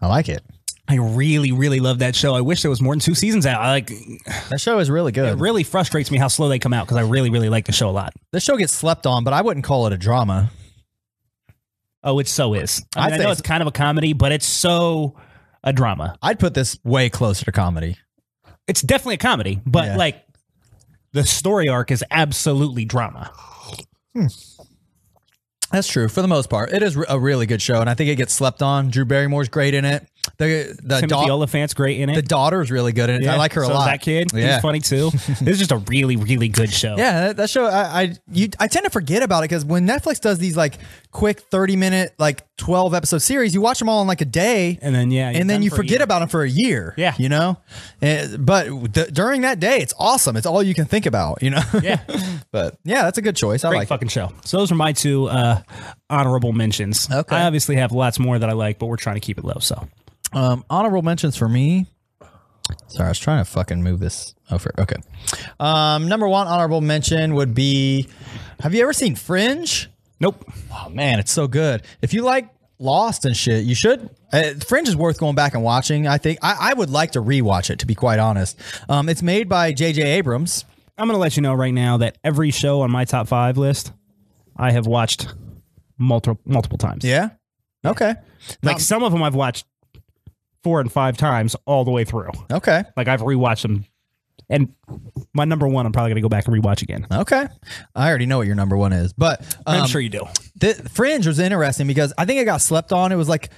Speaker 1: I like it.
Speaker 2: I really, really love that show. I wish there was more than two seasons out. I like. It
Speaker 1: That show is really good.
Speaker 2: really frustrates me how slow they come out because I really, really like the show a lot.
Speaker 1: this show gets slept on, but I wouldn't call it a drama.
Speaker 2: Oh, it so is. I,
Speaker 1: I'd
Speaker 2: mean, I
Speaker 1: say
Speaker 2: know
Speaker 1: it's-
Speaker 2: it's kind of a comedy, but it's so a drama.
Speaker 1: I'd put this way closer to comedy.
Speaker 2: It's definitely a comedy, but
Speaker 1: Yeah.
Speaker 2: like the story arc is absolutely drama.
Speaker 1: That's true for the most part. It is re- a really good show, and I think it gets slept on. Drew Barrymore's great in it. The the
Speaker 2: Timothy
Speaker 1: da-
Speaker 2: Oliphant's great in it.
Speaker 1: the daughter is really good in it. I
Speaker 2: Yeah,
Speaker 1: like her
Speaker 2: so
Speaker 1: a
Speaker 2: is
Speaker 1: lot.
Speaker 2: That kid,
Speaker 1: Yeah.
Speaker 2: he's funny too. this is just a really, really good show.
Speaker 1: Yeah, that, that show I, I you I tend to forget about it because when Netflix does these like quick thirty minute like twelve episode series, you watch them all in like a day,
Speaker 2: and then yeah, you're
Speaker 1: and then
Speaker 2: done
Speaker 1: you
Speaker 2: for a
Speaker 1: forget
Speaker 2: year.
Speaker 1: about them for a year.
Speaker 2: Yeah.
Speaker 1: you know, And- but th- during that day, it's awesome. It's all you can think about. You know.
Speaker 2: Yeah,
Speaker 1: but yeah, that's a good choice. I
Speaker 2: great
Speaker 1: like. it.
Speaker 2: fucking show. So those are my two uh, honorable mentions.
Speaker 1: Okay.
Speaker 2: I obviously have lots more that I like, but we're trying to keep it low. So
Speaker 1: Um, honorable mentions for me. Sorry, I was trying to fucking move this over. Okay. Um, number one honorable mention would be: Have you ever seen Fringe?
Speaker 2: nope.
Speaker 1: Oh man, it's so good. If you like Lost and shit, you should. Uh, Fringe is worth going back and watching. I think I, I would like to rewatch it. To be quite honest, um, it's made by J.J. Abrams.
Speaker 2: I'm gonna let you know right now that every show on my top five list, I have watched multiple multiple times.
Speaker 1: Yeah. Okay.
Speaker 2: like some of them I've watched four and five times all the way through.
Speaker 1: Okay.
Speaker 2: Like I've rewatched them, and my number one, I'm probably gonna go back and rewatch again.
Speaker 1: Okay. I already know what your number one is, but um,
Speaker 2: I'm sure you do.
Speaker 1: the Fringe was interesting because I think it got slept on. It was like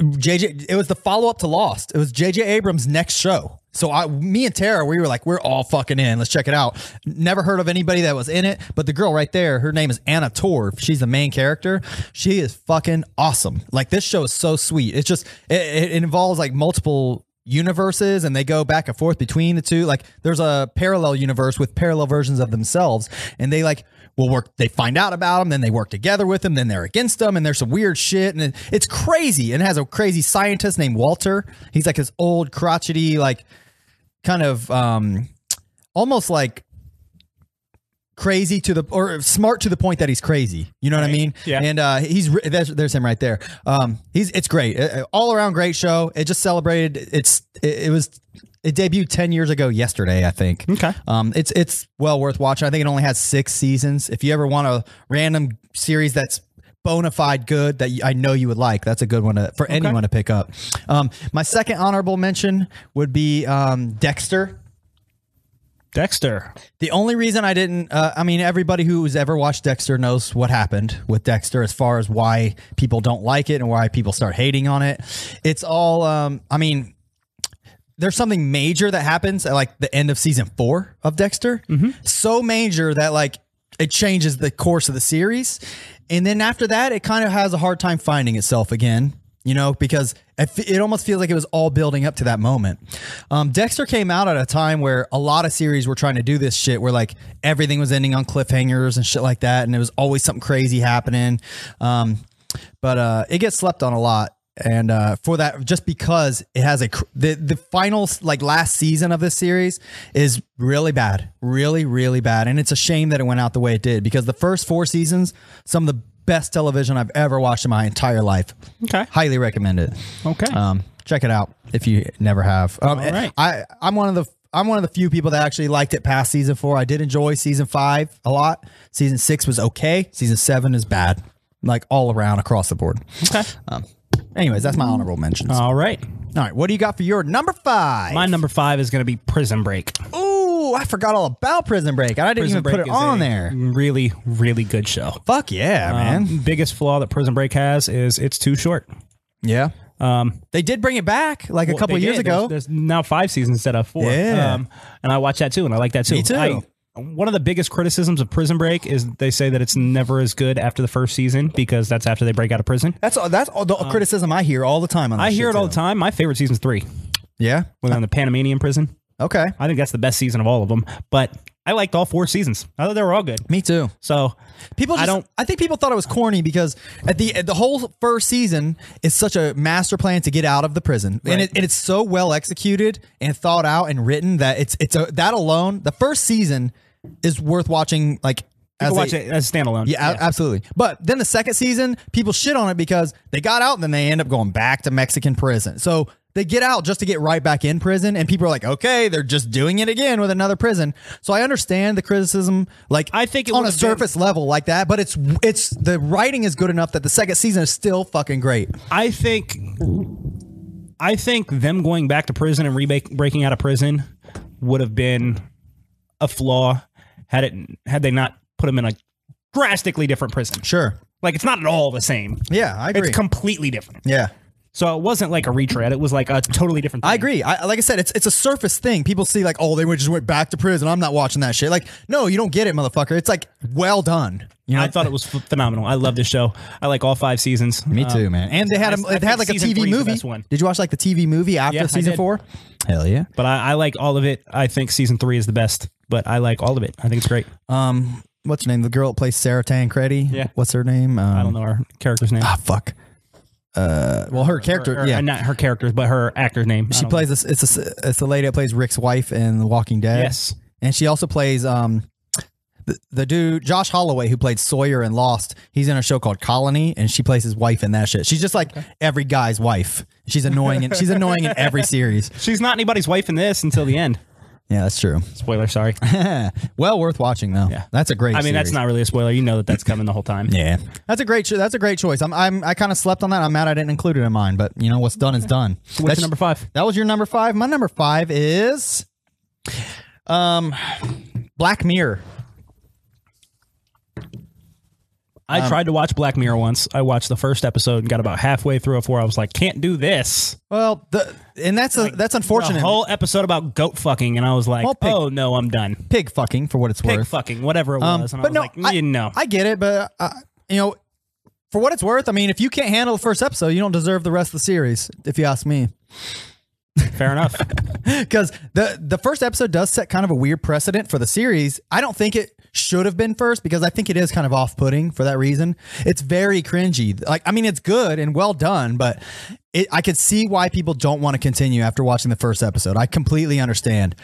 Speaker 1: JJ. It was the follow up to Lost. It was JJ Abrams' next show. So I, me and Tara, we were like, we're all fucking in. Let's check it out. Never heard of anybody that was in it, but the girl right there, her name is Anna Torv. She's the main character. She is fucking awesome. Like this show is so sweet. It's just it, it involves like multiple universes and they go back and forth between the two like there's a parallel universe with parallel versions of themselves and they like will work they find out about them then they work together with them then they're against them and there's some weird shit and it- it's crazy and it has a crazy scientist named walter he's like this old crotchety like kind of um almost like crazy to the or smart to the point that he's crazy you know what i mean
Speaker 2: Yeah.
Speaker 1: and uh he's re- there's, there's him right there um he's it's great Uh, uh, all around great show it just celebrated it's it, it was it debuted 10 years ago yesterday i think
Speaker 2: Okay.
Speaker 1: um it's it's well worth watching i think it only has six seasons if you ever want a random series that's bona fide good that you- i know you would like that's a good one to, for anyone to pick up um my second honorable mention would be um dexter
Speaker 2: Dexter.
Speaker 1: the only reason I didn't, uh, I mean, everybody who's ever watched Dexter knows what happened with Dexter as far as why people don't like it and why people start hating on it. It's all, um, I mean, there's something major that happens at like the end of season four of Dexter. So major that like it changes the course of the series. And then after that, it kind of has a hard time finding itself again, you know, because it, fe- it almost feels like it was all building up to that moment. Um, Dexter came out at a time where a lot of series were trying to do this shit where like everything was ending on cliffhangers and shit like that. And it was always something crazy happening. Um, but uh, it gets slept on a lot. And uh, for that, just because it has a cr- the the final like last season of this series is really bad, really really bad, and it's a shame that it went out the way it did because the first four seasons, some of the best television I've ever watched in my entire life.
Speaker 2: Okay.
Speaker 1: highly recommend it.
Speaker 2: Okay.
Speaker 1: um, check it out if you never have. Um,
Speaker 2: All right.
Speaker 1: I I'm one of the I'm one of the few people that actually liked it past season four. I did enjoy season five a lot. Season six was okay. Season seven is bad, like all around across the board.
Speaker 2: Okay.
Speaker 1: Anyways, that's my honorable mentions. All
Speaker 2: All right.
Speaker 1: right, what do you got for your number five?
Speaker 2: Oh. My number five is going to be Prison Break.
Speaker 1: Ooh, I forgot all about Prison Break. and I didn't
Speaker 2: Prison
Speaker 1: even put it
Speaker 2: is
Speaker 1: on
Speaker 2: a
Speaker 1: there.
Speaker 2: Really, really good show.
Speaker 1: Fuck yeah, man.
Speaker 2: Um, biggest flaw that Prison Break has is it's too short.
Speaker 1: Yeah. Um, they did bring it back like a couple
Speaker 2: They
Speaker 1: years
Speaker 2: did.
Speaker 1: ago.
Speaker 2: There's, there's now five seasons instead of four. Um,
Speaker 1: Yeah.
Speaker 2: and I watch that too, and I like that too.
Speaker 1: Me too.
Speaker 2: I- one of the biggest criticisms of Prison Break is they say that it's never as good after the first season because that's after they break out of prison.
Speaker 1: that's all, that's all the criticism I hear all the time. On this
Speaker 2: Um, I hear
Speaker 1: Oh, shit,
Speaker 2: it all
Speaker 1: too.
Speaker 2: the time. My favorite season's three
Speaker 1: Yeah.
Speaker 2: when they're in the Panamanian prison.
Speaker 1: Okay.
Speaker 2: I think that's the best season of all of them. But I liked all four seasons. I thought they were all good.
Speaker 1: Me too.
Speaker 2: So
Speaker 1: People, just, I
Speaker 2: I don't.
Speaker 1: think people thought it was corny because at the at the whole first season is such a master plan to get out of the prison, and, it, and it's so well executed and thought out and written that it's it's a, that alone. The first season is worth watching, like as
Speaker 2: As
Speaker 1: a-
Speaker 2: watch it as a standalone.
Speaker 1: Yeah, a- absolutely. But then the second season, people shit on it because they got out and then they end up going back to Mexican prison. So they get out just to get right back in prison, and people are like, "Okay, they're just doing it again with another prison." So I understand the criticism, like
Speaker 2: I think it
Speaker 1: on a
Speaker 2: would've been-
Speaker 1: surface level like that, but it's it's the writing is good enough that the second season is still fucking great.
Speaker 2: I think I think them going back to prison and rebake, breaking out of prison would have been a flaw had it had they not put them in a drastically different prison.
Speaker 1: Sure.
Speaker 2: Like it's not at all the same.
Speaker 1: Yeah, I agree.
Speaker 2: It's completely different.
Speaker 1: yeah.
Speaker 2: So it wasn't like a retread. It was like a totally different thing.
Speaker 1: I agree. I, like I said, it's it's a surface thing. People see like, oh, they went- just went back to prison. I'm not watching that shit. Like, no, you don't get it, motherfucker. It's like well done. You know,
Speaker 2: I thought it was ph- phenomenal. I love this show. I like all five seasons.
Speaker 1: Me too, man. And they had
Speaker 2: Um, I-
Speaker 1: a,
Speaker 2: I
Speaker 1: they had
Speaker 2: think
Speaker 1: like a
Speaker 2: season
Speaker 1: TV
Speaker 2: three is the
Speaker 1: movie.
Speaker 2: best one.
Speaker 1: Did you watch like the TV movie after
Speaker 2: Yeah, I
Speaker 1: season
Speaker 2: did.
Speaker 1: four? Hell yeah.
Speaker 2: But I, I like all of it. I think season three is the best. But I like all of it. I think it's great.
Speaker 1: What's her name? The girl that plays Sarah Tancredi.
Speaker 2: Yeah.
Speaker 1: What's her name? Um,
Speaker 2: I don't know our character's name.
Speaker 1: Ah, fuck. Uh, well, her character.
Speaker 2: Or-
Speaker 1: yeah.
Speaker 2: not her characters, but her actor's name. I
Speaker 1: she
Speaker 2: don't
Speaker 1: plays this. It's a, it's the lady that plays Rick's wife in The Walking Dead.
Speaker 2: Yes.
Speaker 1: And she also plays um. The, the dude Josh Holloway who played Sawyer in Lost, he's in a show called Colony, and she plays his wife in that shit. She's just like every guy's wife. She's annoying, and she's annoying in every series.
Speaker 2: She's not anybody's wife in this until the end.
Speaker 1: Yeah, that's true.
Speaker 2: Spoiler, sorry.
Speaker 1: well worth watching though. Yeah, that's a great.
Speaker 2: I mean, that's
Speaker 1: series.
Speaker 2: not really a spoiler. You know that that's coming the whole time.
Speaker 1: Yeah, that's a great. Cho- that's a great choice. I'm. I'm I kind of slept on that. I'm mad I didn't include it in mine. But you know what's done is done.
Speaker 2: What's
Speaker 1: That's-
Speaker 2: your number five?
Speaker 1: That was your number five. My number five is, um, Black Mirror.
Speaker 2: I
Speaker 1: Um,
Speaker 2: tried to watch Black Mirror once. I watched the first episode and got about halfway through it before I was like, can't do this.
Speaker 1: Well, the and that's a, that's
Speaker 2: A
Speaker 1: unfortunate.
Speaker 2: whole episode about goat fucking, and I was like,
Speaker 1: Well, pig-
Speaker 2: oh no, I'm done.
Speaker 1: pig fucking for what it's
Speaker 2: Pig
Speaker 1: worth.
Speaker 2: fucking, whatever it was. And I
Speaker 1: Um, but
Speaker 2: was
Speaker 1: no,
Speaker 2: like,
Speaker 1: I,
Speaker 2: you know.
Speaker 1: I get it. But uh, you know, for what it's worth, I mean, if you can't handle the first episode, you don't deserve the rest of the series. If you ask me.
Speaker 2: Fair enough.
Speaker 1: because the the first episode does set kind of a weird precedent for the series. I don't think it should have been first because I think it is kind of off putting for that reason. It's very cringy. Like I mean, it's good and well done, but it, I could see why people don't want to continue after watching the first episode. I completely understand,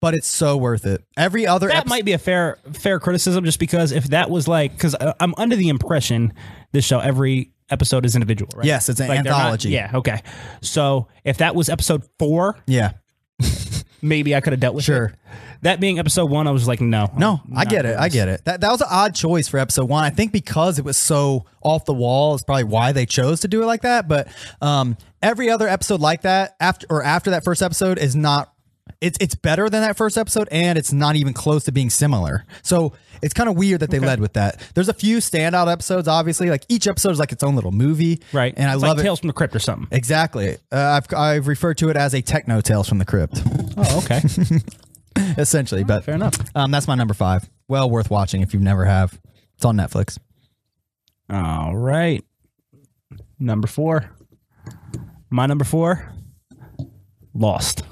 Speaker 1: but it's so worth it. Every other
Speaker 2: that
Speaker 1: episode,
Speaker 2: might be a fair fair criticism just because if that was like because i'm under the impression this show every episode is individual right
Speaker 1: Yes, it's an
Speaker 2: they're not-
Speaker 1: anthology.
Speaker 2: yeah okay so if that was episode four
Speaker 1: yeah,
Speaker 2: maybe i could have dealt with
Speaker 1: Sure.
Speaker 2: it. that being episode one i was like no
Speaker 1: no, Oh, I get it. I get it. That that was an odd choice for episode one. I think because it was so off the wall is probably why they chose to do it like that. But um, every other episode like that after or after that first episode is not. It's it's better than that first episode, and it's not even close to being similar. So it's kind of weird that they led with that. There's a few standout episodes, obviously. Like each episode is like its own little movie,
Speaker 2: right
Speaker 1: And I
Speaker 2: It's
Speaker 1: love
Speaker 2: like
Speaker 1: it.
Speaker 2: tales from the crypt or something
Speaker 1: Exactly. Uh, I've I've referred to it as a techno tales from the crypt,
Speaker 2: oh okay
Speaker 1: essentially. But
Speaker 2: fair enough
Speaker 1: um, that's my number five. well worth watching if you've never have. It's on Netflix.
Speaker 2: All right. Number four. My number four. Lost.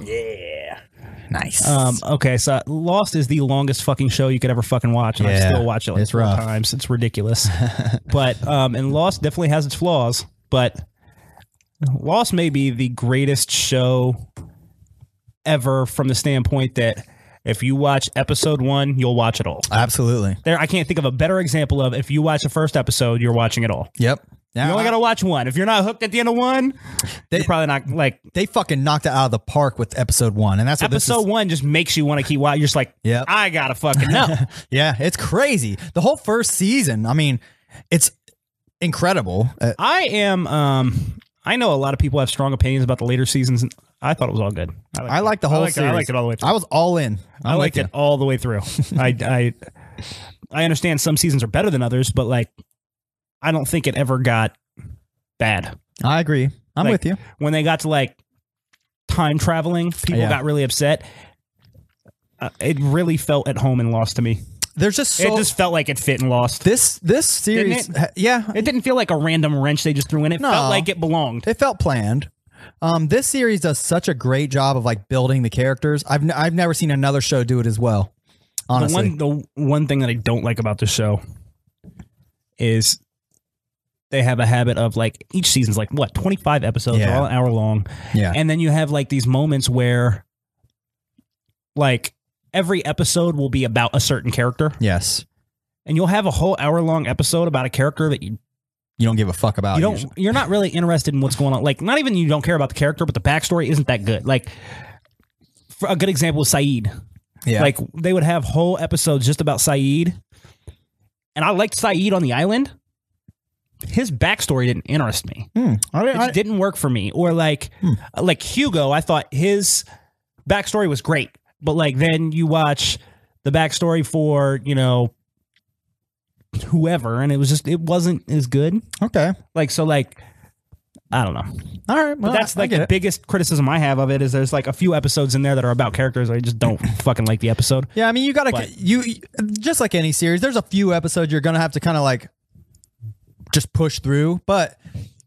Speaker 1: Nice.
Speaker 2: Um, okay, so Lost is the longest fucking show you could ever fucking watch, and I
Speaker 1: Yeah,
Speaker 2: still watch it like
Speaker 1: it's
Speaker 2: four
Speaker 1: rough.
Speaker 2: times. It's ridiculous. but um, and Lost definitely has its flaws, but Lost may be the greatest show ever from the standpoint that if you watch episode one, you'll watch it all.
Speaker 1: Absolutely.
Speaker 2: There, I can't think of a better example of if you watch the first episode, you're watching it all.
Speaker 1: Yep. Now,
Speaker 2: You only gotta watch one. If you're not hooked at the end of one,
Speaker 1: They-
Speaker 2: you're probably not like
Speaker 1: they fucking knocked it out of the park with episode one, and that's what this is-
Speaker 2: episode one just makes you want to keep watching. You're just like,
Speaker 1: Yep.
Speaker 2: I gotta fucking know.
Speaker 1: Yeah, it's crazy. The whole first season. I mean, it's incredible. Uh,
Speaker 2: I am. Um, I know a lot of people have strong opinions about the later seasons. I thought it was all good. liked
Speaker 1: I
Speaker 2: it.
Speaker 1: like the whole
Speaker 2: liked it.
Speaker 1: series.
Speaker 2: I liked it all the way through.
Speaker 1: I was all in. I'm
Speaker 2: I liked
Speaker 1: with
Speaker 2: it all the way through. I, I I understand some seasons are better than others, but like, I don't think it ever got bad.
Speaker 1: you. I agree. I'm
Speaker 2: Like,
Speaker 1: with you.
Speaker 2: When they got to like time traveling, people
Speaker 1: Yeah.
Speaker 2: got really upset. Uh, it really felt at home and lost to me.
Speaker 1: There's just so
Speaker 2: it just felt like it fit and lost.
Speaker 1: this this series.
Speaker 2: Didn't
Speaker 1: ha- Yeah,
Speaker 2: It didn't feel like a random wrench they just threw in. It
Speaker 1: No.
Speaker 2: felt like it belonged.
Speaker 1: it felt planned. Um, this series does such a great job of like building the characters. I've n- I've never seen another show do it as well. Honestly,
Speaker 2: The one, the one thing that I don't like about this show is they have a habit of like each season's like what twenty five episodes, they're
Speaker 1: Yeah.
Speaker 2: all an hour long,
Speaker 1: yeah,
Speaker 2: and then you have like these moments where, like, every episode will be about a certain character,
Speaker 1: yes.
Speaker 2: and you'll have a whole hour long episode about a character that you,
Speaker 1: You don't give a fuck about.
Speaker 2: you don't
Speaker 1: Oh, usually.
Speaker 2: you're not really interested in what's going on. Like, not even you don't care about the character, but the backstory isn't that good. Like, for a good example is Saeed.
Speaker 1: Yeah,
Speaker 2: Like they would have whole episodes just about Saeed. And I liked Saeed on the island. His backstory didn't interest me.
Speaker 1: Hmm. I,
Speaker 2: It
Speaker 1: I, Hmm.
Speaker 2: just didn't work for me. Or like like Hugo, I thought his backstory was great. But like then you watch the backstory for, you know, whoever and it was just it wasn't as good.
Speaker 1: okay,
Speaker 2: Like so like I don't know.
Speaker 1: all right.
Speaker 2: But
Speaker 1: Well,
Speaker 2: that's
Speaker 1: I- I
Speaker 2: like
Speaker 1: get
Speaker 2: the
Speaker 1: it.
Speaker 2: biggest criticism I have of it is there's like a few episodes in there that are about characters I just don't fucking like the episode.
Speaker 1: Yeah, I mean, you gotta
Speaker 2: But-
Speaker 1: you just like any series. There's a few episodes you're gonna have to kind of like just push through. But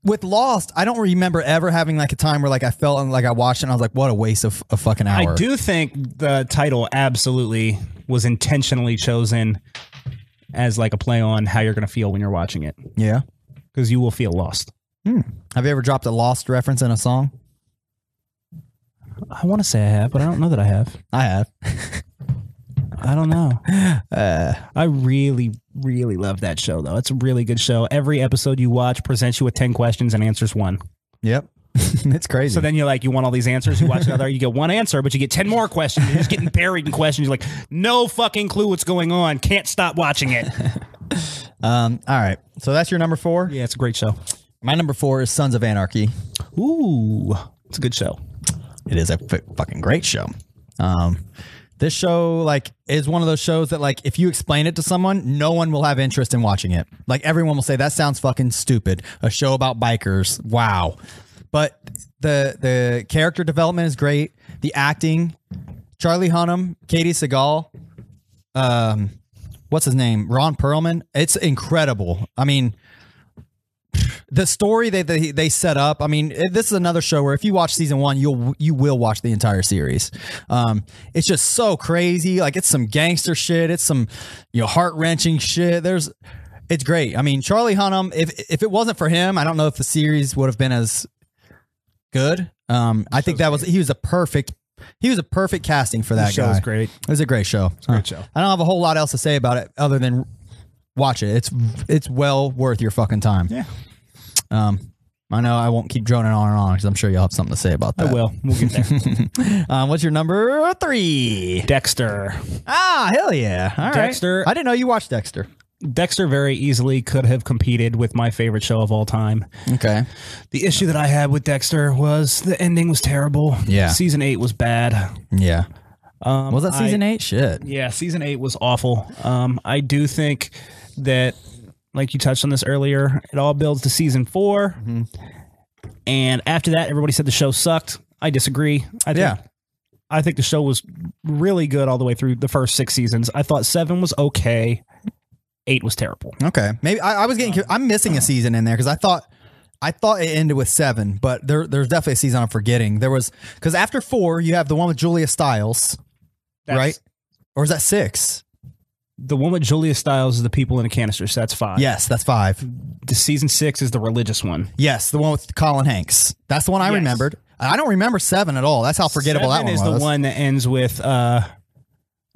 Speaker 1: with Lost, I don't remember ever having like a time where like I felt and like I watched it and I was like, what a waste of a fucking hour.
Speaker 2: I do think the title absolutely was intentionally chosen as like a play on how you're going to feel when you're watching it
Speaker 1: Yeah.
Speaker 2: because you will feel lost.
Speaker 1: Have you ever dropped a Lost reference in a song?
Speaker 2: I want to say I have, but I don't know that I have.
Speaker 1: I have.
Speaker 2: I don't know. Uh, I really, really love that show though. It's a really good show. Every episode you watch presents you with 10 questions and answers one.
Speaker 1: Yep. it's crazy.
Speaker 2: So then you're like, you want all these answers. You watch another, you get one answer, but you get 10 more questions. You're just getting buried in questions. You're like, no fucking clue what's going on. Can't stop watching it.
Speaker 1: um, all right. So that's your number four.
Speaker 2: Yeah, it's a great show.
Speaker 1: My number four is Sons of Anarchy.
Speaker 2: Ooh, it's a good show.
Speaker 1: it is a f- fucking great show. Um, this show like is one of those shows that like if you explain it to someone, no one will have interest in watching it. Like everyone will say that sounds fucking stupid. A show about bikers. Wow. But the the character development is great. The acting, Charlie Hunnam, Katie Seagal, um, what's his name? Ron Perlman. It's incredible. I mean, the story that they, they set up. I mean, it- this is another show where if you watch season one, you'll you will watch the entire series. Um, it's just so crazy. Like it's some gangster shit. It's some you know heart wrenching shit. There's it's great. I mean, Charlie Hunnam. If if it wasn't for him, I don't know if the series would have been as good. Um, I think that was he was a perfect he was a perfect casting for that
Speaker 2: show
Speaker 1: guy.
Speaker 2: is great.
Speaker 1: It was a great show. It's a
Speaker 2: great show.
Speaker 1: I don't have a whole lot else to say about it other than watch it. It's it's well worth your fucking time.
Speaker 2: Yeah.
Speaker 1: Um, I know I won't keep droning on and on because I'm sure you'll have something to say about that.
Speaker 2: I will. We'll get there.
Speaker 1: Um, what's your number three?
Speaker 2: Dexter.
Speaker 1: Ah, hell yeah! All right.
Speaker 2: Dexter.
Speaker 1: I didn't know you watched Dexter.
Speaker 2: Dexter very easily could have competed with my favorite show of all time.
Speaker 1: Okay.
Speaker 2: The issue that I had with Dexter was the ending was terrible.
Speaker 1: Yeah.
Speaker 2: Season eight was bad.
Speaker 1: Yeah.
Speaker 2: Um,
Speaker 1: Was that
Speaker 2: I-
Speaker 1: season eight? Shit.
Speaker 2: Yeah, season eight was awful. Um, I do think that, like you touched on this earlier, it all builds to season 4
Speaker 1: Mm-hmm.
Speaker 2: And after that, everybody said the show sucked. I disagree. I think
Speaker 1: Yeah.
Speaker 2: I think the show was really good all the way through the first six seasons. I thought seven was okay, eight was terrible.
Speaker 1: Okay, maybe I, I was getting. I'm missing a season in there because I thought, I thought it ended with seven, but there, there's definitely a season I'm forgetting. There was because after four, you have the one with Julia Stiles,
Speaker 2: That's-
Speaker 1: right? Or is that six?
Speaker 2: The one with Julia Stiles is the people in the canisters. that's five.
Speaker 1: Yes, that's five.
Speaker 2: The season six is the religious one.
Speaker 1: Yes, the one with Colin Hanks. That's the one I
Speaker 2: Yes.
Speaker 1: remembered. I don't remember seven at all. That's how forgettable
Speaker 2: Seven
Speaker 1: that one
Speaker 2: is
Speaker 1: was.
Speaker 2: the one that ends with uh,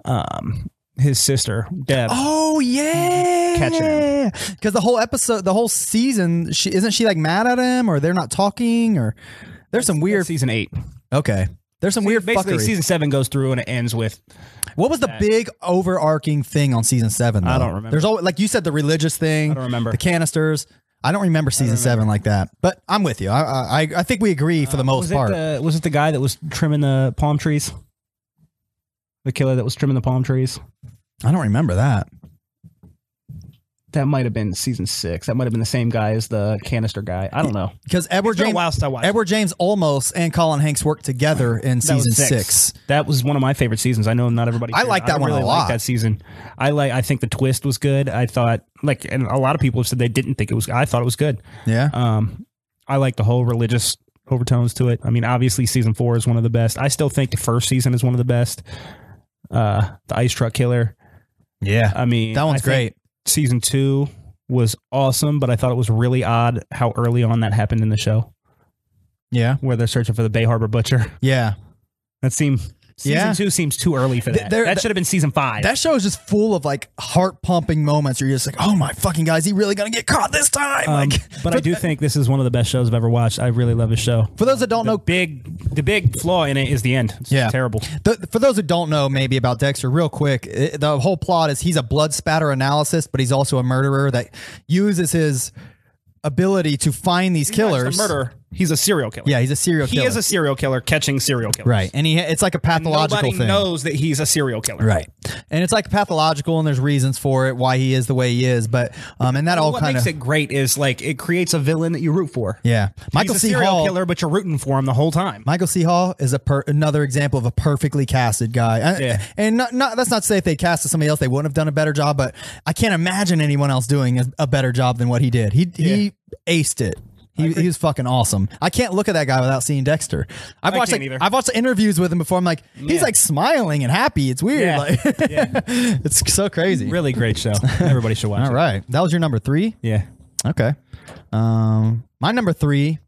Speaker 2: um, his sister Deb.
Speaker 1: Oh yeah,
Speaker 2: Catching him.
Speaker 1: Because the whole episode, the whole season, she isn't she like mad at him or they're not talking or there's some weird.
Speaker 2: season eight.
Speaker 1: Okay, there's some weird
Speaker 2: Basically,
Speaker 1: fuckery.
Speaker 2: season seven goes through and it ends with
Speaker 1: What was the big overarching thing on season seven? Though?
Speaker 2: I don't remember.
Speaker 1: There's always like you said the religious thing. I
Speaker 2: don't remember.
Speaker 1: the canisters. I don't remember season seven like that. But I'm with you. I I, I think we agree for the most
Speaker 2: Uh, was
Speaker 1: part.
Speaker 2: It the, was it the guy that was trimming the palm trees? The killer that was trimming the palm trees.
Speaker 1: I don't remember that.
Speaker 2: That might have been season six. That might have been the same guy as the canister guy. I don't know.
Speaker 1: Because Edward
Speaker 2: It's been a
Speaker 1: James,
Speaker 2: while since I watched it.
Speaker 1: Edward James Olmos and Colin Hanks worked together in
Speaker 2: That was
Speaker 1: season six.
Speaker 2: That was one of my favorite seasons. I know not everybody.
Speaker 1: I
Speaker 2: cares.
Speaker 1: like that one a
Speaker 2: really
Speaker 1: lot.
Speaker 2: Like that season, I like. I think the twist was good. I thought like, and a lot of people have said they didn't think it was. I thought it was good.
Speaker 1: Yeah,
Speaker 2: Um, I like the whole religious overtones to it. I mean, obviously, season four is one of the best. I still think the first season is one of the best. Uh, the ice truck killer.
Speaker 1: yeah,
Speaker 2: I mean,
Speaker 1: that one's
Speaker 2: I think
Speaker 1: great.
Speaker 2: Season two was awesome, but I thought it was really odd how early on that happened in the show,
Speaker 1: Yeah,
Speaker 2: where they're searching for the Bay Harbor Butcher.
Speaker 1: yeah.
Speaker 2: That seemed season
Speaker 1: Yeah.
Speaker 2: two seems too early for
Speaker 1: Th-
Speaker 2: that.
Speaker 1: there-
Speaker 2: that should have been season five.
Speaker 1: That show is just full of like heart pumping moments where you're just like, oh my fucking guys, he really gonna get caught this time.
Speaker 2: Um,
Speaker 1: like,
Speaker 2: but I do think this is one of the best shows I've ever watched. I really love his show.
Speaker 1: for those that don't know,
Speaker 2: Big, the big flaw in it is the end. It's
Speaker 1: Oh, Yeah.
Speaker 2: terrible.
Speaker 1: The, for those who don't know, maybe about Dexter, real quick, it, the whole plot is he's a blood spatter analysis, but he's also a murderer that uses his ability to find these killers.
Speaker 2: murder. He's a serial killer.
Speaker 1: Yeah, he's a serial
Speaker 2: he
Speaker 1: killer.
Speaker 2: is a serial killer catching serial killers.
Speaker 1: right, and he it's like a pathological
Speaker 2: Nobody
Speaker 1: thing.
Speaker 2: knows that he's a serial killer.
Speaker 1: Right, and it's like pathological, and there's reasons for it, why he is the way he is, but um, and that all
Speaker 2: what
Speaker 1: kind
Speaker 2: makes
Speaker 1: of
Speaker 2: it great is like it creates a villain that you root for.
Speaker 1: yeah. Michael
Speaker 2: he's a
Speaker 1: C.
Speaker 2: serial
Speaker 1: Hall,
Speaker 2: killer, but you're rooting for him the whole time.
Speaker 1: Michael C. Hall is a per- another example of a perfectly casted guy. And,
Speaker 2: Yeah.
Speaker 1: and not, not, that's not to say if they casted somebody else, they wouldn't have done a better job, but I can't imagine anyone else doing a, a better job than what he did. He, he aced it. He, he was fucking awesome. I can't look at that guy without seeing Dexter. I've
Speaker 2: I
Speaker 1: watched
Speaker 2: can't
Speaker 1: like,
Speaker 2: either.
Speaker 1: I've watched interviews with him before. I'm like, he's
Speaker 2: Yeah.
Speaker 1: like smiling and happy. It's weird.
Speaker 2: Yeah.
Speaker 1: Like, it's so crazy.
Speaker 2: Really great show. Everybody should watch
Speaker 1: All
Speaker 2: it.
Speaker 1: right. That was your number three.
Speaker 2: Yeah.
Speaker 1: Okay. Um, my number three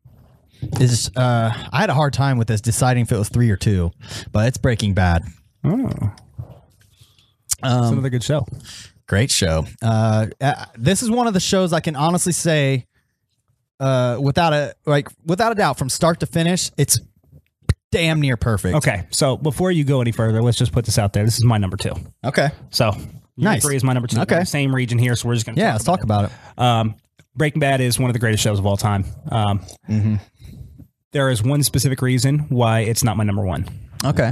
Speaker 1: is uh, I had a hard time with this deciding if it was three or two, but it's Breaking Bad.
Speaker 2: it's
Speaker 1: Um,
Speaker 2: another good show.
Speaker 1: Great show. Uh, uh, this is one of the shows I can honestly say, uh, without a like without a doubt, from start to finish, it's damn near perfect.
Speaker 2: Okay. So before you go any further, let's just put this out there. This is my number two.
Speaker 1: Okay.
Speaker 2: So your
Speaker 1: Nice.
Speaker 2: three is my number two.
Speaker 1: Okay.
Speaker 2: We're in the Same region here, so we're just gonna
Speaker 1: Yeah, let's talk about it.
Speaker 2: Um, Breaking Bad is one of the greatest shows of all time. Um,
Speaker 1: Mm-hmm.
Speaker 2: there is one specific reason why it's not my number one.
Speaker 1: Okay.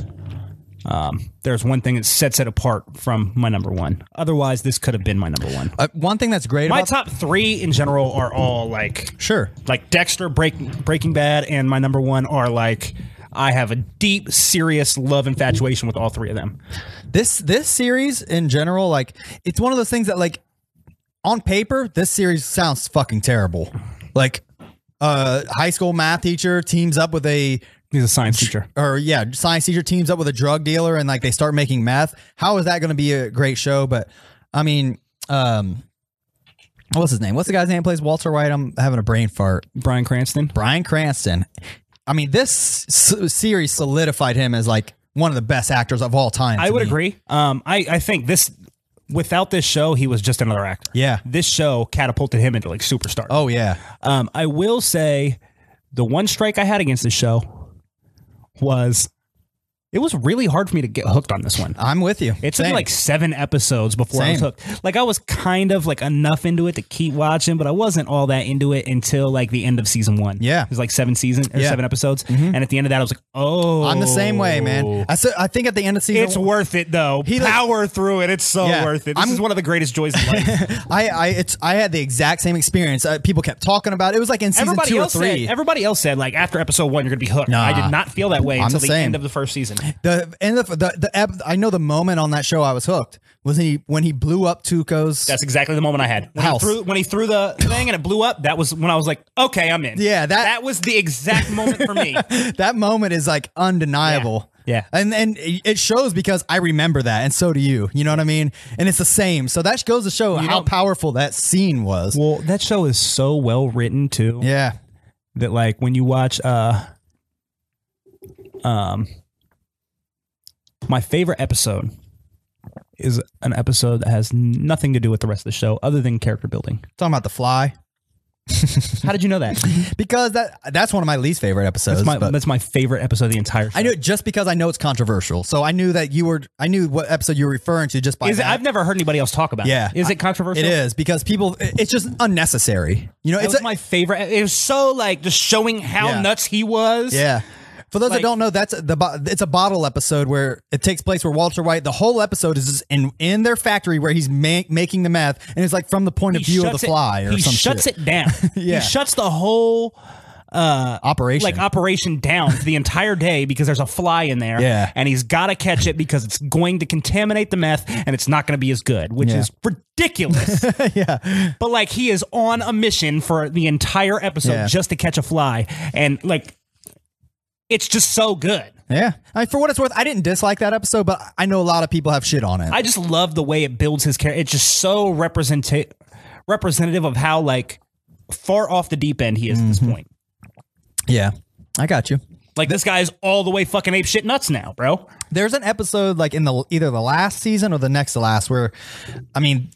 Speaker 2: There's one thing that sets it apart from my number one. Otherwise, this could have been my number one.
Speaker 1: Uh, one thing that's great
Speaker 2: My
Speaker 1: about
Speaker 2: top three in general are all like
Speaker 1: sure.
Speaker 2: like Dexter, Break, Breaking Bad, and my number one are like I have a deep, serious love infatuation with all three of them.
Speaker 1: this this series in general like it's one of those things that like on paper this series sounds fucking terrible like uh high school math teacher teams up with a
Speaker 2: He's a science teacher.
Speaker 1: or yeah science teacher teams up with a drug dealer and like they start making meth how is that going to be a great show but i mean um what's his name what's the guy's name that plays walter white i'm having a brain fart
Speaker 2: Brian Cranston.
Speaker 1: Brian Cranston. I mean, this s- series solidified him as like one of the best actors of all time.
Speaker 2: I
Speaker 1: to
Speaker 2: would
Speaker 1: me.
Speaker 2: agree. Um, I, I think this without this show, he was just another actor.
Speaker 1: Yeah.
Speaker 2: This show catapulted him into like superstar.
Speaker 1: Oh yeah.
Speaker 2: Um, I will say the one strike I had against this show was it was really hard for me to get hooked on this one.
Speaker 1: I'm with you.
Speaker 2: It took me
Speaker 1: Same.
Speaker 2: like seven episodes before I was
Speaker 1: Same.
Speaker 2: hooked. Like I was kind of like enough into it to keep watching, but I wasn't all that into it until like the end of season one.
Speaker 1: Yeah.
Speaker 2: it was like seven seasons or
Speaker 1: Yeah.
Speaker 2: seven episodes, and at the end of that, I was like, oh,
Speaker 1: I'm the same way, man. I said I think at the end of season,
Speaker 2: It's worth it though.
Speaker 1: He, like-
Speaker 2: Power through it. It's so
Speaker 1: Yeah.
Speaker 2: worth it. This
Speaker 1: I'm-
Speaker 2: is one of the greatest joys of life.
Speaker 1: I I it's I had the exact same experience. Uh, people kept talking about it. It was like in season
Speaker 2: everybody
Speaker 1: two or
Speaker 2: else
Speaker 1: three.
Speaker 2: said. Everybody else said like after episode one, you're gonna be hooked. I
Speaker 1: Nah.
Speaker 2: did not feel that way
Speaker 1: I'm
Speaker 2: until
Speaker 1: the
Speaker 2: the,
Speaker 1: same.
Speaker 2: end of the first season.
Speaker 1: The and the, the the ep- I know the moment on that show I was hooked was when he when he blew up Tuco's.
Speaker 2: That's exactly the moment I had. When he
Speaker 1: House.
Speaker 2: threw when he threw the thing and it blew up, that was when I was like, okay, I'm in.
Speaker 1: Yeah, that-
Speaker 2: that was the exact moment for me.
Speaker 1: that moment is like undeniable.
Speaker 2: Yeah. Yeah.
Speaker 1: And and it shows because I remember that and so do you. You know what I mean? And it's the same. So that goes to show how
Speaker 2: know-
Speaker 1: powerful that scene was.
Speaker 2: Well, that show is so well written too.
Speaker 1: yeah.
Speaker 2: That like when you watch uh um my favorite episode is an episode that has nothing to do with the rest of the show other than character building.
Speaker 1: Talking about the fly.
Speaker 2: How did you know that?
Speaker 1: Because that that's one of my least favorite episodes.
Speaker 2: That's my
Speaker 1: but-
Speaker 2: that's my favorite episode of the entire show.
Speaker 1: I knew it just because I know it's controversial. So I knew that you were I knew what episode you were referring to just by
Speaker 2: Is it,
Speaker 1: that.
Speaker 2: I've never heard anybody else talk about
Speaker 1: Yeah.
Speaker 2: it. Is it controversial?
Speaker 1: It is because people. It's just unnecessary. You know,
Speaker 2: It
Speaker 1: it's
Speaker 2: was
Speaker 1: a,
Speaker 2: my favorite. It was so like just showing how
Speaker 1: Yeah.
Speaker 2: nuts he was.
Speaker 1: yeah. For those
Speaker 2: like-
Speaker 1: that don't know, that's the bo- it's a bottle episode where it takes place where Walter White. The whole episode is just in in their factory where he's ma- making the meth, and it's like from the point of view of the
Speaker 2: shuts
Speaker 1: fly
Speaker 2: it,
Speaker 1: or
Speaker 2: he
Speaker 1: some
Speaker 2: shuts
Speaker 1: shit.
Speaker 2: it down.
Speaker 1: Yeah.
Speaker 2: He shuts the whole
Speaker 1: operation.
Speaker 2: like operation down for the entire day because there's a fly in there.
Speaker 1: Yeah.
Speaker 2: And he's got to catch it because it's going to contaminate the meth and it's not going to be as good, which
Speaker 1: Yeah.
Speaker 2: is ridiculous.
Speaker 1: yeah,
Speaker 2: but like he is on a mission for the entire episode
Speaker 1: Yeah.
Speaker 2: just to catch a fly and like it's just so good.
Speaker 1: yeah. I mean, for what it's worth, I didn't dislike that episode, but I know a lot of people have shit on it.
Speaker 2: I just love the way it builds his character. It's just so representative representative of how like far off the deep end he is at this
Speaker 1: Mm-hmm.
Speaker 2: point.
Speaker 1: yeah, I got you.
Speaker 2: Like this guy is all the way fucking ape shit nuts now, bro.
Speaker 1: There's an episode like in the either the last season or the next to last where, I mean,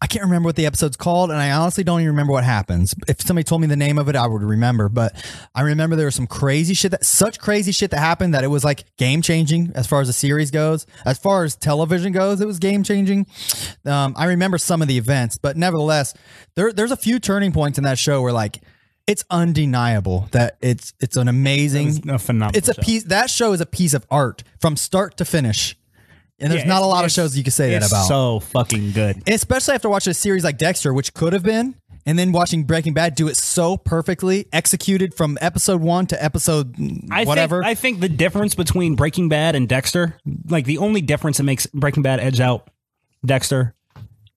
Speaker 1: I can't remember what the episode's called, and I honestly don't even remember what happens. If somebody told me the name of it, I would remember. But I remember there was some crazy shit that such crazy shit that happened that it was like game changing as far as the series goes. As far as television goes, it was game changing. Um, I remember some of the events, but nevertheless, there there's a few turning points in that show where like. It's undeniable that it's it's an amazing
Speaker 2: a phenomenal
Speaker 1: It's a
Speaker 2: show.
Speaker 1: piece that show is a piece of art from start to finish. And there's
Speaker 2: Yeah,
Speaker 1: not a
Speaker 2: it's-
Speaker 1: lot of
Speaker 2: it's-
Speaker 1: shows you can say that
Speaker 2: It's
Speaker 1: about.
Speaker 2: so fucking good.
Speaker 1: Especially after watching a series like Dexter, which could have been, and then watching Breaking Bad do it so perfectly, executed from episode one to episode
Speaker 2: I
Speaker 1: whatever.
Speaker 2: Think, I think the difference between Breaking Bad and Dexter, like the only difference that makes Breaking Bad edge out Dexter,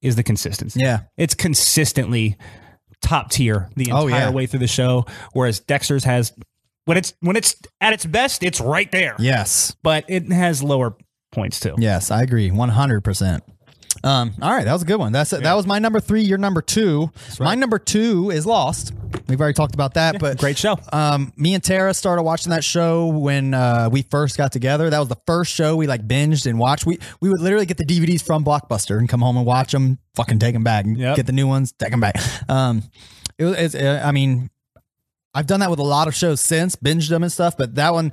Speaker 2: is the consistency.
Speaker 1: Yeah.
Speaker 2: it's consistently top tier the entire
Speaker 1: Oh, yeah.
Speaker 2: way through the show, whereas Dexter's has when it's when it's at its best, it's right there.
Speaker 1: yes.
Speaker 2: but it has lower points too.
Speaker 1: Yes, I agree. 100%. Um, all right, that was a good one. That's that was my number three. Your number two. My number two is Lost. We've already talked about that, but
Speaker 2: Great show.
Speaker 1: um, me and Tara started watching that show when uh, we first got together. That was the first show we like binged and watched. We we would literally get the DVDs from Blockbuster and come home and watch them, fucking take them back, and
Speaker 2: Yep.
Speaker 1: get the new ones, take them back. Um, it was, it's, uh, I mean, I've done that with a lot of shows since, binged them and stuff, but that one.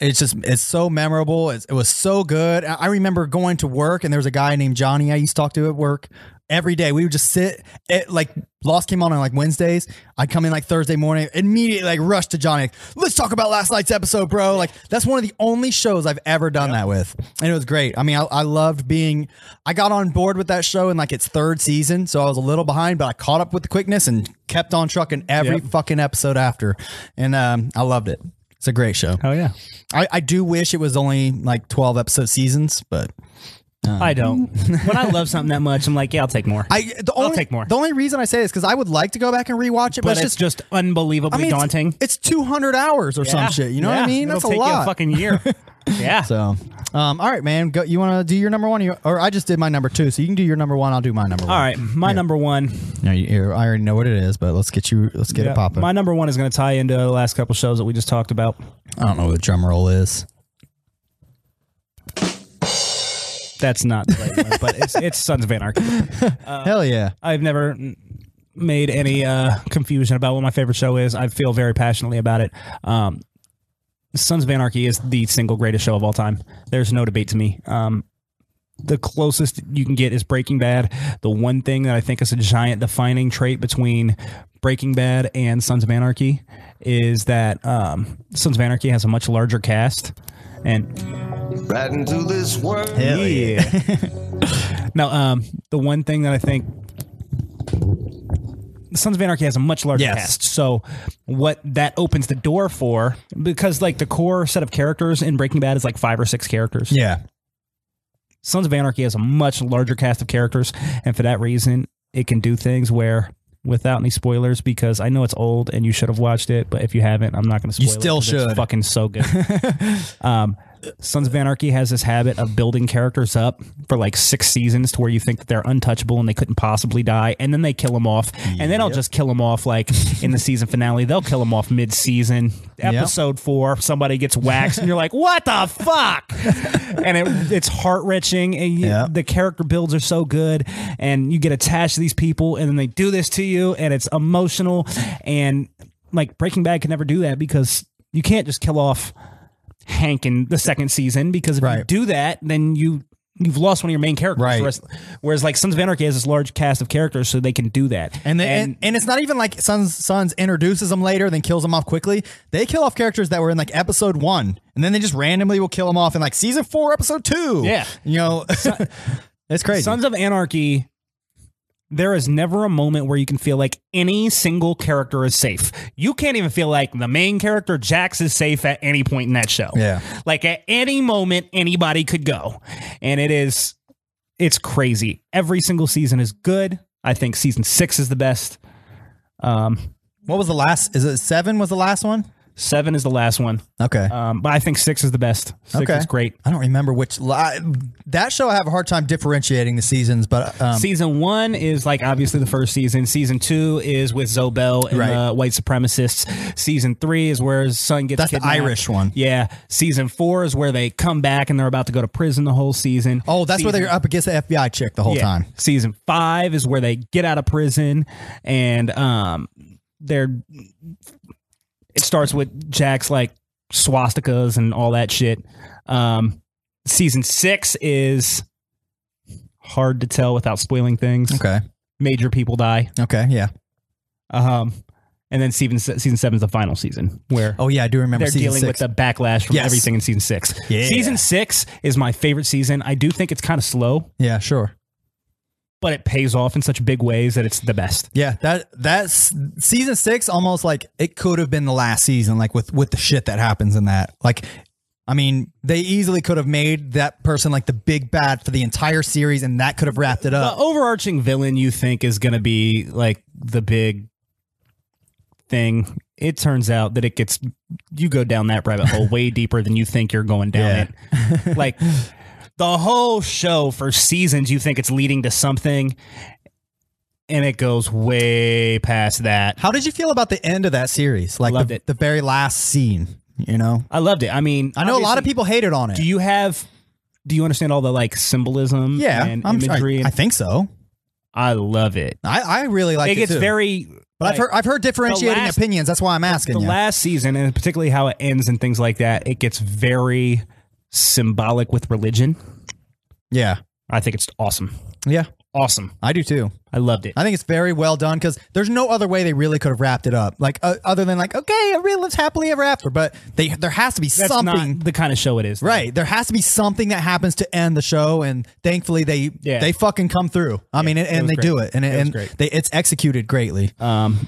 Speaker 1: It's just it's so memorable. It's, it was so good. I I remember going to work and there was a guy named Johnny I used to talk to at work every day. We would just sit it like Lost came on on like Wednesdays. I'd come in like Thursday morning, immediately like rush to Johnny. like, Let's talk about last night's episode, bro. Like that's one of the only shows I've ever done that with, and it was great. I mean, I, I loved being. I got on board with that show in like its third season, so I was a little behind, but I caught up with the quickness and kept on trucking every
Speaker 2: Yep.
Speaker 1: fucking episode after, and um, I loved it. It's a great show.
Speaker 2: Oh yeah,
Speaker 1: I, I do wish it was only like 12 episode seasons, but
Speaker 2: I don't. when I love something that much, I'm like, yeah, I'll take more.
Speaker 1: I the
Speaker 2: I'll
Speaker 1: only
Speaker 2: take more.
Speaker 1: the only reason I say this cuz I would like to go back and rewatch it, but,
Speaker 2: but
Speaker 1: it's
Speaker 2: it's
Speaker 1: just
Speaker 2: just unbelievably
Speaker 1: I mean, it's-
Speaker 2: daunting.
Speaker 1: It's, 200 hours or
Speaker 2: Yeah.
Speaker 1: some shit, you know what
Speaker 2: Yeah.
Speaker 1: I mean?
Speaker 2: It'll
Speaker 1: That's a
Speaker 2: take you
Speaker 1: lot.
Speaker 2: fucking year. yeah.
Speaker 1: so, um, all right, man. Go, you want to do your number one, or, you- or I just did my number two, so you can do your number one. I'll do my number one.
Speaker 2: All right, my number one. uh,
Speaker 1: Now, you- you- I already know what it is, but let's get you. Let's get it popping.
Speaker 2: My number one is going to tie into the last couple shows that we just talked about.
Speaker 1: I don't know what a drum roll is.
Speaker 2: That's not the right one, but it's, it's Sons of Anarchy. Uh,
Speaker 1: Hell yeah!
Speaker 2: I've never mm, made any uh, confusion about what my favorite show is. I feel very passionately about it. Um, Sons of Anarchy is the single greatest show of all time. There's no debate to me. Um, the closest you can get is Breaking Bad. The one thing that I think is a giant defining trait between Breaking Bad and Sons of Anarchy is that um, Sons of Anarchy has a much larger cast. And
Speaker 4: Right into this world.
Speaker 1: Hell
Speaker 2: yeah. now, um, the one thing that I think Sons of Anarchy has a much larger
Speaker 1: Yes.
Speaker 2: cast. So what that opens the door for, because like the core set of characters in Breaking Bad is like five or six characters.
Speaker 1: Yeah.
Speaker 2: Sons of Anarchy has a much larger cast of characters, and for that reason, it can do things where, without any spoilers, because I know it's old and you should have watched it, but if you haven't, I'm not going to spoil
Speaker 1: You
Speaker 2: it
Speaker 1: still
Speaker 2: 'cause it's
Speaker 1: should.
Speaker 2: fucking so good. um, Sons of Anarchy has this habit of building characters up for like six seasons to where you think that they're untouchable and they couldn't possibly die, and then they kill them off, and they don't just kill them off like in the season finale; they'll kill them off mid-season. Episode four, somebody gets waxed, and you're like, "What the fuck?" and it, it's heart wrenching, and you,
Speaker 1: Yeah.
Speaker 2: the character builds are so good, and you get attached to these people, and then they do this to you, and it's emotional, and like Breaking Bad can never do that because you can't just kill off Hank in the second season because if you
Speaker 1: Right.
Speaker 2: do that, then you you've lost one of your main characters.
Speaker 1: Right.
Speaker 2: Whereas, whereas like Sons of Anarchy has this large cast of characters, so they can do that.
Speaker 1: And, they, and, and it's not even like Sons Sons introduces them later, then kills them off quickly. They kill off characters that were in like episode one, and then they just randomly will kill them off in like season four, episode two.
Speaker 2: Yeah.
Speaker 1: you know, it's crazy.
Speaker 2: Sons of Anarchy, there is never a moment where you can feel like any single character is safe. You can't even feel like the main character, Jax, is safe at any point in that show.
Speaker 1: Yeah.
Speaker 2: Like at any moment, anybody could go. And it is, it's crazy. Every single season is good. I think season six is the best. Um,
Speaker 1: what was the last? Is it seven? Was the last one?
Speaker 2: seven is the last one.
Speaker 1: Okay,
Speaker 2: Um, but I think six is the best. Six
Speaker 1: Okay.
Speaker 2: is great.
Speaker 1: I don't remember which. I, that show I have a hard time differentiating the seasons, but um,
Speaker 2: season one is like obviously the first season. Season two is with Zobel and
Speaker 1: Right.
Speaker 2: the white supremacists. Season three is where his son gets
Speaker 1: That's the
Speaker 2: kidnapped.
Speaker 1: Irish one.
Speaker 2: Yeah. Season four is where they come back and they're about to go to prison the whole season.
Speaker 1: oh, that's where
Speaker 2: Season-
Speaker 1: they're up against the FBI chick the whole
Speaker 2: yeah.
Speaker 1: time.
Speaker 2: Season five is where they get out of prison and um they're it starts with Jack's like swastikas and all that shit. Um season six is hard to tell without spoiling things.
Speaker 1: Okay,
Speaker 2: Major people die.
Speaker 1: okay, yeah.
Speaker 2: Um and then season se- season seven is the final season where
Speaker 1: Oh yeah, I do remember
Speaker 2: they're
Speaker 1: season
Speaker 2: dealing
Speaker 1: six.
Speaker 2: with the backlash from
Speaker 1: Yes.
Speaker 2: everything in season six.
Speaker 1: Yeah.
Speaker 2: Season six is my favorite season. I do think it's kind of slow
Speaker 1: yeah, sure.
Speaker 2: but it pays off in such big ways that it's the best.
Speaker 1: Yeah, that that's season six. Almost like it could have been the last season, like with with the shit that happens in that. Like, I mean, they easily could have made that person like the big bad for the entire series, and that could have wrapped it
Speaker 2: The
Speaker 1: up.
Speaker 2: overarching villain you think is going to be like the big thing. It turns out that it gets you go down that rabbit hole way deeper than you think you're going down it. Like the whole show for seasons you think it's leading to something and it goes way past that.
Speaker 1: How did you feel about the end of that series? Like
Speaker 2: Loved
Speaker 1: the,
Speaker 2: it.
Speaker 1: the very last scene. You know,
Speaker 2: I loved it. I mean,
Speaker 1: I know a lot of
Speaker 2: obviously,
Speaker 1: people hated on it.
Speaker 2: Do you have do you understand all the like symbolism
Speaker 1: yeah,
Speaker 2: and
Speaker 1: I'm sure.
Speaker 2: imagery?
Speaker 1: I, I think so.
Speaker 2: I love it.
Speaker 1: I, I really like
Speaker 2: it
Speaker 1: it.
Speaker 2: gets
Speaker 1: too.
Speaker 2: very
Speaker 1: But I've heard I've heard differentiating
Speaker 2: last-
Speaker 1: opinions. That's why I'm asking
Speaker 2: the
Speaker 1: you.
Speaker 2: last season and particularly how it ends and things like that it gets very symbolic with religion
Speaker 1: yeah,
Speaker 2: i think it's awesome
Speaker 1: yeah,
Speaker 2: awesome
Speaker 1: I do too.
Speaker 2: i loved it
Speaker 1: I think it's very well done because there's no other way they really could have wrapped it up. Like uh, other than like, okay, everybody lives happily ever after, but they there has to be
Speaker 2: that's
Speaker 1: something.
Speaker 2: not the kind of show it is though.
Speaker 1: Right, there has to be something that happens to end the show, and thankfully they
Speaker 2: Yeah.
Speaker 1: they fucking come through. I mean, and,
Speaker 2: it
Speaker 1: and
Speaker 2: was
Speaker 1: they
Speaker 2: great.
Speaker 1: do it, and
Speaker 2: was
Speaker 1: and
Speaker 2: great.
Speaker 1: they it's executed greatly.
Speaker 2: um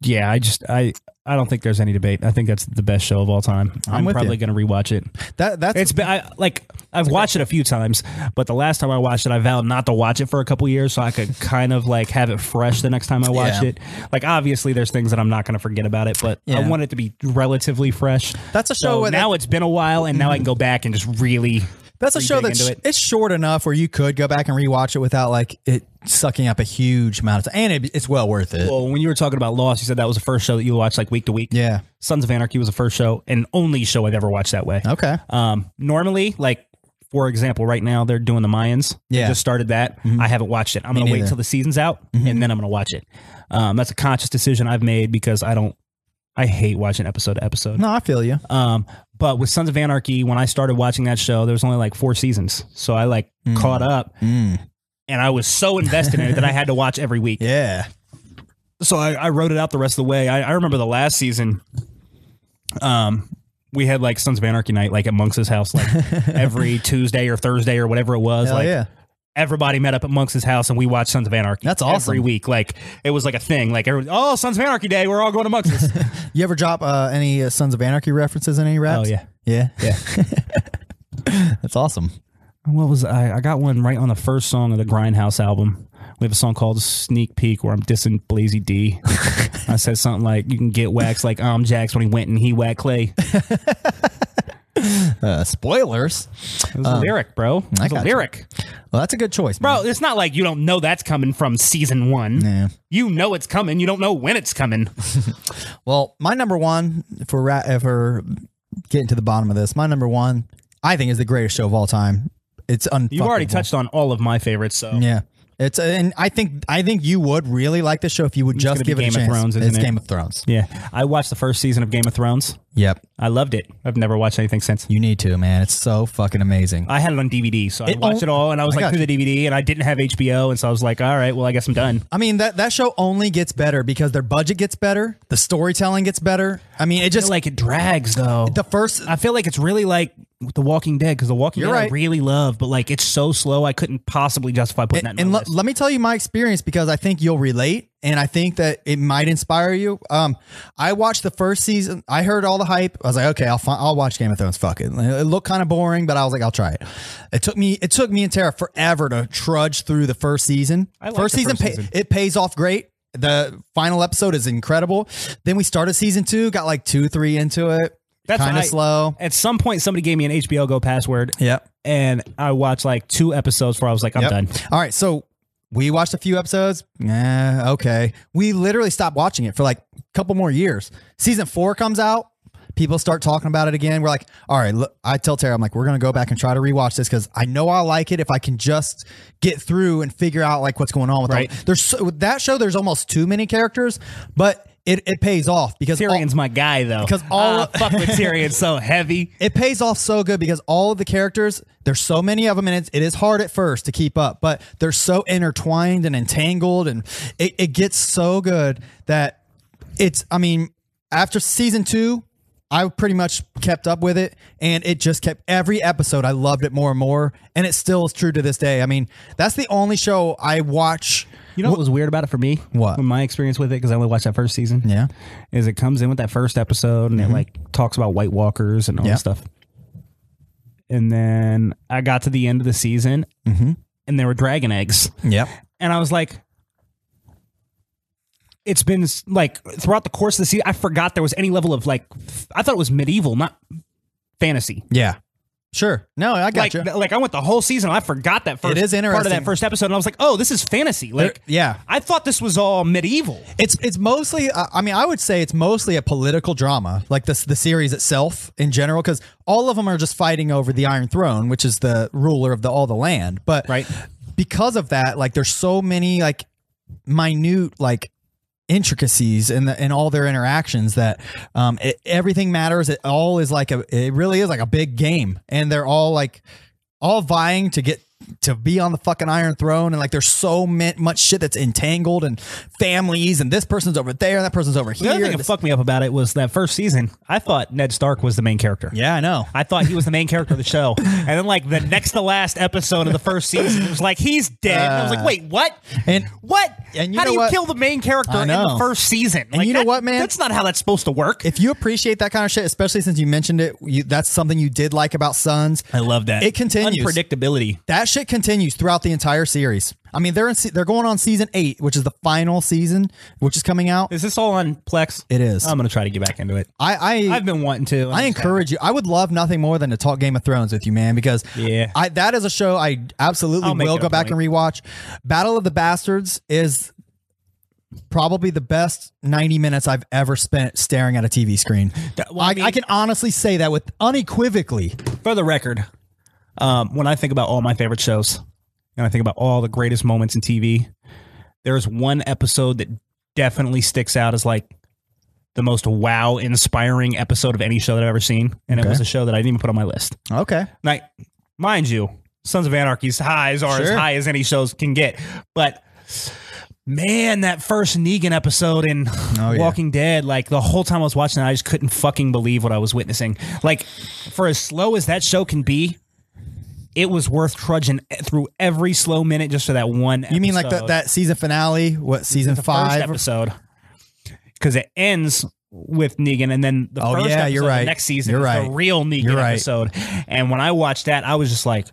Speaker 2: yeah i just i i don't think there's any debate i think that's the best show of all time i'm,
Speaker 1: with
Speaker 2: probably
Speaker 1: you.
Speaker 2: gonna rewatch it
Speaker 1: That that's
Speaker 2: it's been I, like i've watched it a few times but the last time i watched it i vowed not to watch it for a couple years so i could kind of like have it fresh the next time i watched
Speaker 1: Yeah.
Speaker 2: it like obviously there's things that i'm not going to forget about it but i
Speaker 1: Yeah.
Speaker 2: want it to be relatively fresh
Speaker 1: that's a show.
Speaker 2: So
Speaker 1: where that-
Speaker 2: now it's been a while, and now I can go back and just really.
Speaker 1: That's a show
Speaker 2: dig
Speaker 1: that's
Speaker 2: into it.
Speaker 1: it's short enough where you could go back and rewatch it without like it sucking up a huge amount of time, and it, it's well worth it.
Speaker 2: Well, when you were talking about Lost, you said that was the first show that you watched like week to week.
Speaker 1: yeah.
Speaker 2: Sons of Anarchy was the first show and only show I've ever watched that way.
Speaker 1: Okay.
Speaker 2: Um, normally, like for example, right now they're doing the Mayans. They
Speaker 1: Yeah. Mm-hmm.
Speaker 2: just started that. I haven't watched it. I'm gonna wait
Speaker 1: neither. Mm-hmm.
Speaker 2: till the season's out and then I'm gonna watch it. Um, that's a conscious decision I've made because I don't. I hate watching episode to episode.
Speaker 1: No, I feel you.
Speaker 2: Um, but with Sons of Anarchy, when I started watching that show, there was only like four seasons, so I like
Speaker 1: Mm.
Speaker 2: caught up, and I was so invested in it that I had to watch every week.
Speaker 1: Yeah.
Speaker 2: So I, I wrote it out the rest of the way. I, I remember the last season. Um, we had like Sons of Anarchy night, like at Monks' house, like every Tuesday or Thursday or whatever it was.
Speaker 1: Hell
Speaker 2: like
Speaker 1: yeah.
Speaker 2: everybody met up at Monk's house and we watched Sons of Anarchy.
Speaker 1: That's awesome.
Speaker 2: Every week, like it was like a thing. Like everyone, oh, Sons of Anarchy day, we're all going to Monk's.
Speaker 1: You ever drop uh, any uh, Sons of Anarchy references in any raps?
Speaker 2: Oh, yeah.
Speaker 1: yeah, yeah. That's awesome.
Speaker 2: what was I? I got one right on the first song of the Grindhouse album. We have a song called Sneak Peek where I'm dissing Blazy D. I said something like, "You can get waxed like um Jax when he went and he whacked Clay." It
Speaker 1: Uh, spoilers.
Speaker 2: was a lyric, bro. It was a
Speaker 1: Um, gotcha.
Speaker 2: lyric,
Speaker 1: Well, that's a good choice, man.
Speaker 2: bro. It's not like you don't know that's coming from season one.
Speaker 1: Yeah.
Speaker 2: You know it's coming. You don't know when it's coming.
Speaker 1: Well, my number one for ra- uh, for getting to the bottom of this, my number one, I think, is the greatest show of all time. It's un.
Speaker 2: You've already touched on all of my favorites, so
Speaker 1: Yeah. It's and I think I think you would really like the show if you would just
Speaker 2: gonna be
Speaker 1: give it
Speaker 2: Game
Speaker 1: a
Speaker 2: of
Speaker 1: chance.
Speaker 2: Thrones, isn't
Speaker 1: it's
Speaker 2: it?
Speaker 1: Game of Thrones.
Speaker 2: yeah. I watched the first season of Game of Thrones.
Speaker 1: Yep.
Speaker 2: I loved it. I've never watched anything since.
Speaker 1: You need to, man. It's so fucking amazing.
Speaker 2: I had it on DVD, so I
Speaker 1: It
Speaker 2: watched
Speaker 1: all-
Speaker 2: it all, and I was
Speaker 1: I
Speaker 2: like
Speaker 1: got
Speaker 2: through the DVD, and I didn't have HBO, and so I was like, all right, well, I guess I'm done.
Speaker 1: I mean that that show only gets better because their budget gets better, the storytelling gets better. I mean, it
Speaker 2: I feel
Speaker 1: just
Speaker 2: like it drags though.
Speaker 1: the first
Speaker 2: I feel like it's really like The Walking Dead because The Walking
Speaker 1: You're
Speaker 2: Dead I
Speaker 1: right.
Speaker 2: really love, but like it's so slow, I couldn't possibly justify putting that. In
Speaker 1: and
Speaker 2: my
Speaker 1: le-
Speaker 2: list.
Speaker 1: let me tell you my experience because I think you'll relate and I think that it might inspire you. Um, I watched the first season. I heard all the hype. I was like, okay, I'll fi- I'll watch Game of Thrones. Fuck it. It looked kind of boring, but I was like, I'll try it. It took me it took me and Tara forever to trudge through the first season.
Speaker 2: I liked
Speaker 1: first
Speaker 2: the
Speaker 1: season,
Speaker 2: first
Speaker 1: pa-
Speaker 2: season.
Speaker 1: it pays off great. The final episode is incredible. Then we started season two, got like two, three into it.
Speaker 2: That's
Speaker 1: kind of
Speaker 2: what I-
Speaker 1: slow.
Speaker 2: At some point, somebody gave me an HBO Go password,
Speaker 1: Yep.
Speaker 2: and I watched like two episodes where I was like, I'm
Speaker 1: Yep.
Speaker 2: done.
Speaker 1: All right, so we watched a few episodes. Nah, okay. We literally stopped watching it for like a couple more years. Season four comes out. People start talking about it again. We're like, all right, look, I tell Tara, I'm like, we're going to go back and try to rewatch this because I know I'll like it if I can just get through and figure out like what's going on with
Speaker 2: Right.
Speaker 1: all. There's so, with that show, there's almost too many characters, but it, it pays off because all-
Speaker 2: Tyrion's my guy though,
Speaker 1: Because all-
Speaker 2: Ah, fuck with Tyrion so heavy.
Speaker 1: it pays off so good because all of the characters there's so many of them and it's, it is hard at first to keep up but they're so intertwined and entangled and it, it gets so good that it's i mean after season two i pretty much kept up with it and it just kept every episode i loved it more and more and it still is true to this day i mean that's the only show i watch
Speaker 2: You know what was weird about it for me?
Speaker 1: What?
Speaker 2: When my experience with it, because I only watched that first season.
Speaker 1: Yeah. Mm-hmm.
Speaker 2: Is it comes in with that first episode and it like talks about White Walkers and all
Speaker 1: Yeah.
Speaker 2: that stuff. And then I got to the end of the season
Speaker 1: Mm-hmm.
Speaker 2: and there were dragon eggs.
Speaker 1: yep
Speaker 2: And I was like, it's been like throughout the course of the season, I forgot there was any level of like, f- I thought it was medieval, not fantasy.
Speaker 1: yeah sure no i got
Speaker 2: Like,
Speaker 1: gotcha. you
Speaker 2: th- like I went the whole season. I forgot that first
Speaker 1: is
Speaker 2: part of
Speaker 1: interesting.
Speaker 2: that first episode, and I was like, "Oh, this is fantasy." Like,
Speaker 1: yeah.
Speaker 2: I thought this was all medieval.
Speaker 1: It's it's mostly. uh, I I mean, I would say it's mostly a political drama, like this the series itself in general, because all of them are just fighting over the Iron Throne, which is the ruler of the all the land. But
Speaker 2: Right.
Speaker 1: because of that, like there's so many like minute like intricacies in the in all their interactions that um it, everything matters. It all is like a it really is like a big game, and they're all like all vying to get to be on the fucking iron throne and like there's so mi- much shit that's entangled and families and this person's over there and that person's over
Speaker 2: The
Speaker 1: here
Speaker 2: other thing
Speaker 1: and
Speaker 2: that
Speaker 1: this-
Speaker 2: fucked me up about it was that first season. I thought Ned Stark was the main character.
Speaker 1: yeah i know
Speaker 2: I thought he was the main character of the show, and then like the next to last episode of the first season, it was like he's dead. and I was like, wait, what?
Speaker 1: Uh, and-
Speaker 2: what?
Speaker 1: and you
Speaker 2: how do
Speaker 1: know
Speaker 2: you
Speaker 1: what?
Speaker 2: kill the main character
Speaker 1: I
Speaker 2: in the
Speaker 1: know.
Speaker 2: first season? And
Speaker 1: you know what, man?
Speaker 2: That's not how that's supposed to work.
Speaker 1: if you appreciate that kind of shit especially since you mentioned it you, that's something you did like about sons
Speaker 2: I love that.
Speaker 1: It continues.
Speaker 2: unpredictability.
Speaker 1: that shit continues throughout the entire series i mean they're in se- they're going on season eight which is the final season which is coming out
Speaker 2: Is this all on Plex?
Speaker 1: It is.
Speaker 2: I'm gonna try to get back into it.
Speaker 1: i i
Speaker 2: Um, I've been wanting to.
Speaker 1: I encourage you. I would love nothing more than to talk Game of Thrones with you, man, because
Speaker 2: Yeah.
Speaker 1: I, that is a show I absolutely
Speaker 2: I'll make
Speaker 1: will
Speaker 2: it a
Speaker 1: go back and
Speaker 2: point.
Speaker 1: rewatch. Battle of the Bastards is probably the best 90 minutes I've ever spent staring at a TV screen.
Speaker 2: That- well,
Speaker 1: I,
Speaker 2: I
Speaker 1: I,
Speaker 2: mean-
Speaker 1: can honestly say that with unequivocally.
Speaker 2: for the record, um, when I think about all my favorite shows and I think about all the greatest moments in TV, there's one episode that definitely sticks out as like the most wow inspiring episode of any show that I've ever seen. And it was a show that I didn't even put on my list.
Speaker 1: Okay.
Speaker 2: Like, mind you, Sons of Anarchy's highs are as
Speaker 1: Sure.
Speaker 2: high as any shows can get. But man, that first Negan episode in
Speaker 1: Oh, yeah.
Speaker 2: Walking Dead, like the whole time I was watching that, I just couldn't fucking believe what I was witnessing. Like, for as slow as that show can be, it was worth trudging through every slow minute just for that one.
Speaker 1: You mean like that that season finale? What season five?
Speaker 2: episode? Because it ends with Negan, and then the
Speaker 1: Oh,
Speaker 2: first
Speaker 1: yeah,
Speaker 2: episode
Speaker 1: you're
Speaker 2: of
Speaker 1: right.
Speaker 2: next season
Speaker 1: You're
Speaker 2: is
Speaker 1: right.
Speaker 2: the real Negan
Speaker 1: You're right.
Speaker 2: episode. And when I watched that, I was just like,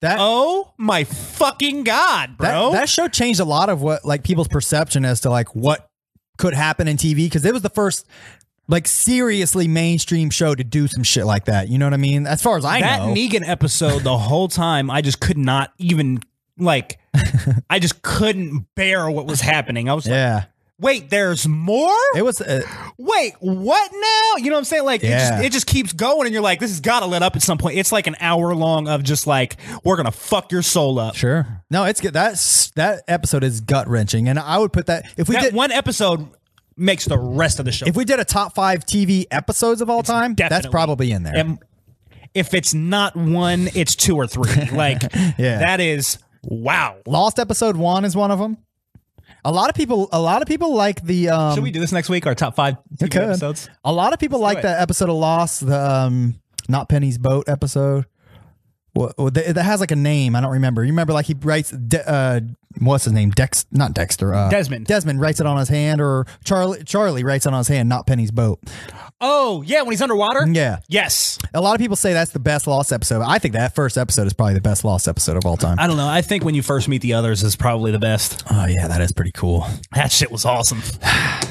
Speaker 1: That
Speaker 2: "Oh my fucking god,
Speaker 1: that,
Speaker 2: bro!"
Speaker 1: that show changed a lot of what like people's perception as to like what could happen in TV because it was the first like seriously mainstream show to do some shit like that. You know what I mean? As far as I
Speaker 2: that
Speaker 1: know,
Speaker 2: Negan episode, the whole time, I just could not even like. I just couldn't bear what was happening. I was like,
Speaker 1: yeah,
Speaker 2: "Wait, there's more."
Speaker 1: it was. Uh,
Speaker 2: wait, what now? You know what I'm saying? Like it,
Speaker 1: Yeah.
Speaker 2: just, it just keeps going, and you're like, this has got to let up at some point. It's like an hour long of just like we're gonna fuck your soul up.
Speaker 1: sure. No, it's good. That's that episode is gut wrenching, and I would put that if we
Speaker 2: that
Speaker 1: did
Speaker 2: one episode makes the rest of the show.
Speaker 1: if we did a top five TV episodes of all time, that's
Speaker 2: definitely-
Speaker 1: probably in there.
Speaker 2: And if it's not one, it's two or three. Like
Speaker 1: Yeah.
Speaker 2: that is wow.
Speaker 1: Lost episode one is one of them. A lot of people, a lot of people like the. Um,
Speaker 2: Should we do this next week? Our top five TV
Speaker 1: Could.
Speaker 2: episodes.
Speaker 1: A lot of people like
Speaker 2: it.
Speaker 1: that episode of Lost, the um, not Penny's boat episode. What, what that that has like a name? I don't remember. You remember like he writes, De- uh, what's his name? Dex, not Dexter. Uh,
Speaker 2: Desmond.
Speaker 1: Desmond writes it on his hand, or Charlie. Charlie writes it on his hand, not Penny's boat.
Speaker 2: Oh yeah, when he's underwater.
Speaker 1: Yeah,
Speaker 2: Yes.
Speaker 1: a lot of people say that's the best Lost episode. I think that first episode is probably the best Lost episode of all time.
Speaker 2: I don't know. I think when you first meet the others is probably the best.
Speaker 1: oh yeah, that is pretty cool.
Speaker 2: That shit was awesome.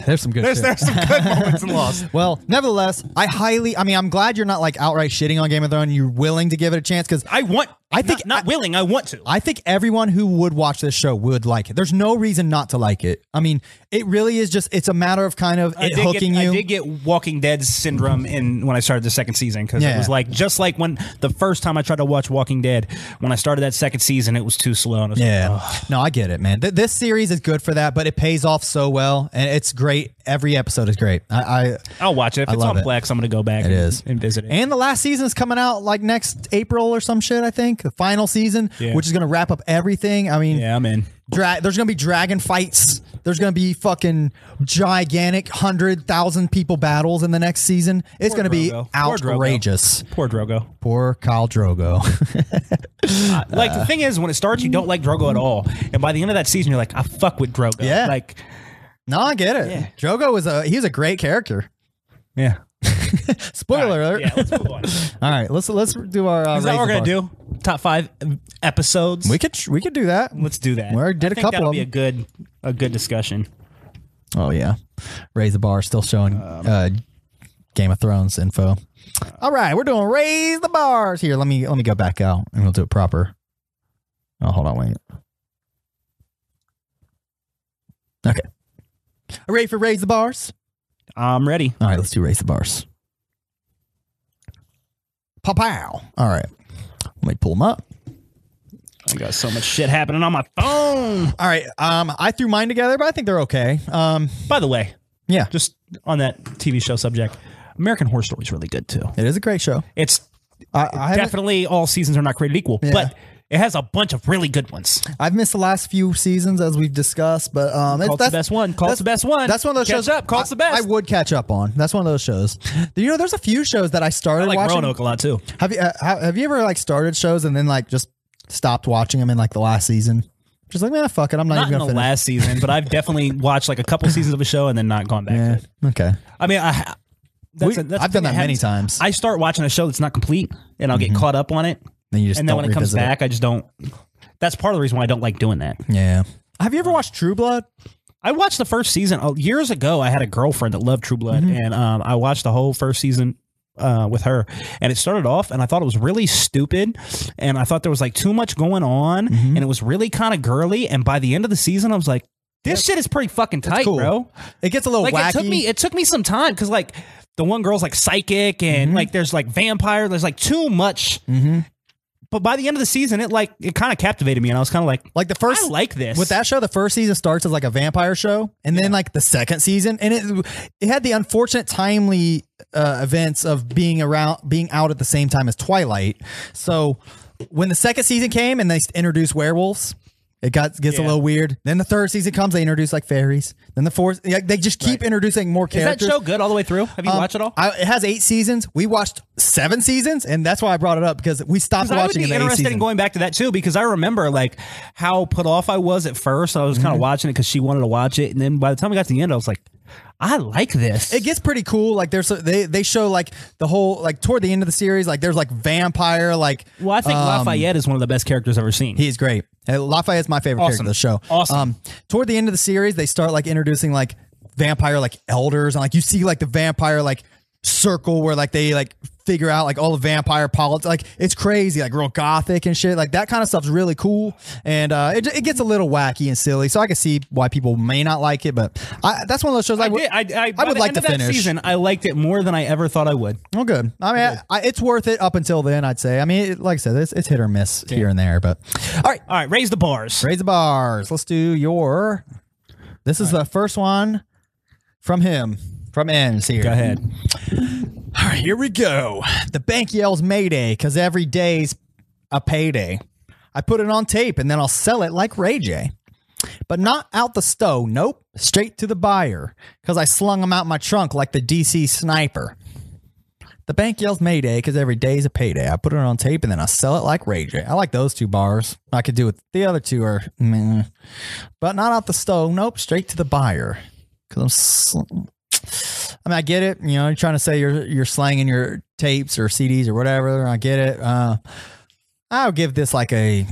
Speaker 1: There's some good.
Speaker 2: There's,
Speaker 1: shit.
Speaker 2: there's some good moments in Lost.
Speaker 1: Well, nevertheless, I highly. I mean, I'm glad you're not like outright shitting on Game of Thrones. You're willing to give it a chance because
Speaker 2: I want.
Speaker 1: I think-
Speaker 2: not, not willing. I want to.
Speaker 1: I think everyone who would watch this show would like it. There's no reason not to like it. I mean, it really is just it's a matter of kind of
Speaker 2: I
Speaker 1: it
Speaker 2: did
Speaker 1: hooking
Speaker 2: get,
Speaker 1: you.
Speaker 2: I did get Walking Dead syndrome in when I started the second season because
Speaker 1: Yeah.
Speaker 2: it was like just like when the first time I tried to watch Walking Dead when I started that second season, it was too slow. And I was like,
Speaker 1: yeah. No, I get it, man. Th- this series is good for that, but it pays off so well and it's great. Every episode is great. I, I
Speaker 2: I'll watch it. If it's
Speaker 1: love
Speaker 2: on
Speaker 1: it.
Speaker 2: Plex, I'm gonna go back. It and,
Speaker 1: is.
Speaker 2: and visit it.
Speaker 1: and the last season is coming out like next April or some shit, I think. The final season,
Speaker 2: Yeah.
Speaker 1: which is going to wrap up everything. I mean,
Speaker 2: yeah, I'm in.
Speaker 1: dra- there's gonna be dragon fights. There's gonna be fucking gigantic hundred thousand people battles in the next season. It's
Speaker 2: Poor
Speaker 1: gonna be
Speaker 2: Drogo. Poor Drogo.
Speaker 1: outrageous.
Speaker 2: Poor Drogo.
Speaker 1: Poor Kyle Drogo.
Speaker 2: Like
Speaker 1: Uh,
Speaker 2: the thing is, when it starts, you don't like Drogo at all, and by the end of that season, you're like, I fuck with Drogo.
Speaker 1: Yeah.
Speaker 2: Like,
Speaker 1: no, I get it. Drogo was a he was a great character.
Speaker 2: yeah.
Speaker 1: Spoiler alert.
Speaker 2: Yeah. Let's move on. Is
Speaker 1: All right, let's let's do our. Uh,
Speaker 2: that what we're
Speaker 1: raise the
Speaker 2: gonna do? Top five episodes.
Speaker 1: bar. We could tr- we could do that.
Speaker 2: Let's do that.
Speaker 1: We already did
Speaker 2: I
Speaker 1: a
Speaker 2: think
Speaker 1: couple
Speaker 2: that'll
Speaker 1: of
Speaker 2: be a
Speaker 1: them.
Speaker 2: good a good discussion.
Speaker 1: Oh yeah, raise the bar. Still showing
Speaker 2: Um,
Speaker 1: uh, Game of Thrones info. All right, we're doing raise the bars here. Let me let me go back out and we'll do it proper. Oh, hold on, wait. Okay, ready for raise the bars?
Speaker 2: I'm ready.
Speaker 1: All right, let's do raise the bars. Pow pow. All right, let me pull them up.
Speaker 2: I got so much shit happening on my phone.
Speaker 1: All right, um, I threw mine together, but I think they're okay. Um,
Speaker 2: By the way,
Speaker 1: yeah,
Speaker 2: just on that TV show subject, American Horror Story is really good too.
Speaker 1: it is a great show.
Speaker 2: It's
Speaker 1: I, I haven't-
Speaker 2: definitely all seasons are not created equal,
Speaker 1: Yeah.
Speaker 2: but it has a bunch of really good ones.
Speaker 1: I've missed the last few seasons as we've discussed, but um, it's
Speaker 2: Cult's the best one. Cult's
Speaker 1: that's-
Speaker 2: the best one.
Speaker 1: That's one of those
Speaker 2: Catch
Speaker 1: shows.
Speaker 2: up. Cult's
Speaker 1: I,
Speaker 2: the best.
Speaker 1: I would catch up on. That's one of those shows. You know, there's a few shows that I started
Speaker 2: I like
Speaker 1: watching.
Speaker 2: Roanoke a lot too.
Speaker 1: Have you uh, ha- have you ever like started shows and then like just stopped watching them in like the last season? Just like man, fuck it, I'm not,
Speaker 2: Not in
Speaker 1: even
Speaker 2: the
Speaker 1: gonna finish.
Speaker 2: last season, but I've definitely watched like a couple seasons of a show and then not gone back. to it.
Speaker 1: Yeah. Okay.
Speaker 2: I mean, I. That's
Speaker 1: We-
Speaker 2: a- that's
Speaker 1: I've
Speaker 2: the
Speaker 1: done
Speaker 2: thing
Speaker 1: that many
Speaker 2: happens.
Speaker 1: times.
Speaker 2: I start watching a show that's not complete, and I'll get caught up on it,
Speaker 1: Then you just
Speaker 2: and then
Speaker 1: don't
Speaker 2: when it comes
Speaker 1: revisit
Speaker 2: back, I just don't. That's part of the reason why I don't like doing that.
Speaker 1: Yeah. Have you ever watched True Blood?
Speaker 2: I watched the first season uh, years ago. I had a girlfriend that loved True Blood,
Speaker 1: Mm-hmm.
Speaker 2: and um, I watched the whole first season uh, with her. And it started off, and I thought it was really stupid, and I thought there was like too much going on,
Speaker 1: Mm-hmm.
Speaker 2: and it was really kind of girly. And by the end of the season, I was like, "This shit is pretty fucking tight,
Speaker 1: cool.
Speaker 2: bro."
Speaker 1: It gets a little
Speaker 2: Like
Speaker 1: wacky.
Speaker 2: it took me, it took me some time because like the one girl's like psychic, and
Speaker 1: Mm-hmm.
Speaker 2: like there's like vampire. There's like too much. But by the end of the season, it like it kind of captivated me, and I was kind of like,
Speaker 1: like the first
Speaker 2: I like this.
Speaker 1: With that show, the first season starts as like a vampire show, and then like the second season, and it it had the unfortunate timely uh, events of being around, being out at the same time as Twilight. So when the second season came and they introduced werewolves, It got gets a
Speaker 2: Yeah.
Speaker 1: little weird. Then the third season comes, they introduce like fairies. Then the fourth, yeah, they just keep introducing more
Speaker 2: Is that
Speaker 1: characters.
Speaker 2: show good all the way through? Have you
Speaker 1: Um,
Speaker 2: watched it all?
Speaker 1: I, it has eight seasons. We watched seven seasons, and that's why I brought it up because we stopped
Speaker 2: 'Cause I would
Speaker 1: watching
Speaker 2: be
Speaker 1: in the eighth
Speaker 2: interested in
Speaker 1: season.
Speaker 2: going back to that too because I remember like how put off I was at first. I was kind of watching it because she wanted to watch it, and then by the time we got to the end, I was like, I like this.
Speaker 1: it gets pretty cool. Like there's they they show like the whole like toward the end of the series, like there's like vampire like
Speaker 2: well, I think Lafayette is one of the best characters I've ever seen.
Speaker 1: He's great. Uh, Lafayette's my favorite character
Speaker 2: Awesome.
Speaker 1: of the show. Um,
Speaker 2: Awesome.
Speaker 1: toward the end of the series, they start like introducing like vampire like elders and like you see like the vampire like circle where like they like figure out like all the vampire politics. Like it's crazy, like real gothic and shit. Like that kind of stuff's really cool. And uh, it, it gets a little wacky and silly, so I can see why people may not like it. But I, that's one of those shows I,
Speaker 2: I,
Speaker 1: would
Speaker 2: did, I, I, by
Speaker 1: would
Speaker 2: the
Speaker 1: like
Speaker 2: end
Speaker 1: to
Speaker 2: of that
Speaker 1: finish.
Speaker 2: season. I liked it more than I ever thought I would.
Speaker 1: Well, good. I mean, I, I, it's worth it up until then. I'd say. I mean, it, like I said, it's, it's hit or miss here and there. But all right,
Speaker 2: All right, raise the bars.
Speaker 1: Raise the bars. Let's do your. This is the first one from him, from Ends here.
Speaker 2: Go ahead.
Speaker 1: All right, here we go. The bank yells Mayday because every day's a payday. I put it on tape and then I'll sell it like Ray J. But not out the stove, nope, straight to the buyer because I slung him out my trunk like the DC sniper. The bank yells Mayday because every day's a payday. I put it on tape and then I sell it like Ray J. I like those two bars. I could do it. The other two are, meh. but not out the stove, nope, straight to the buyer because I'm sl- I mean, I get it. You know, you're trying to say you're you're slanging your tapes or CDs or whatever. I get it. Uh, I'll give this like a,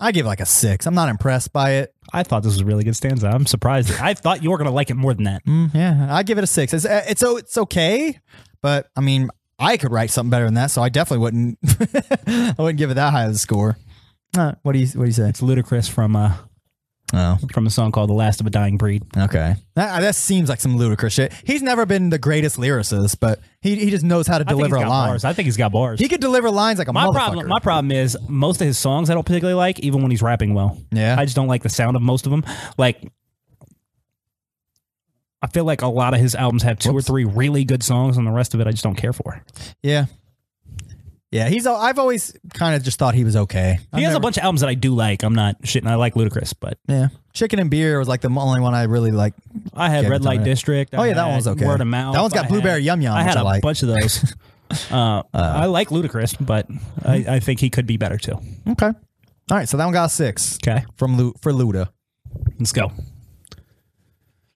Speaker 1: I give like a six. I'm not impressed by it.
Speaker 2: I thought this was a really good stanza. I'm surprised. I thought you were gonna like it more than that.
Speaker 1: Mm, yeah, I give it a six. It's uh, it's oh, it's okay, but I mean, I could write something better than that. So I definitely wouldn't. I wouldn't give it that high of a score. Uh, what do you what do you say?
Speaker 2: It's ludicrous from uh
Speaker 1: Oh,
Speaker 2: from a song called "The Last of a Dying Breed."
Speaker 1: okay. That, that seems like some ludicrous shit. He's never been the greatest lyricist, but he he just knows how to
Speaker 2: I think
Speaker 1: deliver
Speaker 2: he's
Speaker 1: a
Speaker 2: got
Speaker 1: line.
Speaker 2: bars. I think he's got bars.
Speaker 1: He could deliver lines like a
Speaker 2: my
Speaker 1: motherfucker.
Speaker 2: problem, my problem is most of his songs I don't particularly like, even when he's rapping well.
Speaker 1: Yeah.
Speaker 2: I just don't like the sound of most of them. Like, I feel like a lot of his albums have two
Speaker 1: Whoops.
Speaker 2: or three really good songs, and the rest of it I just don't care for.
Speaker 1: Yeah. Yeah, he's. al- I've always kind of just thought he was okay.
Speaker 2: he
Speaker 1: I've
Speaker 2: has a
Speaker 1: never-
Speaker 2: bunch of albums that I do like. I'm not shitting. I like Ludacris, but
Speaker 1: Yeah, chicken and beer was like the only one I really like.
Speaker 2: I had
Speaker 1: Yeah,
Speaker 2: Red
Speaker 1: that's
Speaker 2: Light
Speaker 1: alright.
Speaker 2: District.
Speaker 1: Oh,
Speaker 2: I
Speaker 1: yeah, that
Speaker 2: had
Speaker 1: one's okay.
Speaker 2: Word of mouth.
Speaker 1: That one's got
Speaker 2: I
Speaker 1: blueberry
Speaker 2: had-
Speaker 1: yum yum,
Speaker 2: I
Speaker 1: which
Speaker 2: had
Speaker 1: I
Speaker 2: a
Speaker 1: like.
Speaker 2: bunch of those. uh, I like Ludacris, but I, I think he could be better too.
Speaker 1: Okay, all right. So that one got a six
Speaker 2: Okay,
Speaker 1: from Lu- for Luda.
Speaker 2: let's go.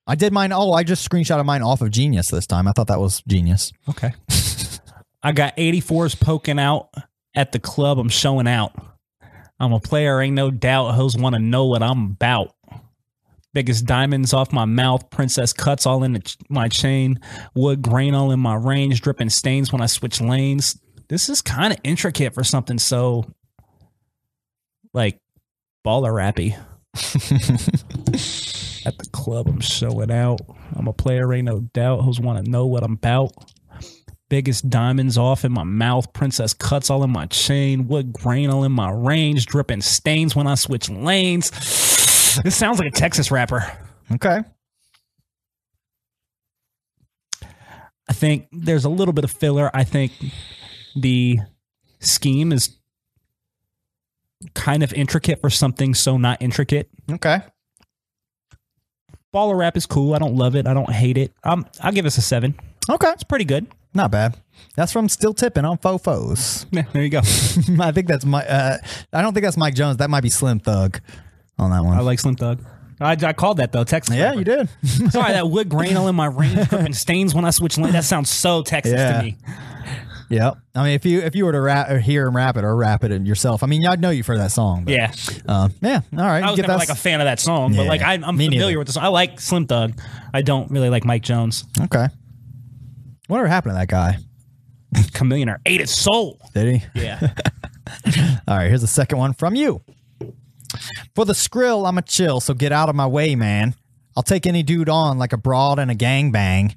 Speaker 1: I did mine. Oh, I just screenshotted mine off of Genius this time. I thought that was genius.
Speaker 2: Okay. I got 84s poking out at the club. I'm showing out. I'm a player, ain't no doubt. Hoes want to know what I'm about. Biggest diamonds off my mouth, princess cuts all in the ch- my chain, wood grain all in my range, dripping stains when I switch lanes. This is kind of intricate for something so like baller rappy. At the club, I'm showing out. I'm a player, ain't no doubt. Hoes want to know what I'm about. Biggest diamonds off in my mouth. Princess cuts all in my chain. Wood grain all in my range. Dripping stains when I switch lanes. This sounds like a Texas rapper.
Speaker 1: Okay,
Speaker 2: I think there's a little bit of filler. I think the scheme is kind of intricate for something so not intricate.
Speaker 1: okay.
Speaker 2: Baller rap is cool. I don't love it. I don't hate it. Um, I'll give us a seven.
Speaker 1: Okay,
Speaker 2: It's pretty good.
Speaker 1: not bad. That's from Still Tipping on Fofos.
Speaker 2: Yeah, there you go.
Speaker 1: I think that's my. Uh, I don't think that's Mike Jones. That might be Slim Thug on that one.
Speaker 2: I like Slim Thug. I, I called that though. Texas.
Speaker 1: yeah,
Speaker 2: rapper.
Speaker 1: you did.
Speaker 2: Sorry, that wood grain all in my range dripping stains when I switch lane. That sounds so Texas
Speaker 1: Yeah.
Speaker 2: to me.
Speaker 1: yep. I mean, if you if you were to rap or hear him rap it or rap it yourself, I mean, I'd know you for that song. But,
Speaker 2: Yeah,
Speaker 1: Uh, yeah. All right.
Speaker 2: I was
Speaker 1: give
Speaker 2: never
Speaker 1: us-
Speaker 2: like a fan of that song, but
Speaker 1: Yeah,
Speaker 2: like I, I'm
Speaker 1: me
Speaker 2: familiar
Speaker 1: neither.
Speaker 2: with the song. I like Slim Thug. I don't really like Mike Jones.
Speaker 1: Okay. Whatever happened to that guy?
Speaker 2: Chameleonaire ate his soul.
Speaker 1: Did he?
Speaker 2: Yeah,
Speaker 1: All right, here's the second one from you. For the skrill, I'm a chill, so get out of my way, man. I'll take any dude on like a broad and a gangbang.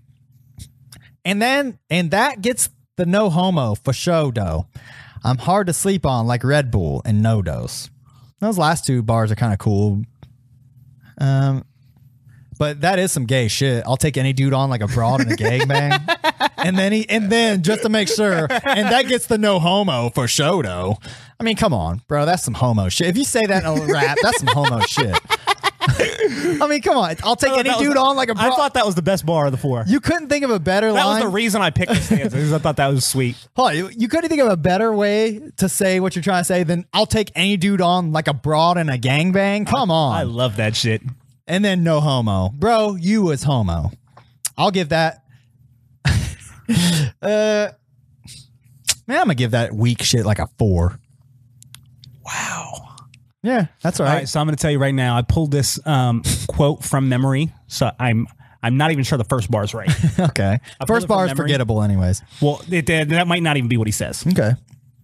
Speaker 1: And then, and that gets the no homo for show dough. I'm hard to sleep on like Red Bull and no dose. Those last two bars are kind of cool. Um, But that is some gay shit. I'll take any dude on like a broad and a gangbang. and then he and then just to make sure, and that gets the no homo for Shodo. I mean, come on, bro. That's some homo shit. If you say that in a rap, that's some homo shit. I mean, come on. I'll take
Speaker 2: Oh,
Speaker 1: any
Speaker 2: that was-
Speaker 1: dude on like a
Speaker 2: I
Speaker 1: broad.
Speaker 2: thought that was the best bar of the four.
Speaker 1: you couldn't think of a better
Speaker 2: that was
Speaker 1: line.
Speaker 2: the reason I picked this stanza because I thought that was sweet.
Speaker 1: Hold on, you- you couldn't think of a better way to say what you're trying to say than I'll take any dude on like a broad and a gangbang. Come on.
Speaker 2: I love that shit.
Speaker 1: and then no homo. Bro, you was homo. I'll give that. uh, man, I'm gonna give that weak shit like a four.
Speaker 2: Wow.
Speaker 1: Yeah, that's all
Speaker 2: All
Speaker 1: right.
Speaker 2: right, so I'm going to tell you right now. I pulled this um, quote from memory, so I'm I'm not even sure the first bar's right.
Speaker 1: Okay,
Speaker 2: pulled
Speaker 1: first
Speaker 2: it from
Speaker 1: bar is
Speaker 2: memory.
Speaker 1: forgettable, anyways.
Speaker 2: well, it, that that might not even be what he says,
Speaker 1: Okay,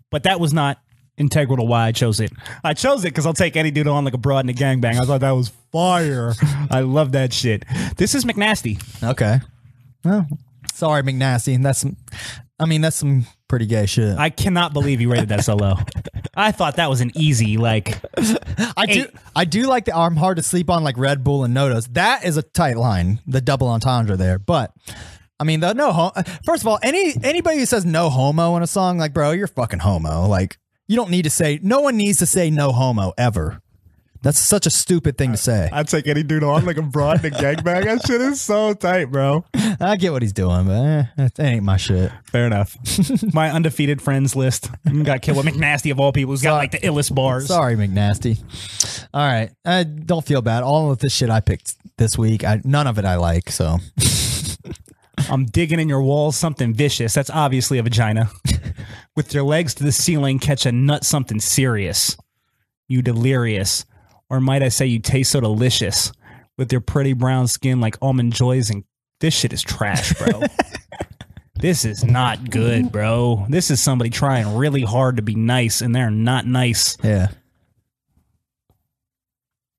Speaker 2: but that was not integral to why I chose it. I chose it because I'll take any dude on like a broad and a gangbang. I thought that was fire. I love that shit. This is McNasty.
Speaker 1: okay. Well, sorry, McNasty. That's, some, I mean, that's some pretty gay shit.
Speaker 2: I cannot believe you rated that so low. I thought that was an easy like.
Speaker 1: I do.
Speaker 2: Eight.
Speaker 1: I do like the I'm hard to sleep on, like Red Bull and Nodos. That is a tight line, the double entendre there. But I mean, the no. Hom- First of all, any anybody who says no homo in a song, like bro, you're fucking homo. Like you don't need to say. No one needs to say no homo ever. That's such a stupid thing to say.
Speaker 2: I'd take any dude on like a broad and a gangbang. That shit is so tight, bro.
Speaker 1: I get what he's doing, but eh, that ain't my shit.
Speaker 2: Fair enough. My undefeated friends list got killed with McNasty of all people, who's got like the illest bars.
Speaker 1: Sorry, McNasty. All right, I don't feel bad. All of this shit I picked this week, I, none of it I like. So
Speaker 2: I'm digging in your walls something vicious. That's obviously a vagina. with your legs to the ceiling, catch a nut something serious. You delirious, or might I say you taste so delicious with your pretty brown skin like almond joys and this shit is trash, bro. this is not good, bro. This is somebody trying really hard to be nice and they're not nice.
Speaker 1: yeah,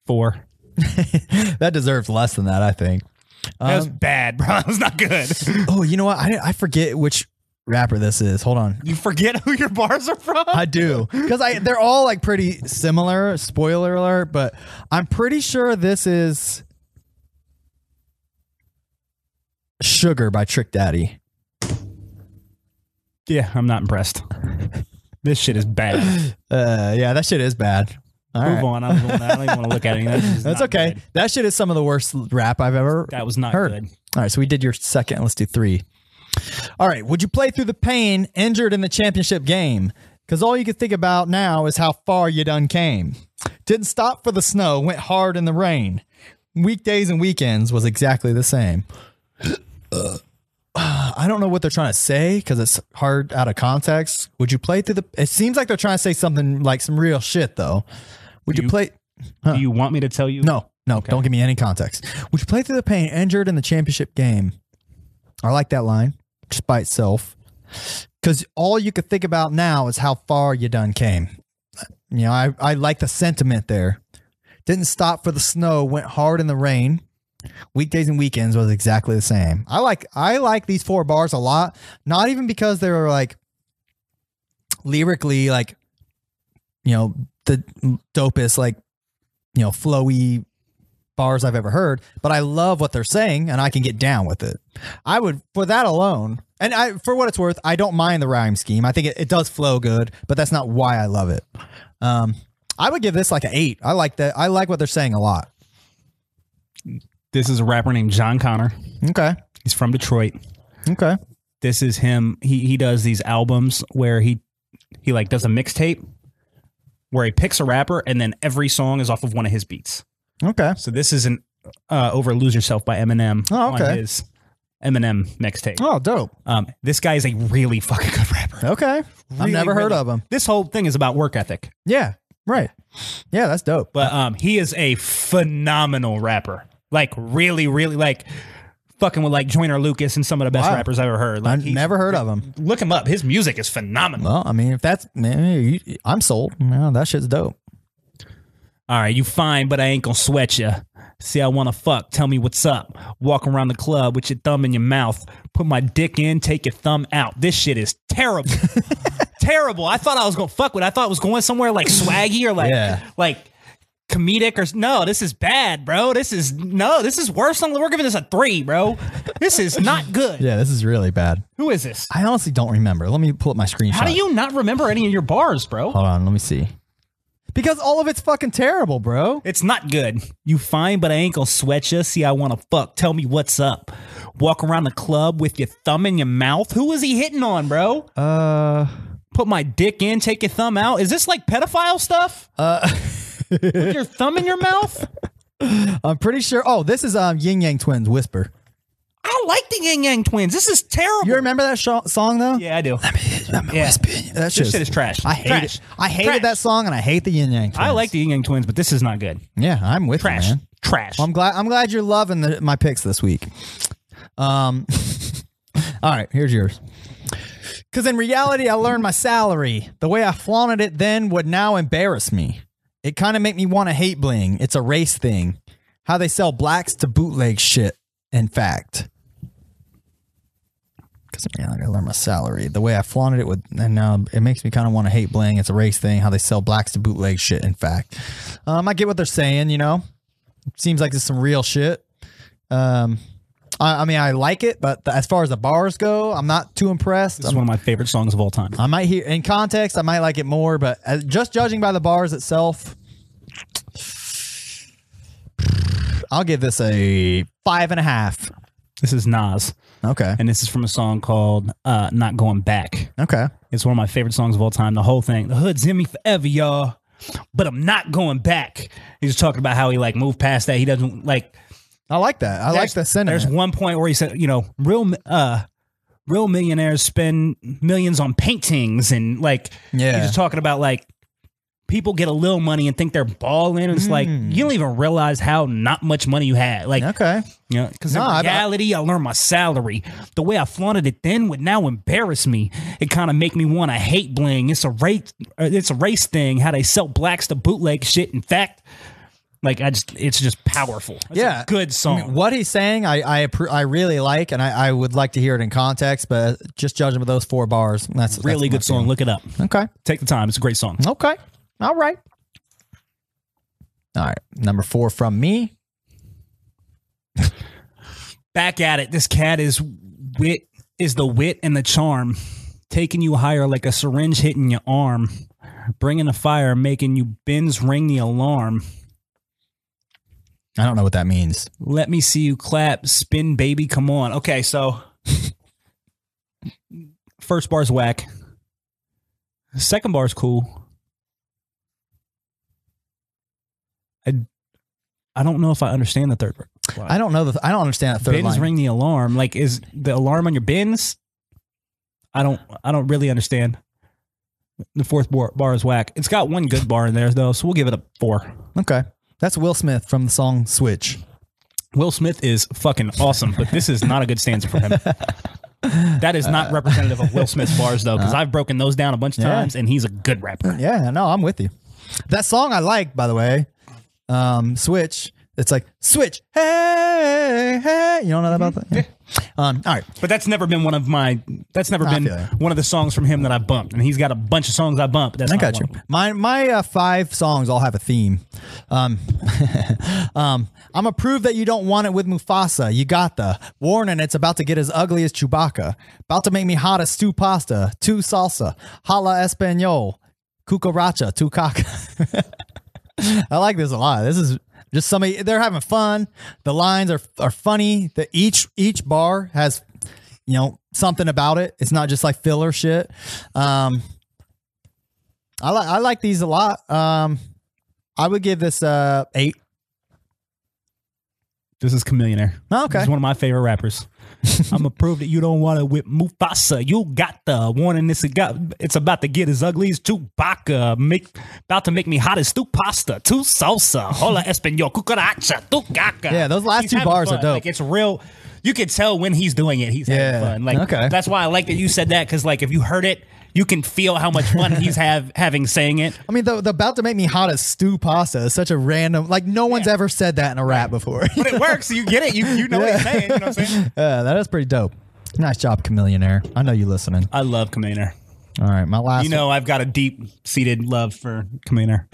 Speaker 2: Four.
Speaker 1: that deserves less than that, I think. Um,
Speaker 2: That was bad, bro. That was not good.
Speaker 1: Oh, you know what? I, I forget which rapper this is. Hold on.
Speaker 2: you forget who your bars are from?
Speaker 1: I do because I they're all like pretty similar. Spoiler alert, but I'm pretty sure this is "Sugar" by Trick Daddy.
Speaker 2: yeah, I'm not impressed. This shit is bad.
Speaker 1: Uh, yeah, that shit is bad. All
Speaker 2: Move
Speaker 1: right.
Speaker 2: on. I don't, even- I don't even want to look at it. That's, just
Speaker 1: That's
Speaker 2: not
Speaker 1: okay.
Speaker 2: good.
Speaker 1: That shit is some of the worst rap I've ever
Speaker 2: That was not
Speaker 1: heard.
Speaker 2: good.
Speaker 1: All right, so we did your second. Let's do three. All right, would you play through the pain injured in the championship game? Because all you can think about now is how far you done came. Didn't stop for the snow, went hard in the rain. Weekdays and weekends was exactly the same. Uh, I don't know what they're trying to say because it's hard out of context. Would you play through the? It seems like they're trying to say something like some real shit though. Would you
Speaker 2: You-
Speaker 1: play?
Speaker 2: Do you want me to tell you?
Speaker 1: No, no, don't give me any context. Would you play through the pain injured in the championship game? I like that line just by itself. Because all you could think about now is how far you done came. You know, I, I like the sentiment there. Didn't stop for the snow, went hard in the rain. Weekdays and weekends was exactly the same. I like I like these four bars a lot. Not even because they were like lyrically like you know the dopest like you know flowy bars I've ever heard, but I love what they're saying and I can get down with it. I would for that alone. And I for what it's worth, I don't mind the rhyme scheme. I think it, it does flow good, but that's not why I love it. Um I would give this like an 8. I like that I like what they're saying a lot.
Speaker 2: This is a rapper named John Connor.
Speaker 1: Okay.
Speaker 2: He's from Detroit.
Speaker 1: Okay.
Speaker 2: This is him. He he does these albums where he he like does a mixtape where he picks a rapper and then every song is off of one of his beats.
Speaker 1: Okay.
Speaker 2: So this is an uh, "Over Lose Yourself" by Eminem
Speaker 1: Oh, okay.
Speaker 2: on his Eminem mixtape.
Speaker 1: Oh, dope.
Speaker 2: Um, this guy is a really fucking good rapper.
Speaker 1: Okay. I've
Speaker 2: Really,
Speaker 1: never heard
Speaker 2: really-
Speaker 1: of him.
Speaker 2: This whole thing is about work ethic,
Speaker 1: Yeah. Right. Yeah, that's dope.
Speaker 2: but um, he is a phenomenal rapper. Like really, really like fucking with like Joyner Lucas and some of the best
Speaker 1: Wow.
Speaker 2: rappers I've ever heard. Like
Speaker 1: I've
Speaker 2: he's-
Speaker 1: never heard of him.
Speaker 2: look him up. His music is phenomenal.
Speaker 1: Well, I mean, if that's man, you- I'm sold. No, that shit's dope.
Speaker 2: All right, you fine, but I ain't gonna sweat ya. See, I wanna fuck. Tell me what's up. Walk around the club with your thumb in your mouth. Put my dick in, take your thumb out. This shit is terrible. terrible. I thought I was gonna fuck with. it. I thought it was going somewhere like swaggy or like
Speaker 1: Yeah.
Speaker 2: like comedic or no, this is bad, bro. This is no, this is worse than we're giving this a three, bro. This is not good.
Speaker 1: Yeah, this is really bad.
Speaker 2: Who is this?
Speaker 1: I honestly don't remember. Let me pull up my screenshot.
Speaker 2: How do you not remember any of your bars, bro?
Speaker 1: Hold on, let me see. Because all of it's fucking terrible, bro.
Speaker 2: It's not good. You fine, but I ain't gonna sweat you. See, I wanna fuck. Tell me what's up. Walk around the club with your thumb in your mouth. Who is he hitting on, bro?
Speaker 1: Uh,
Speaker 2: Put my dick in, take your thumb out. Is this like pedophile stuff? Uh, with your thumb in your mouth?
Speaker 1: I'm pretty sure. Oh, this is um Yin Yang Twins Whisper.
Speaker 2: I like the Yang Yang Twins. This is terrible.
Speaker 1: You remember that sho- song though?
Speaker 2: yeah, I do.
Speaker 1: yeah.
Speaker 2: Yeah.
Speaker 1: That
Speaker 2: This shit is trash.
Speaker 1: I hate
Speaker 2: Trash.
Speaker 1: it. I hated
Speaker 2: Trash.
Speaker 1: that song and I hate the Yin Yang. Twins.
Speaker 2: I like the Ying Yang Twins, but this is not good.
Speaker 1: Yeah, I'm with
Speaker 2: Trash.
Speaker 1: you, man.
Speaker 2: Trash.
Speaker 1: I'm glad. I'm glad you're loving the, my picks this week. Um, all right, here's yours. Because in reality, I learned my salary. The way I flaunted it then would now embarrass me. It kind of make me want to hate bling. It's a race thing. How they sell blacks to bootleg shit. In fact. Because in reality, I learned my salary. The way I flaunted it with, and now it makes me kind of want to hate bling. It's a race thing. How they sell blacks to bootleg shit. In fact, um, I get what they're saying. You know, seems like it's some real shit. Um, I, I mean, I like it, but as far as the bars go, I'm not too impressed.
Speaker 2: this is
Speaker 1: I'm-
Speaker 2: one of my favorite songs of all time.
Speaker 1: I might hear in context, I might like it more, but as, just judging by the bars itself, I'll give this a five and a half.
Speaker 2: This is Nas,
Speaker 1: Okay.
Speaker 2: and this is from a song called uh, "Not Going Back."
Speaker 1: Okay.
Speaker 2: It's one of my favorite songs of all time. The whole thing. The hood's in me forever, y'all. But I'm not going back. He's talking about how he like moved past that. He doesn't like.
Speaker 1: I like that. I like
Speaker 2: there's-
Speaker 1: the sentiment.
Speaker 2: There's one point where he said, you know, real uh, real millionaires spend millions on paintings and like.
Speaker 1: Yeah.
Speaker 2: He's just talking about like people get a little money and think they're balling. It's like
Speaker 1: Hmm.
Speaker 2: you don't even realize how not much money you had. Like
Speaker 1: okay.
Speaker 2: Yeah, because
Speaker 1: No, I- I-
Speaker 2: in reality, I, learned my salary. The way I flaunted it then would now embarrass me. It kind of make me want to hate bling. It's a race. uh, It's a race thing. How they sell blacks to bootleg shit. In fact, like I just, it's just powerful. It's
Speaker 1: Yeah.
Speaker 2: a good
Speaker 1: I
Speaker 2: song.
Speaker 1: mean, what he's saying, I I, appro- I really like, and I, I would like to hear it in context, but just judging by those four bars, that's that's
Speaker 2: really
Speaker 1: my
Speaker 2: good song. Look it up.
Speaker 1: feeling. Okay.
Speaker 2: Take the time. It's a great song.
Speaker 1: Okay. All right. All right. Number four from me.
Speaker 2: Back at it. This cat is wit is the wit and the charm, taking you higher like a syringe hitting your arm, bringing the fire, making you bins ring the alarm.
Speaker 1: I don't know what that means.
Speaker 2: Let me see you clap, spin, baby, come on. Okay, so first bar's whack. Second bar's cool. I I don't know if I understand the third bar.
Speaker 1: I don't know the. I don't understand that third
Speaker 2: Bins
Speaker 1: line.
Speaker 2: ring the alarm. Like, is the alarm on your bins? I don't. I don't really understand. The fourth bar, bar is whack. It's got one good bar in there though, so we'll give it a four.
Speaker 1: Okay, that's Will Smith from the song Switch.
Speaker 2: Will Smith is fucking awesome, but this is not a good stanza for him. That is not representative of Will Smith's bars, though, because I've broken those down a bunch of
Speaker 1: Uh-huh. Yeah.
Speaker 2: times, and he's a good rapper.
Speaker 1: Yeah, no, I'm with you. That song I like, by the way, um, Switch. It's like Switch. Hey, hey. You don't know that about that? Yeah. Um, all right.
Speaker 2: But that's never been one of my. That's never been
Speaker 1: feel you.
Speaker 2: one of the songs from him that I bumped, and he's got a bunch of songs I bumped. That's
Speaker 1: I
Speaker 2: not
Speaker 1: got
Speaker 2: one
Speaker 1: you.
Speaker 2: of them.
Speaker 1: My my uh, five songs all have a theme. Um, um, I'm a prove that you don't want it with Mufasa. You got the warning. It's about to get as ugly as Chewbacca. About to make me hot as stew pasta, two salsa, hala espanol, cucaracha, two caca. I like this a lot. This is just somebody they're having fun. The lines are are funny. The each each bar has you know something about it. It's not just like filler shit. Um, I like I like these a lot. Um, I would give this uh eight.
Speaker 2: This is Chameleonaire.
Speaker 1: Oh, okay.
Speaker 2: He's one of my favorite rappers. I'm gonna prove that you don't want to whip Mufasa. You got the warning. This it got. It's about to get as ugly as Chewbacca. Make about to make me hot as stew pasta, two salsa, hola espanol, cucaracha, tu caca.
Speaker 1: Yeah, those last
Speaker 2: He's
Speaker 1: two
Speaker 2: having
Speaker 1: bars are
Speaker 2: fun.
Speaker 1: dope.
Speaker 2: Like it's real. You can tell when he's doing it. He's
Speaker 1: Yeah,
Speaker 2: having fun. Like
Speaker 1: okay.
Speaker 2: that's why I like that you said that because like if you heard it, you can feel how much fun he's have having saying it.
Speaker 1: I mean, the, the about to make me hot as stew pasta is such a random. Like no one's ever said that in a rap before. yeah,
Speaker 2: But it works. You get it. You you know what he's saying. You know what I'm saying.
Speaker 1: that is pretty dope. Nice job, chameleonaire. I know you listening.
Speaker 2: I love Chameleonaire.
Speaker 1: All right, my last.
Speaker 2: You know, I've got a deep seated love for Kaminer.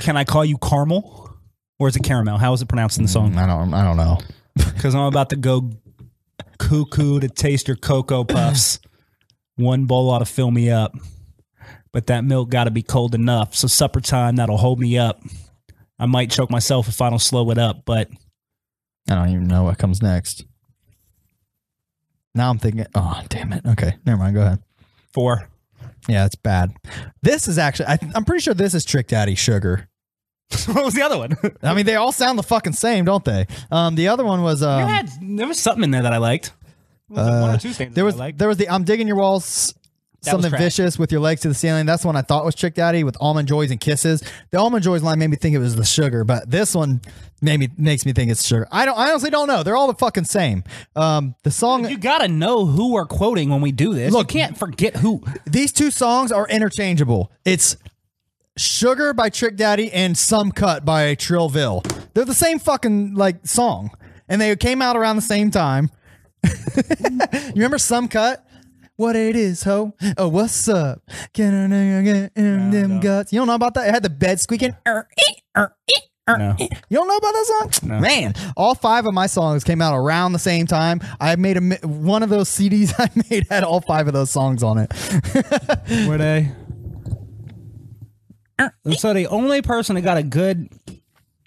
Speaker 2: Can I call you Caramel? Or is it caramel? How is it pronounced in the song?
Speaker 1: I don't. I don't know. Mm.
Speaker 2: Because I'm about to go cuckoo to taste your cocoa puffs. One bowl ought to fill me up, but that milk got to be cold enough. So supper time that'll hold me up. I might choke myself if I don't slow it up, but
Speaker 1: I don't even know what comes next. Now I'm thinking. Oh damn it. Okay, never mind. Go ahead.
Speaker 2: four.
Speaker 1: Yeah, it's bad. This is actually. I, I'm pretty sure this is Trick Daddy Sugar.
Speaker 2: what was the other one?
Speaker 1: I mean, they all sound the fucking same, don't they? Um, the other one was
Speaker 2: You
Speaker 1: um,
Speaker 2: had- there was something in there that I liked. Was it one or two things
Speaker 1: there was
Speaker 2: I liked?
Speaker 1: there was the I'm digging your walls.
Speaker 2: That was
Speaker 1: something
Speaker 2: trash.
Speaker 1: vicious with your legs to the ceiling. That's the one I thought was Trick Daddy with almond joys and kisses. The almond joys line made me think it was the sugar, but this one made me makes me think it's sugar. I don't. I honestly don't know. They're all the fucking same. Um, the song.
Speaker 2: you gotta know who we're quoting when we do this.
Speaker 1: Look-
Speaker 2: you can't forget who.
Speaker 1: these two songs are interchangeable. It's Sugar by Trick Daddy and Some Cut by Trillville. They're the same fucking like song. And they came out around the same time. you remember Some Cut? What it is, ho? Oh, what's up? Can I know you get in them guts? You don't know about that? It had the bed squeaking. Er, ee, er, ee, er,
Speaker 2: No.
Speaker 1: ee. You don't know about that song? Man, all five of my songs came out around the same time. I made a mi- one of those CDs I made had all five of those songs on it.
Speaker 2: Were they? So the only person that got a good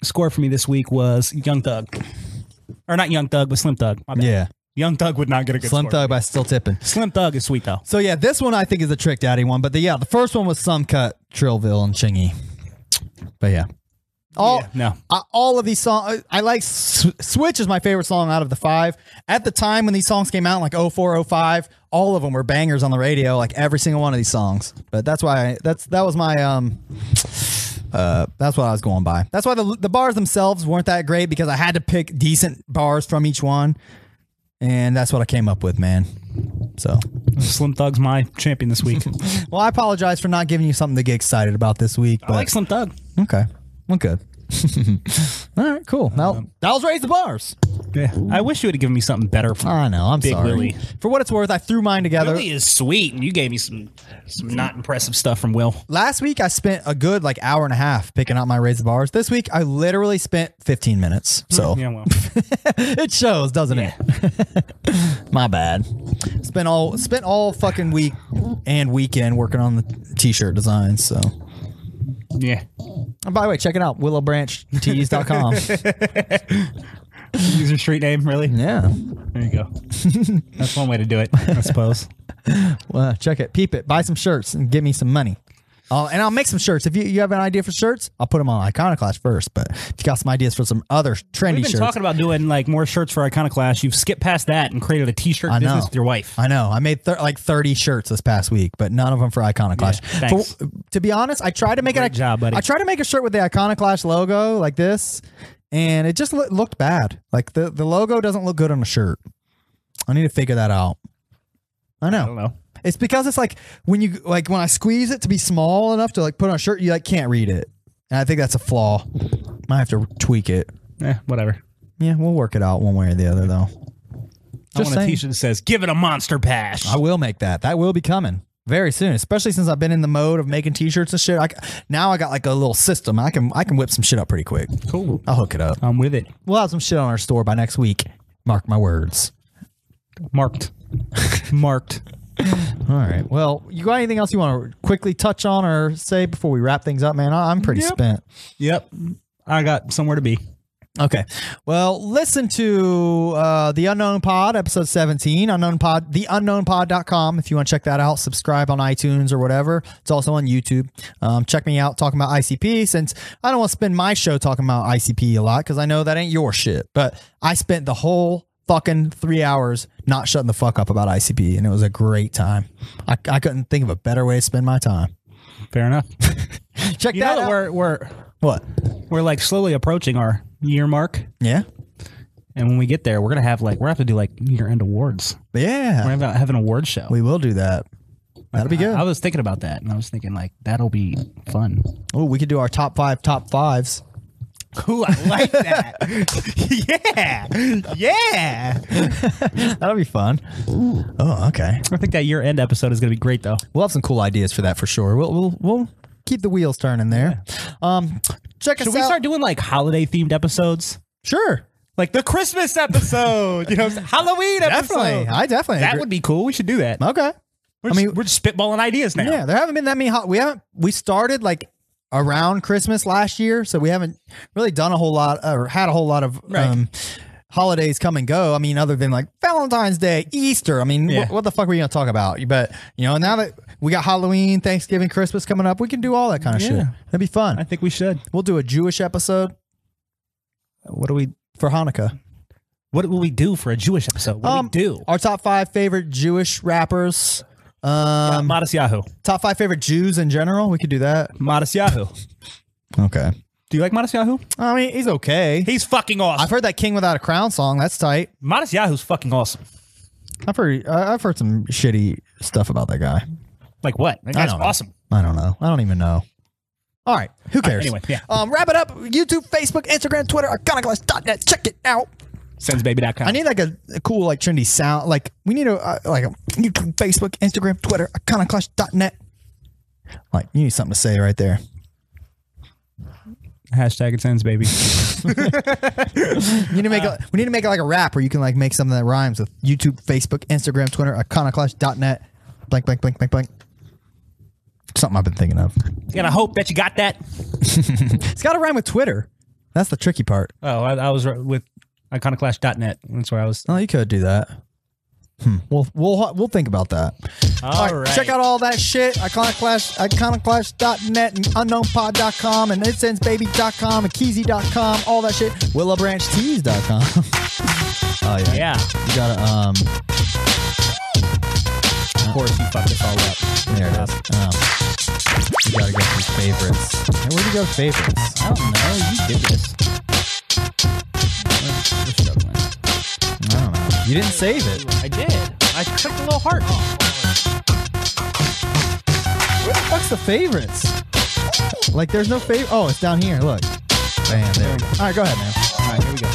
Speaker 2: score for me this week was Young Thug, or not Young Thug, but Slim Thug. My bad.
Speaker 1: Yeah.
Speaker 2: Young Thug would not get a good
Speaker 1: Slim
Speaker 2: score.
Speaker 1: Thug by Still Tipping.
Speaker 2: Slim Thug is sweet though.
Speaker 1: So yeah, this one I think is a Trick Daddy one, but the, yeah, the first one was some cut Trillville and Chingy. But yeah, all
Speaker 2: No,
Speaker 1: I, Uh, all of these songs I like. Sw- Switch is my favorite song out of the five. At the time when these songs came out, in like 04, 05, all of them were bangers on the radio, like every single one of these songs. But that's why I, that's that was my um. Uh, that's what I was going by. That's why the the bars themselves weren't that great because I had to pick decent bars from each one, and that's what I came up with, man. So
Speaker 2: Slim Thug's my champion this week.
Speaker 1: well, I apologize for not giving you something to get excited about this week. But
Speaker 2: I like Slim Thug.
Speaker 1: okay, well, good. All right, cool.
Speaker 2: Um,
Speaker 1: Now that was raise the bars.
Speaker 2: Yeah, I wish you would have given me something better. For
Speaker 1: I know. I'm
Speaker 2: Big
Speaker 1: sorry.
Speaker 2: Willie.
Speaker 1: For what it's worth, I threw mine together.
Speaker 2: Willie is sweet, and you gave me some some not impressive stuff from Will.
Speaker 1: Last week, I spent a good like hour and a half picking out my raise the bars. This week, I literally spent 15 minutes. So
Speaker 2: Mm, Yeah, well,
Speaker 1: it shows, doesn't it? my bad. Spent all spent all fucking week and weekend working on the t-shirt design. So.
Speaker 2: yeah.
Speaker 1: And by the way, check it out, willowbranchts.com.
Speaker 2: Use your street name, really?
Speaker 1: yeah.
Speaker 2: There you go. That's one way to do it, I suppose.
Speaker 1: Well, check it, peep it, buy some shirts, and give me some money. I'll, and I'll make some shirts. If you, you have an idea for shirts, I'll put them on Iconoclash first. But if you got some ideas for some other trendy
Speaker 2: We've been
Speaker 1: shirts,
Speaker 2: talking about doing like more shirts for Iconoclash. You've skipped past that and created a T-shirt
Speaker 1: I know
Speaker 2: business with your wife.
Speaker 1: I know. I made thir- like thirty shirts this past week, but none of them for Iconoclash.
Speaker 2: Yeah,
Speaker 1: For-
Speaker 2: thanks.
Speaker 1: to be honest, I tried to make
Speaker 2: Great
Speaker 1: it.
Speaker 2: job, buddy.
Speaker 1: I tried to make a shirt with the Iconoclash logo like this, and it just loo- looked bad. Like the the logo doesn't look good on a shirt. I need to figure that out. I know.
Speaker 2: I don't know.
Speaker 1: It's because it's like when you like when I squeeze it to be small enough to like put on a shirt, you like can't read it, and I think that's a flaw. Might have to tweak it.
Speaker 2: Eh, whatever.
Speaker 1: Yeah, we'll work it out one way or the other, though.
Speaker 2: I want
Speaker 1: saying. Oh,
Speaker 2: a T-shirt that says "Give it a monster bash."
Speaker 1: I will make that. That will be coming very soon, especially since I've been in the mode of making T-shirts and shit. I, c- now I got like a little system. I can I can whip some shit up pretty quick.
Speaker 2: cool.
Speaker 1: I'll hook it up.
Speaker 2: I'm with it.
Speaker 1: We'll have some shit on our store by next week. Mark my words.
Speaker 2: Marked. Marked.
Speaker 1: All right. Well, you got anything else you want to quickly touch on or say before we wrap things up, man? I, I'm pretty spent.
Speaker 2: Yep. I got somewhere to be.
Speaker 1: Okay. Well, listen to uh, The Unknown Pod, episode 17, Unknown Pod, theunknownpod.com if you want to check that out. Subscribe on iTunes or whatever. It's also on YouTube. Um, check me out talking about ICP since I don't want to spend my show talking about ICP a lot because I know that ain't your shit. But I spent the whole fucking three hours not shutting the fuck up about ICP and it was a great time. I, I couldn't think of a better way to spend my time.
Speaker 2: Fair enough.
Speaker 1: Check
Speaker 2: You
Speaker 1: that
Speaker 2: know that
Speaker 1: out.
Speaker 2: we're we're
Speaker 1: what?
Speaker 2: we're like slowly approaching our year mark,
Speaker 1: Yeah.
Speaker 2: and when we get there, we're gonna have like we're gonna have to do like year end awards. We're
Speaker 1: Yeah.
Speaker 2: gonna have an award show.
Speaker 1: We will do that. That'll be good.
Speaker 2: I, I was thinking about that, and I was thinking like that'll be fun.
Speaker 1: Oh, we could do our top five, top fives.
Speaker 2: Cool, I like that. yeah, yeah.
Speaker 1: That'll be fun. Oh, okay.
Speaker 2: I think that year end episode is going to be great, though.
Speaker 1: We'll have some cool ideas for that for sure. We'll we'll we'll keep the wheels turning there. Um, check
Speaker 2: Should
Speaker 1: us
Speaker 2: we
Speaker 1: out.
Speaker 2: start doing like holiday themed episodes?
Speaker 1: sure,
Speaker 2: Like the Christmas episode, you know, Halloween episode.
Speaker 1: definitely. I definitely
Speaker 2: that
Speaker 1: agree.
Speaker 2: would be cool. We should do that.
Speaker 1: okay.
Speaker 2: We're
Speaker 1: I
Speaker 2: just,
Speaker 1: mean-
Speaker 2: we're just spitballing ideas now.
Speaker 1: Yeah, there haven't been that many. Hot, we haven't. We started like around Christmas last year, so we haven't really done a whole lot or had a whole lot of
Speaker 2: Right.
Speaker 1: um, holidays come and go. I mean, other than like Valentine's Day, Easter. I mean, wh-
Speaker 2: Yeah.
Speaker 1: what the fuck are we gonna talk about? But you know, now that we got Halloween, Thanksgiving, Christmas coming up, we can do all that kind of
Speaker 2: Yeah.
Speaker 1: shit. That'd be fun.
Speaker 2: I think we should.
Speaker 1: we'll do a Jewish episode
Speaker 2: What do we?
Speaker 1: for Hanukkah.
Speaker 2: What will we do for a Jewish episode? What
Speaker 1: Um,
Speaker 2: do we do?
Speaker 1: Our top five favorite Jewish rappers. Um,
Speaker 2: Modest Yahoo.
Speaker 1: top five favorite Jews in general. We could do that.
Speaker 2: Modest Yahoo.
Speaker 1: Okay.
Speaker 2: Do you like Modest Yahoo?
Speaker 1: I mean, he's okay.
Speaker 2: He's fucking awesome.
Speaker 1: I've heard that King Without a Crown song. That's tight.
Speaker 2: Modest Yahoo's fucking awesome.
Speaker 1: I've heard I- I've heard some shitty stuff about that guy.
Speaker 2: Like what? That guy's
Speaker 1: don't know.
Speaker 2: awesome.
Speaker 1: I don't know. I don't even know. All right. Who cares?
Speaker 2: anyway, yeah.
Speaker 1: Um, wrap it up. YouTube, Facebook, Instagram, Twitter, iconoclast.net. Check it out.
Speaker 2: Sensbaby.com.
Speaker 1: I need like a, a cool, like trendy sound. Like we need a uh, like a YouTube, Facebook, Instagram, Twitter, iconoclast.net. Like you need something to say right there.
Speaker 2: hashtag it's Sensbaby.
Speaker 1: You need to make a, we need to make it like a rap where you can like make something that rhymes with YouTube, Facebook, Instagram, Twitter, iconoclash.net, blank, blank, blank, blank, blank. Something I've been thinking of.
Speaker 2: and I hope that you got that.
Speaker 1: It's got to rhyme with Twitter. That's the tricky part.
Speaker 2: Oh, I, I was right with iconoclash.net. That's where I was.
Speaker 1: Oh, you could do that. Hmm. We'll we'll we'll think about that. All right, Check out all that shit. Iconoclash, iconoclash.net and unknownpod.com and itsensebaby.com and keezy.com. All that shit. Willowbranchtees.com. oh, yeah.
Speaker 2: Yeah.
Speaker 1: You got to, um,
Speaker 2: Of course, you fucked us all up.
Speaker 1: There it is. Oh. You gotta go for favorites. Hey, where'd you go with favorites?
Speaker 2: I don't know. You did this.
Speaker 1: I don't know. You didn't save it.
Speaker 2: I did. I clicked a little heart.
Speaker 1: Where the fuck's the favorites? Like, there's no favorite. Oh, it's down here. Look. Bam, there we go. All right, go ahead, man.
Speaker 2: All right, here we go.